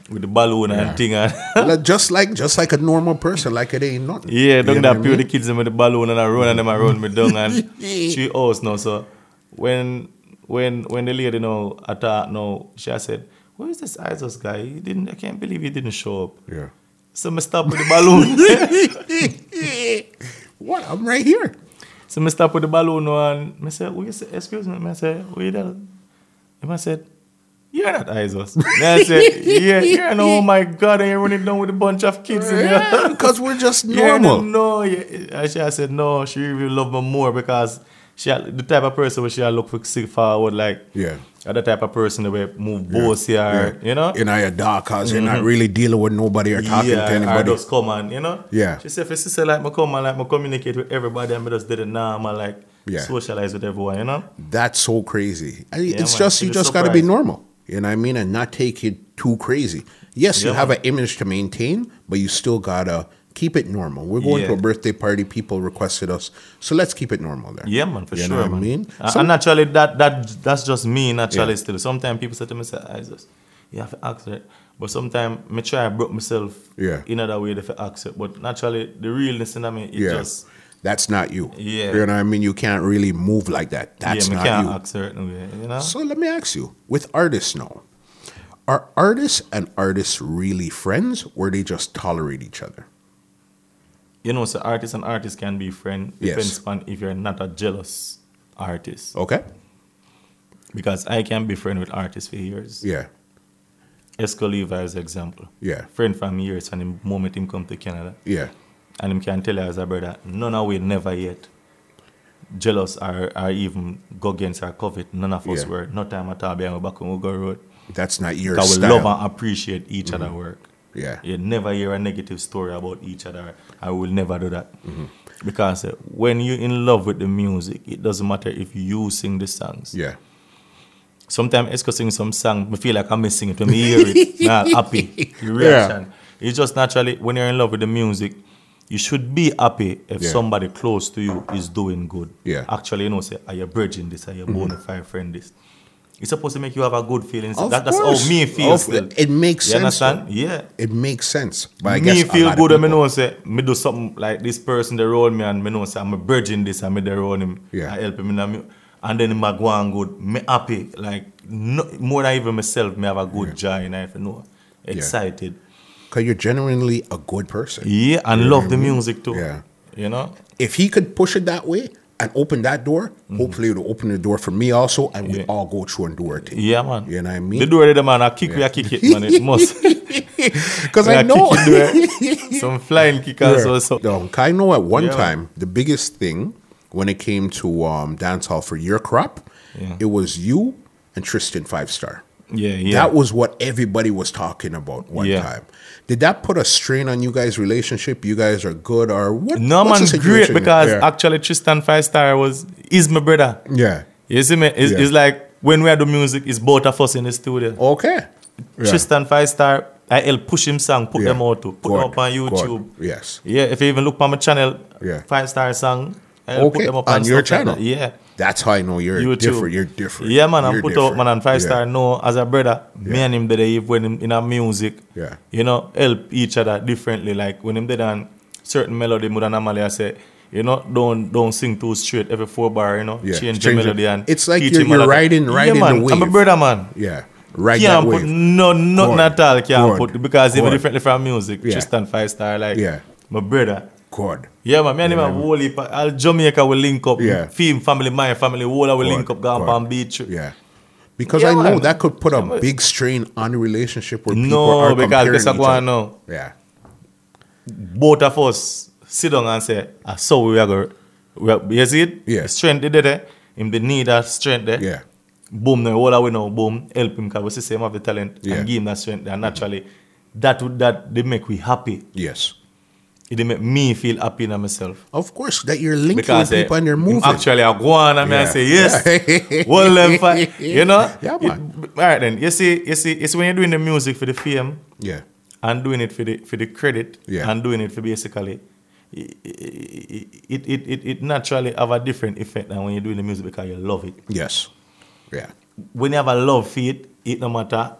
Speaker 2: with the balloon and thing and
Speaker 1: Like- just like just like a normal person, like it ain't nothing.
Speaker 2: Yeah,
Speaker 1: You know
Speaker 2: don't that
Speaker 1: what I
Speaker 2: peel the
Speaker 1: mean?
Speaker 2: kids them with the balloon and I run and them I run me down and three hours now. So when when when the lady now attack now, she I said, Where is this ISIS guy? He didn't I can't believe he didn't show up.
Speaker 1: Yeah.
Speaker 2: So me stop with the balloon.
Speaker 1: What? I'm right here.
Speaker 2: so me stop with the balloon now and me say, "Who you say, excuse me, me say, who you that? And I said, You're not ISIS. And I said, Yeah, yeah, and oh my god, I ain't running down with a bunch of kids in there.
Speaker 1: Because we're just
Speaker 2: Yeah,
Speaker 1: normal.
Speaker 2: no, yeah. And she I said no. She really loved me more because she had- the type of person where she had look for sick forward like
Speaker 1: Yeah.
Speaker 2: other type of person that will move bossy or you know.
Speaker 1: in your dark house, you're not really dealing with nobody or talking
Speaker 2: Mm-hmm. yeah,
Speaker 1: to
Speaker 2: or
Speaker 1: anybody.
Speaker 2: just come and you know.
Speaker 1: Yeah.
Speaker 2: She said, "If sister like me come and like me communicate with everybody, and me just did it normal like
Speaker 1: Yeah.
Speaker 2: socialize with everyone, you know."
Speaker 1: That's so crazy. I- it's
Speaker 2: man,
Speaker 1: just you
Speaker 2: it's a
Speaker 1: just got to be
Speaker 2: surprise.
Speaker 1: normal. You know what I mean, and not take it too crazy. Yes, you
Speaker 2: Yeah,
Speaker 1: have an image to maintain, but you still gotta keep it normal. We're going to
Speaker 2: Yeah.
Speaker 1: a birthday party. People requested us, so let's keep it normal there.
Speaker 2: Yeah, man, for
Speaker 1: You know
Speaker 2: sure,
Speaker 1: what I
Speaker 2: man.
Speaker 1: mean?
Speaker 2: A-
Speaker 1: Some-
Speaker 2: and naturally, that that that's just me. Naturally,
Speaker 1: Yeah.
Speaker 2: still. Sometimes people say to me, "Say, I just you have to accept." But sometimes me try broke myself
Speaker 1: Yeah.
Speaker 2: in other way to accept. But naturally, the realness in me, it
Speaker 1: yeah,
Speaker 2: just
Speaker 1: that's not you.
Speaker 2: Yeah.
Speaker 1: you know what I mean. You can't really move like that. That's
Speaker 2: yeah, me
Speaker 1: not
Speaker 2: can't
Speaker 1: you.
Speaker 2: act certain way, you know.
Speaker 1: So let me ask you, with artists now, are artists and artists really friends or they just tolerate each other?
Speaker 2: you know, so artists and artists can be friends.
Speaker 1: Yes.
Speaker 2: Depends on if you're not a jealous artist,
Speaker 1: Okay.
Speaker 2: because I can be friend with artists for years.
Speaker 1: Yeah.
Speaker 2: Esco Levi is example.
Speaker 1: Yeah.
Speaker 2: Friend from years, and the moment him come to Canada,
Speaker 1: Yeah.
Speaker 2: And him can tell her as a brother, none of we never yet jealous or, or even go against our COVID. None of us
Speaker 1: Yeah.
Speaker 2: were. No time at all behind we back on we go road.
Speaker 1: That's not your
Speaker 2: That we
Speaker 1: style. Mm-hmm.
Speaker 2: love and appreciate each other work.
Speaker 1: Yeah.
Speaker 2: You never hear a negative story about each other. I will never do that.
Speaker 1: Mm-hmm.
Speaker 2: Because uh, when you're in love with the music, it doesn't matter if you sing the songs.
Speaker 1: Yeah.
Speaker 2: Sometimes Esco sing some song, me feel like I'm missing it. When me hear it, nah, happy. The reaction. It's just naturally when you're in love with the music, you should be happy if
Speaker 1: Yeah.
Speaker 2: somebody close to you is doing good.
Speaker 1: Yeah. Mm-hmm.
Speaker 2: Actually, you know, say, are you bridging this? Are you bona fide friend this? It's supposed to make you have a good feeling.
Speaker 1: Of
Speaker 2: That- that's
Speaker 1: course.
Speaker 2: how me feel.
Speaker 1: Of- e-
Speaker 2: still.
Speaker 1: it makes
Speaker 2: you
Speaker 1: sense,
Speaker 2: Understand? Yeah.
Speaker 1: It makes sense. But I guess
Speaker 2: me
Speaker 1: a
Speaker 2: feel
Speaker 1: lot of
Speaker 2: good and me
Speaker 1: people-
Speaker 2: know say me do something like this person they roll me and me know say I'm a bridging this and me they roll him.
Speaker 1: Yeah.
Speaker 2: I help him in a mu- and then him a go on good. Me happy. Like no, more than even myself, me have a good joy in life, you know. Excited.
Speaker 1: Cause you're genuinely a good person.
Speaker 2: Yeah, and love the music too.
Speaker 1: Yeah.
Speaker 2: You know?
Speaker 1: If he could push it that way, and open that door, hopefully it'll open the door for me also, and we
Speaker 2: Mm-hmm. Yeah.
Speaker 1: all go through and do our thing.
Speaker 2: Yeah, man.
Speaker 1: You know what I
Speaker 2: The
Speaker 1: mean?
Speaker 2: door of the man, I kick we, I kick it, man. It must.
Speaker 1: Because
Speaker 2: We
Speaker 1: I
Speaker 2: a
Speaker 1: know.
Speaker 2: kick it door. Some flying kickers
Speaker 1: Yeah.
Speaker 2: or something.
Speaker 1: No, 'cause I know at one
Speaker 2: Yeah.
Speaker 1: time the biggest thing when it came to um, dancehall for your crop,
Speaker 2: Yeah.
Speaker 1: it was you and Tristan Five Star.
Speaker 2: Yeah, yeah.
Speaker 1: That was what everybody was talking about one
Speaker 2: Yeah.
Speaker 1: time. Did that put a strain on you guys' relationship? You guys are good or what?
Speaker 2: no,
Speaker 1: what's the
Speaker 2: man's great
Speaker 1: situation?
Speaker 2: because
Speaker 1: yeah.
Speaker 2: actually Tristan Five Star was, is my brother.
Speaker 1: yeah.
Speaker 2: You see me? It's,
Speaker 1: Yeah.
Speaker 2: it's like when we do music, it's both of us in the studio.
Speaker 1: Okay. Yeah.
Speaker 2: Tristan Five Star, I help push him song, put
Speaker 1: Yeah.
Speaker 2: them out to, put them
Speaker 1: Good,
Speaker 2: up on
Speaker 1: good.
Speaker 2: YouTube.
Speaker 1: Yes.
Speaker 2: Yeah, if you even look on my channel,
Speaker 1: Yeah.
Speaker 2: Five Star song, I'll
Speaker 1: Okay,
Speaker 2: put them up
Speaker 1: on your
Speaker 2: stuff like
Speaker 1: channel.
Speaker 2: that. yeah.
Speaker 1: That's how I know you're
Speaker 2: You too.
Speaker 1: different. You're different.
Speaker 2: Yeah, man. I'm
Speaker 1: You're
Speaker 2: put out,
Speaker 1: different.
Speaker 2: man, and five
Speaker 1: Yeah.
Speaker 2: star. No, as a brother, me and him did a when him in our music.
Speaker 1: Yeah.
Speaker 2: You know, help each other differently. Like when him did on certain melody, more than normally I say, you know, don't don't sing too straight every four bar. You know,
Speaker 1: Yeah,
Speaker 2: change, the
Speaker 1: change it.
Speaker 2: melody and
Speaker 1: It's like
Speaker 2: teach
Speaker 1: you're-
Speaker 2: him a
Speaker 1: you're
Speaker 2: lot of-
Speaker 1: riding- riding
Speaker 2: yeah, man,
Speaker 1: the
Speaker 2: I'm a
Speaker 1: wave.
Speaker 2: brother, man.
Speaker 1: Yeah. Right. that
Speaker 2: Can't
Speaker 1: wave.
Speaker 2: put no nothing
Speaker 1: Good.
Speaker 2: at all. Can't
Speaker 1: Good.
Speaker 2: put because even
Speaker 1: Good.
Speaker 2: differently from music.
Speaker 1: Yeah.
Speaker 2: Just on five star, like
Speaker 1: Yeah.
Speaker 2: my brother.
Speaker 1: God.
Speaker 2: Yeah, man. Me and him have whole heap. of- All Jamaica will link up.
Speaker 1: Yeah.
Speaker 2: Fame family, my family, whole I will link up. Go on
Speaker 1: God.
Speaker 2: Palm Beach.
Speaker 1: Yeah. Because
Speaker 2: Yeah,
Speaker 1: I know
Speaker 2: man.
Speaker 1: that could put a big strain on the relationship where people are
Speaker 2: No, because
Speaker 1: comparing
Speaker 2: guess I
Speaker 1: each
Speaker 2: go on
Speaker 1: other.
Speaker 2: now.
Speaker 1: Yeah.
Speaker 2: Both of us sit down and say, I saw we are going. We are, you see it?
Speaker 1: Yeah.
Speaker 2: The Strength did there. eh? Him the need that strength there.
Speaker 1: Yeah.
Speaker 2: Boom, now all I we know, boom, help him because we see same have the talent
Speaker 1: Yeah.
Speaker 2: and give him that strength there. Naturally, that would that they make we happy.
Speaker 1: Yes.
Speaker 2: It dey make me feel happy in myself.
Speaker 1: Of course, that you're linking
Speaker 2: because eh,
Speaker 1: people and they're
Speaker 2: him
Speaker 1: moving.
Speaker 2: Actually, I go on and me I
Speaker 1: Yeah.
Speaker 2: say yes.
Speaker 1: Yeah.
Speaker 2: Well, them fi- you know.
Speaker 1: Yeah,
Speaker 2: You-
Speaker 1: man.
Speaker 2: b- all right then. You see, you see, it's when you're doing the music for the fame
Speaker 1: yeah.
Speaker 2: and doing it for the for the credit
Speaker 1: Yeah.
Speaker 2: and doing it for basically. It it, it, it it naturally have a different effect than when you're doing the music because you love it.
Speaker 1: Yes. Yeah.
Speaker 2: When you have a love for it, it no matter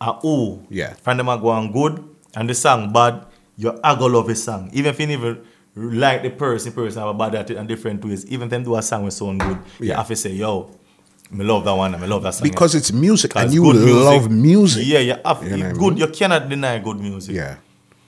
Speaker 2: a who.
Speaker 1: Yeah.
Speaker 2: From them a go on good and the song bad, you are gonna love the song. Even if you never like the person, person have a bad attitude and different ways. Even them do a song with sound good, you
Speaker 1: Yeah.
Speaker 2: have to say, yo, me love that one and me love that song.
Speaker 1: Because it's music and
Speaker 2: Because
Speaker 1: you
Speaker 2: good
Speaker 1: love music.
Speaker 2: Yeah, you have
Speaker 1: You know what I
Speaker 2: good. You cannot deny good music.
Speaker 1: Yeah.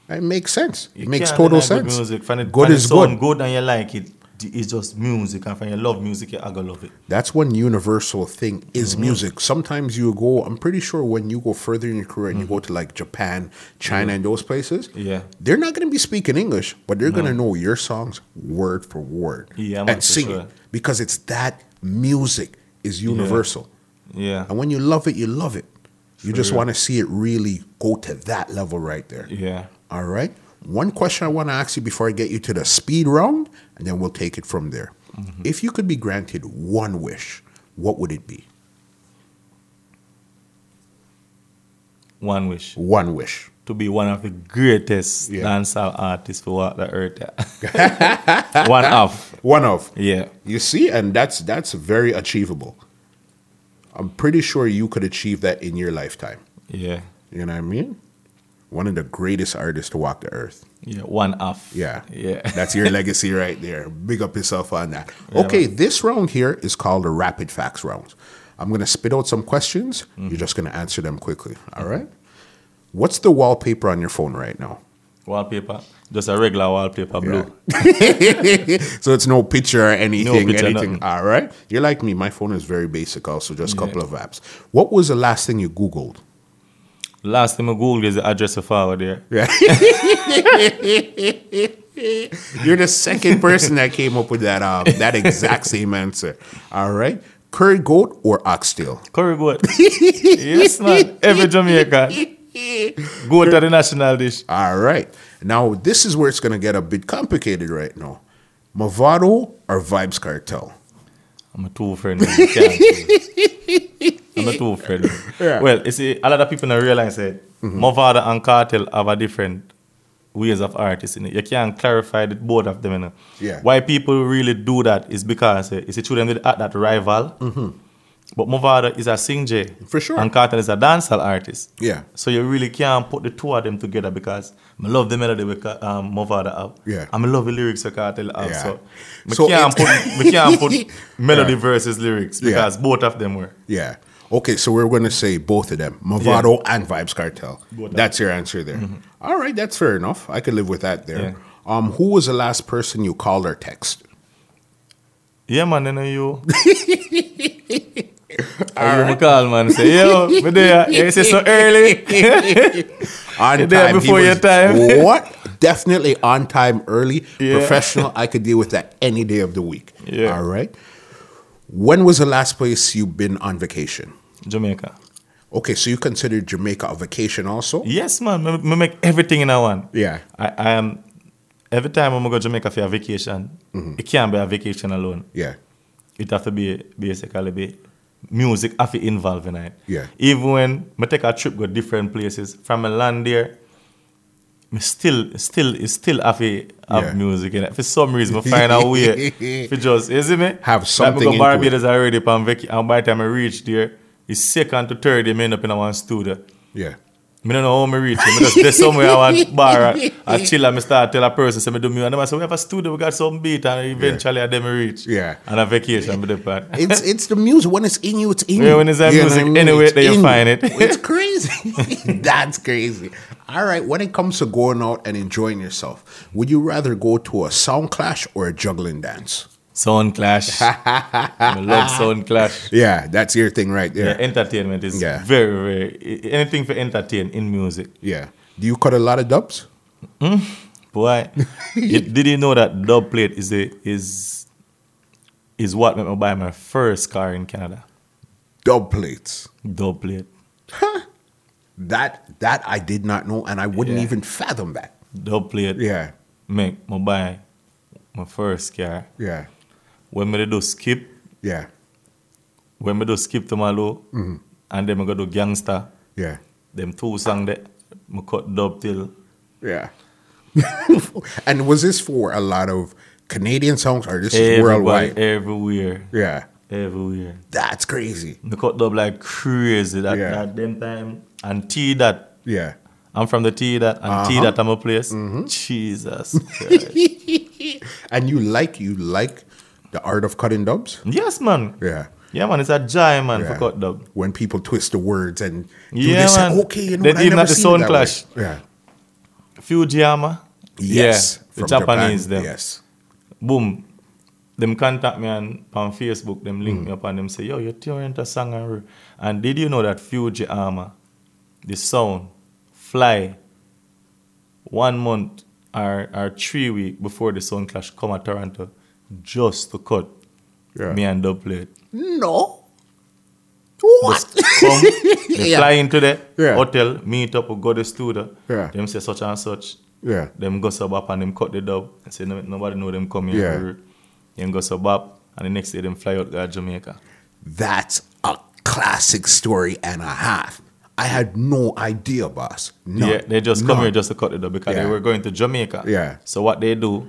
Speaker 1: It makes sense.
Speaker 2: You
Speaker 1: it makes
Speaker 2: can't
Speaker 1: total
Speaker 2: deny good
Speaker 1: sense.
Speaker 2: music. Find it,
Speaker 1: Good
Speaker 2: find
Speaker 1: is
Speaker 2: it sound
Speaker 1: good.
Speaker 2: good and you like it. It's just music, and when you love music, you are gonna love it.
Speaker 1: That's one universal thing is
Speaker 2: Mm-hmm.
Speaker 1: music. Sometimes you go, I'm pretty sure when you go further in your career and
Speaker 2: Mm-hmm.
Speaker 1: you go to like Japan, China, and those places,
Speaker 2: Yeah.
Speaker 1: they're not going to be speaking English, but they're going to know your songs word for word
Speaker 2: Yeah, man,
Speaker 1: and
Speaker 2: for
Speaker 1: sing
Speaker 2: sure.
Speaker 1: it because it's that music is universal.
Speaker 2: Yeah,
Speaker 1: And when you love it, you love it. You just want to see it really go to that level right there.
Speaker 2: yeah.
Speaker 1: All right. One question I want to ask you before I get you to the speed round, and then we'll take it from there.
Speaker 2: Mm-hmm.
Speaker 1: If you could be granted one wish, what would it be?
Speaker 2: One wish.
Speaker 1: One wish.
Speaker 2: to be one of the greatest
Speaker 1: Yeah.
Speaker 2: dancehall artists for what the earth. yeah. one of.
Speaker 1: One of.
Speaker 2: Yeah.
Speaker 1: You see, and that's that's very achievable. I'm pretty sure you could achieve that in your lifetime.
Speaker 2: Yeah.
Speaker 1: You know what I mean? One of the greatest artists to walk the earth.
Speaker 2: Yeah. One of.
Speaker 1: Yeah.
Speaker 2: Yeah.
Speaker 1: That's your legacy right there. Big up yourself on that. okay, this round here is called the rapid facts round. I'm going to spit out some questions. You're just going to answer them quickly. All right? What's the wallpaper on your phone right now?
Speaker 2: wallpaper. Just a regular wallpaper blue.
Speaker 1: so it's no picture or anything,
Speaker 2: picture,
Speaker 1: anything.
Speaker 2: nothing.
Speaker 1: All right? You're like me. My phone is very basic also, just a couple of apps. What was the last thing you Googled?
Speaker 2: Last time I Googled is the address of our there.
Speaker 1: Yeah. You're the second person that came up with that um, that exact same answer. All right. Curry goat or oxtail?
Speaker 2: Curry goat. yes, man. Every Jamaican. Goat to the national dish.
Speaker 1: All right. Now this is where it's gonna get a bit complicated right now. Movado or Vibes Cartel?
Speaker 2: I'm a two friend. man. You can't do it. I'm a two friend. man.
Speaker 1: Yeah. Mm-hmm.
Speaker 2: Well, you see, a lot of people don't realize that Movada and Cartel have a different ways of artists in it. You can't clarify the both of them. You know?
Speaker 1: Yeah.
Speaker 2: Why people really do that is because eh, it's the children that act that rival. But Movada is a sing
Speaker 1: Mm-hmm. For sure.
Speaker 2: And Cartel is a dancehall artist.
Speaker 1: Yeah.
Speaker 2: So you really can't put the two of them together because I love the melody with um, Movada have.
Speaker 1: Yeah.
Speaker 2: And I love the lyrics of Cartel have.
Speaker 1: Yeah.
Speaker 2: So, I
Speaker 1: So
Speaker 2: can't, put,
Speaker 1: it's-
Speaker 2: me can't put melody
Speaker 1: Yeah.
Speaker 2: versus lyrics
Speaker 1: Yeah.
Speaker 2: because both of them were.
Speaker 1: Yeah. Okay, so we're gonna say both of them, Movado and Vibes Cartel.
Speaker 2: Both of them. Mm-hmm.
Speaker 1: That's your answer there. All right, that's fair enough. I could live with that there.
Speaker 2: Yeah.
Speaker 1: Um, who was the last person you called or text?
Speaker 2: Yeah, man, then you. I you me call, man. Say, yo, me there. Yeah, it's so early.
Speaker 1: on
Speaker 2: there
Speaker 1: time. he
Speaker 2: before your
Speaker 1: was-
Speaker 2: time.
Speaker 1: what? Definitely on time, early,
Speaker 2: Yeah.
Speaker 1: professional. I could deal with that any day of the week.
Speaker 2: Yeah.
Speaker 1: All right. When was the last place you've been on vacation?
Speaker 2: Jamaica.
Speaker 1: Okay, so you consider Jamaica a vacation also?
Speaker 2: Yes, man. Me, me make everything in a one.
Speaker 1: Yeah.
Speaker 2: I, I am. Every time I'm go to Jamaica for a vacation,
Speaker 1: Mm-hmm.
Speaker 2: it can't be a vacation alone.
Speaker 1: Yeah.
Speaker 2: It have to be basically be music have to involve in it.
Speaker 1: Yeah.
Speaker 2: Even when I take a trip go different places from a land there, me still still it still have to have
Speaker 1: Yeah.
Speaker 2: music in it. For some reason, I find a way for just you see me
Speaker 1: Have
Speaker 2: Like
Speaker 1: something
Speaker 2: me
Speaker 1: into
Speaker 2: go Barbados already, pan vac- and by the time I reach there, it's second to third. I end up in a one studio.
Speaker 1: Yeah.
Speaker 2: Me don't know how me reach it. Me just there somewhere I want bar I chill and me start tell a person say me do me and them I say we have a studio we got some beat and eventually I them reach.
Speaker 1: Yeah.
Speaker 2: And a vacation me depart.
Speaker 1: It's it's the music. When it's in you, it's in you.
Speaker 2: Yeah, when it's that
Speaker 1: You know
Speaker 2: music,
Speaker 1: what I mean?
Speaker 2: anywhere
Speaker 1: It's
Speaker 2: that you
Speaker 1: in
Speaker 2: find it.
Speaker 1: it's crazy. That's crazy. All right. When it comes to going out and enjoying yourself, would you rather go to a sound clash or a juggling dance?
Speaker 2: Sound clash. I love sound clash.
Speaker 1: Yeah, that's your thing right
Speaker 2: Yeah,
Speaker 1: there. Yeah.
Speaker 2: entertainment is
Speaker 1: Yeah.
Speaker 2: very very i- anything for entertain in music.
Speaker 1: Do you cut a lot of dubs?
Speaker 2: Boy, you, did you know that dub plate is a, is is what made me buy my first car in Canada?
Speaker 1: Dub plates.
Speaker 2: Dub plate.
Speaker 1: That that I did not know, and I wouldn't
Speaker 2: Yeah.
Speaker 1: even fathom that.
Speaker 2: Dub plate.
Speaker 1: Yeah.
Speaker 2: Make me buy my first car.
Speaker 1: Yeah.
Speaker 2: when me dey do skip,
Speaker 1: Yeah.
Speaker 2: when me do skip to Malo,
Speaker 1: Mm-hmm.
Speaker 2: and then I go do gangster,
Speaker 1: Yeah.
Speaker 2: them two song that me cut dub till.
Speaker 1: Yeah. and was this for a lot of Canadian songs or this is
Speaker 2: Everybody,
Speaker 1: worldwide?
Speaker 2: everywhere,
Speaker 1: Yeah.
Speaker 2: everywhere.
Speaker 1: That's crazy.
Speaker 2: Me cut dub like crazy that,
Speaker 1: Yeah.
Speaker 2: that them time. And T that,
Speaker 1: Yeah.
Speaker 2: I'm from the T that, and T
Speaker 1: Uh-huh.
Speaker 2: that I'm a place.
Speaker 1: Mm-hmm.
Speaker 2: Jesus Christ.
Speaker 1: and you like you like the art of cutting dubs?
Speaker 2: yes, man.
Speaker 1: Yeah.
Speaker 2: Yeah, man, it's a giant man
Speaker 1: Yeah.
Speaker 2: for cut dub.
Speaker 1: When people twist the words and do
Speaker 2: Yeah,
Speaker 1: this,
Speaker 2: man.
Speaker 1: okay, you know,
Speaker 2: They
Speaker 1: what, I
Speaker 2: even
Speaker 1: never
Speaker 2: had the
Speaker 1: seen it
Speaker 2: sound
Speaker 1: that
Speaker 2: clash.
Speaker 1: way. Yeah.
Speaker 2: Fujiyama.
Speaker 1: Yes.
Speaker 2: Yeah, the
Speaker 1: from
Speaker 2: Japanese
Speaker 1: Japan.
Speaker 2: them.
Speaker 1: Yes.
Speaker 2: boom, them contact me on, on Facebook, them
Speaker 1: Hmm.
Speaker 2: link me up and them say, yo, you're touring a song. And, re-" and did you know that Fuji Armor, the sound, fly one month or, or three week before the sound clash come at Toronto just to cut
Speaker 1: Yeah.
Speaker 2: me and dub plate.
Speaker 1: No. What?
Speaker 2: Come, they
Speaker 1: Yeah.
Speaker 2: fly into the
Speaker 1: Yeah.
Speaker 2: hotel, meet up, go to the studio.
Speaker 1: Yeah.
Speaker 2: Them say such and such.
Speaker 1: Yeah.
Speaker 2: Them go sub up and them cut the dub. And say no, nobody know them come
Speaker 1: Yeah.
Speaker 2: here. Them go sub up and the next day them fly out to Jamaica.
Speaker 1: That's a classic story and a half. I had no idea, boss. No.
Speaker 2: yeah, they just come
Speaker 1: None.
Speaker 2: here just to cut the dub because
Speaker 1: Yeah.
Speaker 2: they were going to Jamaica.
Speaker 1: Yeah.
Speaker 2: So what they do,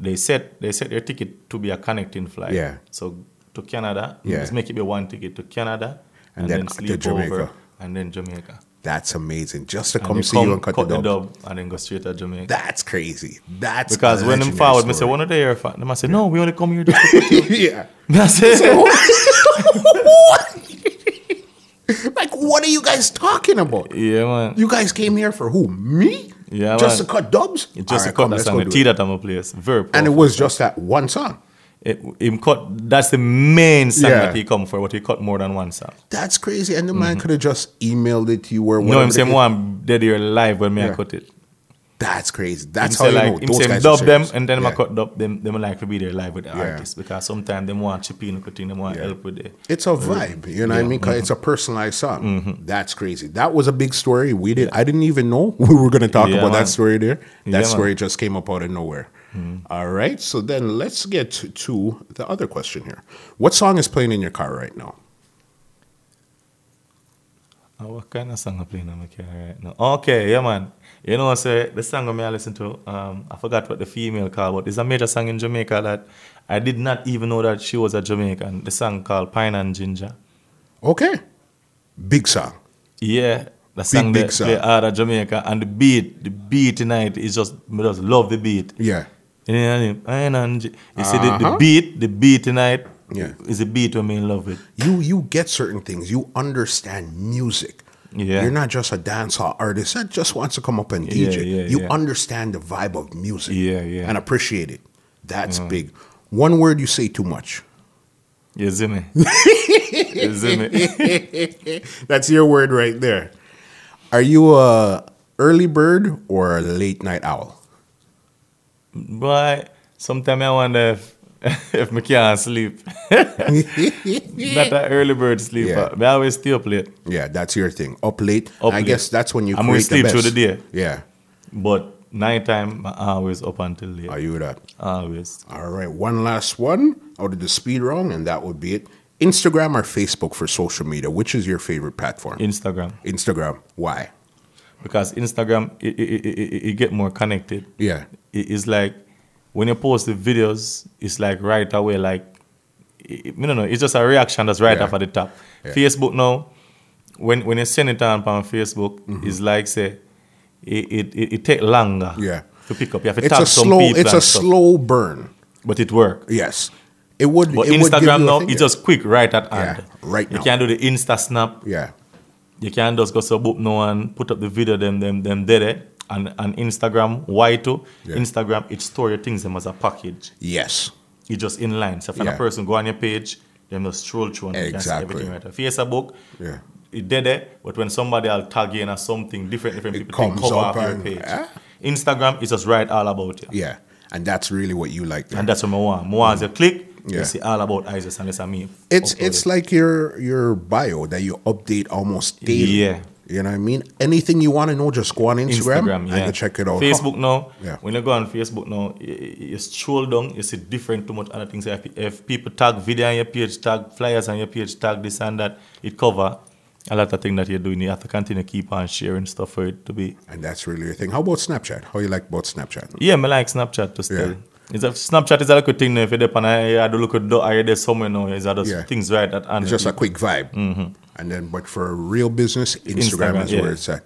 Speaker 2: they set they set their ticket to be a connecting flight.
Speaker 1: Yeah.
Speaker 2: So to Canada,
Speaker 1: Yeah.
Speaker 2: just make it be one ticket to Canada
Speaker 1: And then to Jamaica.
Speaker 2: over and then Jamaica.
Speaker 1: That's amazing. Just to
Speaker 2: And
Speaker 1: come
Speaker 2: they
Speaker 1: see you and cut, the, dub.
Speaker 2: and then go straight to Jamaica.
Speaker 1: That's crazy. That's
Speaker 2: Because
Speaker 1: a
Speaker 2: when them
Speaker 1: legendary
Speaker 2: forward, me say,
Speaker 1: story.
Speaker 2: one of the air fan. Them I say, no, we only come here just to cut you.
Speaker 1: yeah.
Speaker 2: Me I say,
Speaker 1: like, what are you guys talking about?
Speaker 2: yeah, man.
Speaker 1: You guys came here for who? Me?
Speaker 2: Yeah,
Speaker 1: Just
Speaker 2: man.
Speaker 1: to cut dubs?
Speaker 2: Just
Speaker 1: Alright,
Speaker 2: to cut
Speaker 1: come,
Speaker 2: that
Speaker 1: let's
Speaker 2: song,
Speaker 1: go
Speaker 2: the
Speaker 1: do
Speaker 2: tea
Speaker 1: it.
Speaker 2: that I'm a place. Very
Speaker 1: And it
Speaker 2: powerful.
Speaker 1: was just that one song.
Speaker 2: It- him cut, that's the main song
Speaker 1: Yeah.
Speaker 2: that he come for, but he cut more than one song.
Speaker 1: That's crazy. And the man could have just emailed it to you or
Speaker 2: You know
Speaker 1: whatever.
Speaker 2: Mm-hmm. him
Speaker 1: the
Speaker 2: saying,
Speaker 1: case-
Speaker 2: one dead here live when me I
Speaker 1: Yeah.
Speaker 2: cut it.
Speaker 1: That's crazy.
Speaker 2: Him
Speaker 1: That's how
Speaker 2: say
Speaker 1: you
Speaker 2: like,
Speaker 1: know
Speaker 2: him
Speaker 1: those
Speaker 2: say
Speaker 1: guys are
Speaker 2: dub them
Speaker 1: serious.
Speaker 2: and then
Speaker 1: Yeah.
Speaker 2: I cut dub them, them like to be there live with the artist because sometimes them want chip in, cut in, them want help with it.
Speaker 1: It's a vibe, you know what I mean?
Speaker 2: Mm-hmm.
Speaker 1: 'Cause It's a personalized song. That's crazy. That was a big story. We did. I didn't even know we were going to talk
Speaker 2: Yeah,
Speaker 1: about
Speaker 2: man.
Speaker 1: that story there. That
Speaker 2: Yeah, man. Mm-hmm.
Speaker 1: story just came up out of nowhere. All right. So then let's get to- to the other question here. What song is playing in your car right now?
Speaker 2: Oh, what kind of song I playing on my car right now? Okay, yeah, man. You know, say the song me I listen to, um, I forgot what the female called, but it's a major song in Jamaica that I did not even know that she was a Jamaican. The song called Pine and Ginger.
Speaker 1: Okay. Big song.
Speaker 2: Yeah, the song
Speaker 1: big
Speaker 2: that
Speaker 1: song.
Speaker 2: play out of Jamaica and the beat, the beat tonight is just, me just love the beat.
Speaker 1: Yeah.
Speaker 2: You know what I mean? Pine and Gi- You see the, the
Speaker 1: Uh-huh.
Speaker 2: beat, the beat tonight
Speaker 1: Yeah.
Speaker 2: is the beat I'm in love with.
Speaker 1: You you get certain things. You understand music.
Speaker 2: Yeah.
Speaker 1: You're not just a dancehall artist that just wants to come up and
Speaker 2: Yeah,
Speaker 1: DJ.
Speaker 2: yeah,
Speaker 1: you
Speaker 2: yeah.
Speaker 1: understand the vibe of music.
Speaker 2: Yeah, yeah.
Speaker 1: And appreciate it. That's big. One word you say too much.
Speaker 2: You see me? you see me?
Speaker 1: That's your word right there. Are you a early bird or a late night owl?
Speaker 2: But sometimes I wonder if, if I can't sleep. Not an early bird sleeper.
Speaker 1: Yeah.
Speaker 2: But I always stay up late.
Speaker 1: Yeah, that's your thing. Up late.
Speaker 2: Up
Speaker 1: I
Speaker 2: late.
Speaker 1: guess that's when you
Speaker 2: I'm
Speaker 1: create
Speaker 2: gonna sleep
Speaker 1: the best.
Speaker 2: through the day.
Speaker 1: Yeah.
Speaker 2: But nighttime, I always up until late.
Speaker 1: Are you with that?
Speaker 2: Always.
Speaker 1: All right, one last one out of the speed round, and that would be it. Instagram or Facebook for social media, which is your favorite platform?
Speaker 2: Instagram.
Speaker 1: Instagram. Why?
Speaker 2: Because Instagram, it, it, it, it, it get more connected.
Speaker 1: Yeah.
Speaker 2: it- it's like when you post the videos, it's like right away, like it, it- you know, it's just a reaction that's right
Speaker 1: Yeah.
Speaker 2: off at the top.
Speaker 1: Yeah.
Speaker 2: Facebook now, when when you send it on on Facebook,
Speaker 1: Mm-hmm.
Speaker 2: it's like say it it, it, it take longer.
Speaker 1: Yeah.
Speaker 2: To pick up, you have to
Speaker 1: It's
Speaker 2: tag
Speaker 1: a
Speaker 2: some
Speaker 1: slow.
Speaker 2: people.
Speaker 1: It's a
Speaker 2: and stuff,
Speaker 1: slow burn.
Speaker 2: but it work.
Speaker 1: Yes, it would.
Speaker 2: But
Speaker 1: it would give
Speaker 2: Instagram
Speaker 1: you a
Speaker 2: now,
Speaker 1: thing,
Speaker 2: it's
Speaker 1: yeah.
Speaker 2: just quick right at
Speaker 1: Yeah,
Speaker 2: hand.
Speaker 1: right
Speaker 2: You
Speaker 1: now.
Speaker 2: can't do the Insta snap.
Speaker 1: yeah,
Speaker 2: You can't just go sub up now and put up the video them them them did it. And, and Instagram, why too?
Speaker 1: Yeah.
Speaker 2: Instagram, it store your things them as a package.
Speaker 1: yes,
Speaker 2: you just in line. So if
Speaker 1: Yeah.
Speaker 2: a person go on your page, them just stroll through and you can see
Speaker 1: Exactly.
Speaker 2: everything right. Facebook,
Speaker 1: yeah.
Speaker 2: it did it, but when somebody will tag you in or something different, different
Speaker 1: It
Speaker 2: people think
Speaker 1: comes
Speaker 2: cover
Speaker 1: up
Speaker 2: off your
Speaker 1: and-
Speaker 2: page.
Speaker 1: eh?
Speaker 2: Instagram is just right all about you.
Speaker 1: Yeah, and that's really what you like. There.
Speaker 2: And that's what I want. More as you click,
Speaker 1: Yeah.
Speaker 2: you see all about ISIS unless I mean.
Speaker 1: it's it's like your your bio that you update almost daily.
Speaker 2: Yeah.
Speaker 1: you know what I mean. Anything you want to know, just go on Instagram,
Speaker 2: Instagram, yeah.
Speaker 1: and you check it out.
Speaker 2: Facebook now,
Speaker 1: Yeah.
Speaker 2: when you go on Facebook now, you, you stroll down, you see different too much other things. If, if people tag video on your page, tag flyers on your page, tag this and that, it cover a lot of things that you're doing. You have to continue keep on sharing stuff for it to be.
Speaker 1: and that's really your thing. How about Snapchat? How you like about Snapchat?
Speaker 2: Yeah, me like Snapchat to still. It's a, Snapchat is a good thing now. If you're there, and I, I do look at the I there somewhere now. It's just
Speaker 1: Yeah.
Speaker 2: things right at hand.
Speaker 1: It's just a quick vibe. And then, but for a real business, Instagram,
Speaker 2: Mm-hmm. Instagram,
Speaker 1: is
Speaker 2: yeah.
Speaker 1: where it's at.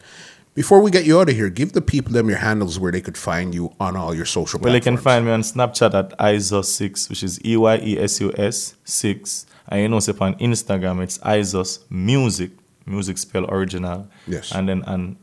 Speaker 1: Before we get you out of here, give the people them your handles where they could find you on all your social
Speaker 2: Well, you
Speaker 1: platforms.
Speaker 2: can find me on Snapchat at ISOS6, which is E Y E S U S 6. And you know, so on Instagram, it's ISOS Music, music spell original.
Speaker 1: Yes.
Speaker 2: And then on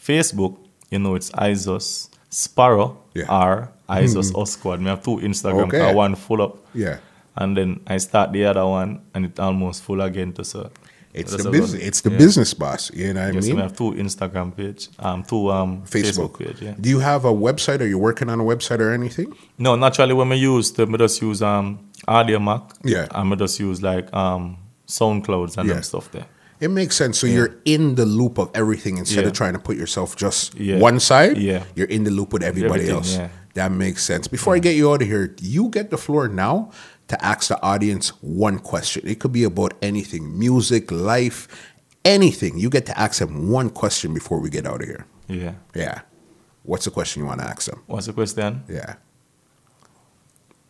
Speaker 2: Facebook, you know, it's ISOS Sparrow
Speaker 1: Yeah. Hmm.
Speaker 2: R, ISOS O Squad. Me have two Instagram,
Speaker 1: Okay.
Speaker 2: I one full up.
Speaker 1: Yeah.
Speaker 2: And then I start the other one, and it almost full again, too. So
Speaker 1: It's
Speaker 2: that's
Speaker 1: the
Speaker 2: a
Speaker 1: business.
Speaker 2: good-
Speaker 1: It's the
Speaker 2: yeah.
Speaker 1: business boss. You know what
Speaker 2: Yes,
Speaker 1: I
Speaker 2: and I
Speaker 1: mean?
Speaker 2: have two Instagram page, um, two um,
Speaker 1: Facebook.
Speaker 2: Facebook page. Yeah.
Speaker 1: Do you have a website? Are you working on a website or anything?
Speaker 2: No, naturally when we use the we just use um audio mac.
Speaker 1: Yeah.
Speaker 2: And we just use like um SoundClouds and
Speaker 1: Yeah.
Speaker 2: them stuff there.
Speaker 1: It makes sense. So you're in the loop of everything instead of
Speaker 2: Yeah.
Speaker 1: trying to put yourself just
Speaker 2: Yeah.
Speaker 1: one side.
Speaker 2: Yeah.
Speaker 1: You're in the loop with everybody
Speaker 2: Everything,
Speaker 1: else.
Speaker 2: yeah.
Speaker 1: That makes sense. Before I get you out of here, you get the floor now to ask the audience one question. It could be about anything music, life, anything. You get to ask them one question before we get out of here.
Speaker 2: Yeah.
Speaker 1: Yeah. What's the question you want to ask them?
Speaker 2: What's the question?
Speaker 1: Yeah.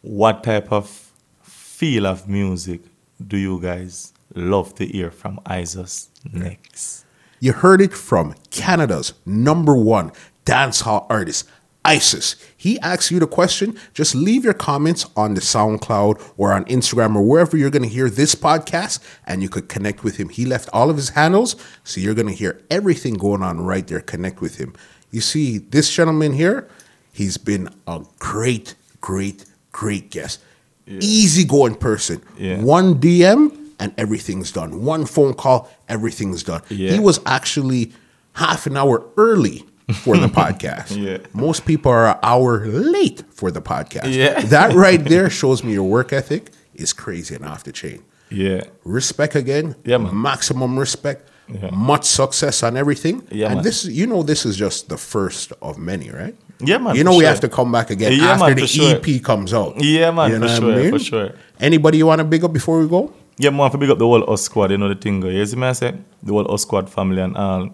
Speaker 2: What type of feel of music do you guys love to hear from ISIS next?
Speaker 1: You heard it from Canada's number one dancehall artist, Isis. He asks you the question. Just leave your comments on the SoundCloud or on Instagram or wherever you're going to hear this podcast, and you could connect with him. He left all of his handles, so you're going to hear everything going on right there. Connect with him. You see, this gentleman here, he's been a great, great, great guest. Easy going person.
Speaker 2: Yeah.
Speaker 1: One DM and everything's done. One phone call, everything's done. He
Speaker 2: Yeah.
Speaker 1: was actually half an hour early for the podcast.
Speaker 2: Yeah.
Speaker 1: Most people are an hour late for the podcast.
Speaker 2: Yeah.
Speaker 1: that right there shows me your work ethic is crazy and off the chain.
Speaker 2: Yeah.
Speaker 1: Respect again.
Speaker 2: Yeah, man.
Speaker 1: Maximum respect.
Speaker 2: Yeah.
Speaker 1: Much success on everything.
Speaker 2: Yeah,
Speaker 1: and
Speaker 2: man.
Speaker 1: this is you know this is just the first of many, right?
Speaker 2: Yeah, man,
Speaker 1: You
Speaker 2: for
Speaker 1: know we
Speaker 2: sure.
Speaker 1: have to come back again
Speaker 2: Yeah,
Speaker 1: after
Speaker 2: man,
Speaker 1: the
Speaker 2: for sure.
Speaker 1: EP comes out.
Speaker 2: Yeah, man, for
Speaker 1: what
Speaker 2: sure, for sure.
Speaker 1: Anybody you want to big up before we go?
Speaker 2: Yeah, man, for big up the whole us squad, you know the thing. go, You see me I say? The whole us squad family and all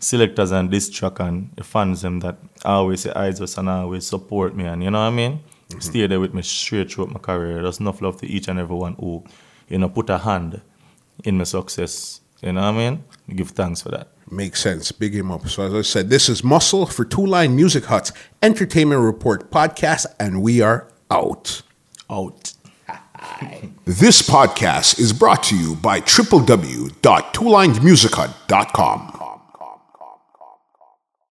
Speaker 2: selectors and this track and the fans them that always say eyes us and always support me and you know what I mean? Stay there with me straight throughout my career. There's enough love to each and everyone who, you know, put a hand in my success. You know what I mean? Give thanks for that.
Speaker 1: Makes sense. Big him up. So as I said, this is Muscle for Two Line Music Huts Entertainment Report podcast, and we are out.
Speaker 2: Out.
Speaker 1: This podcast is brought to you by www.twolinedmusichut.com.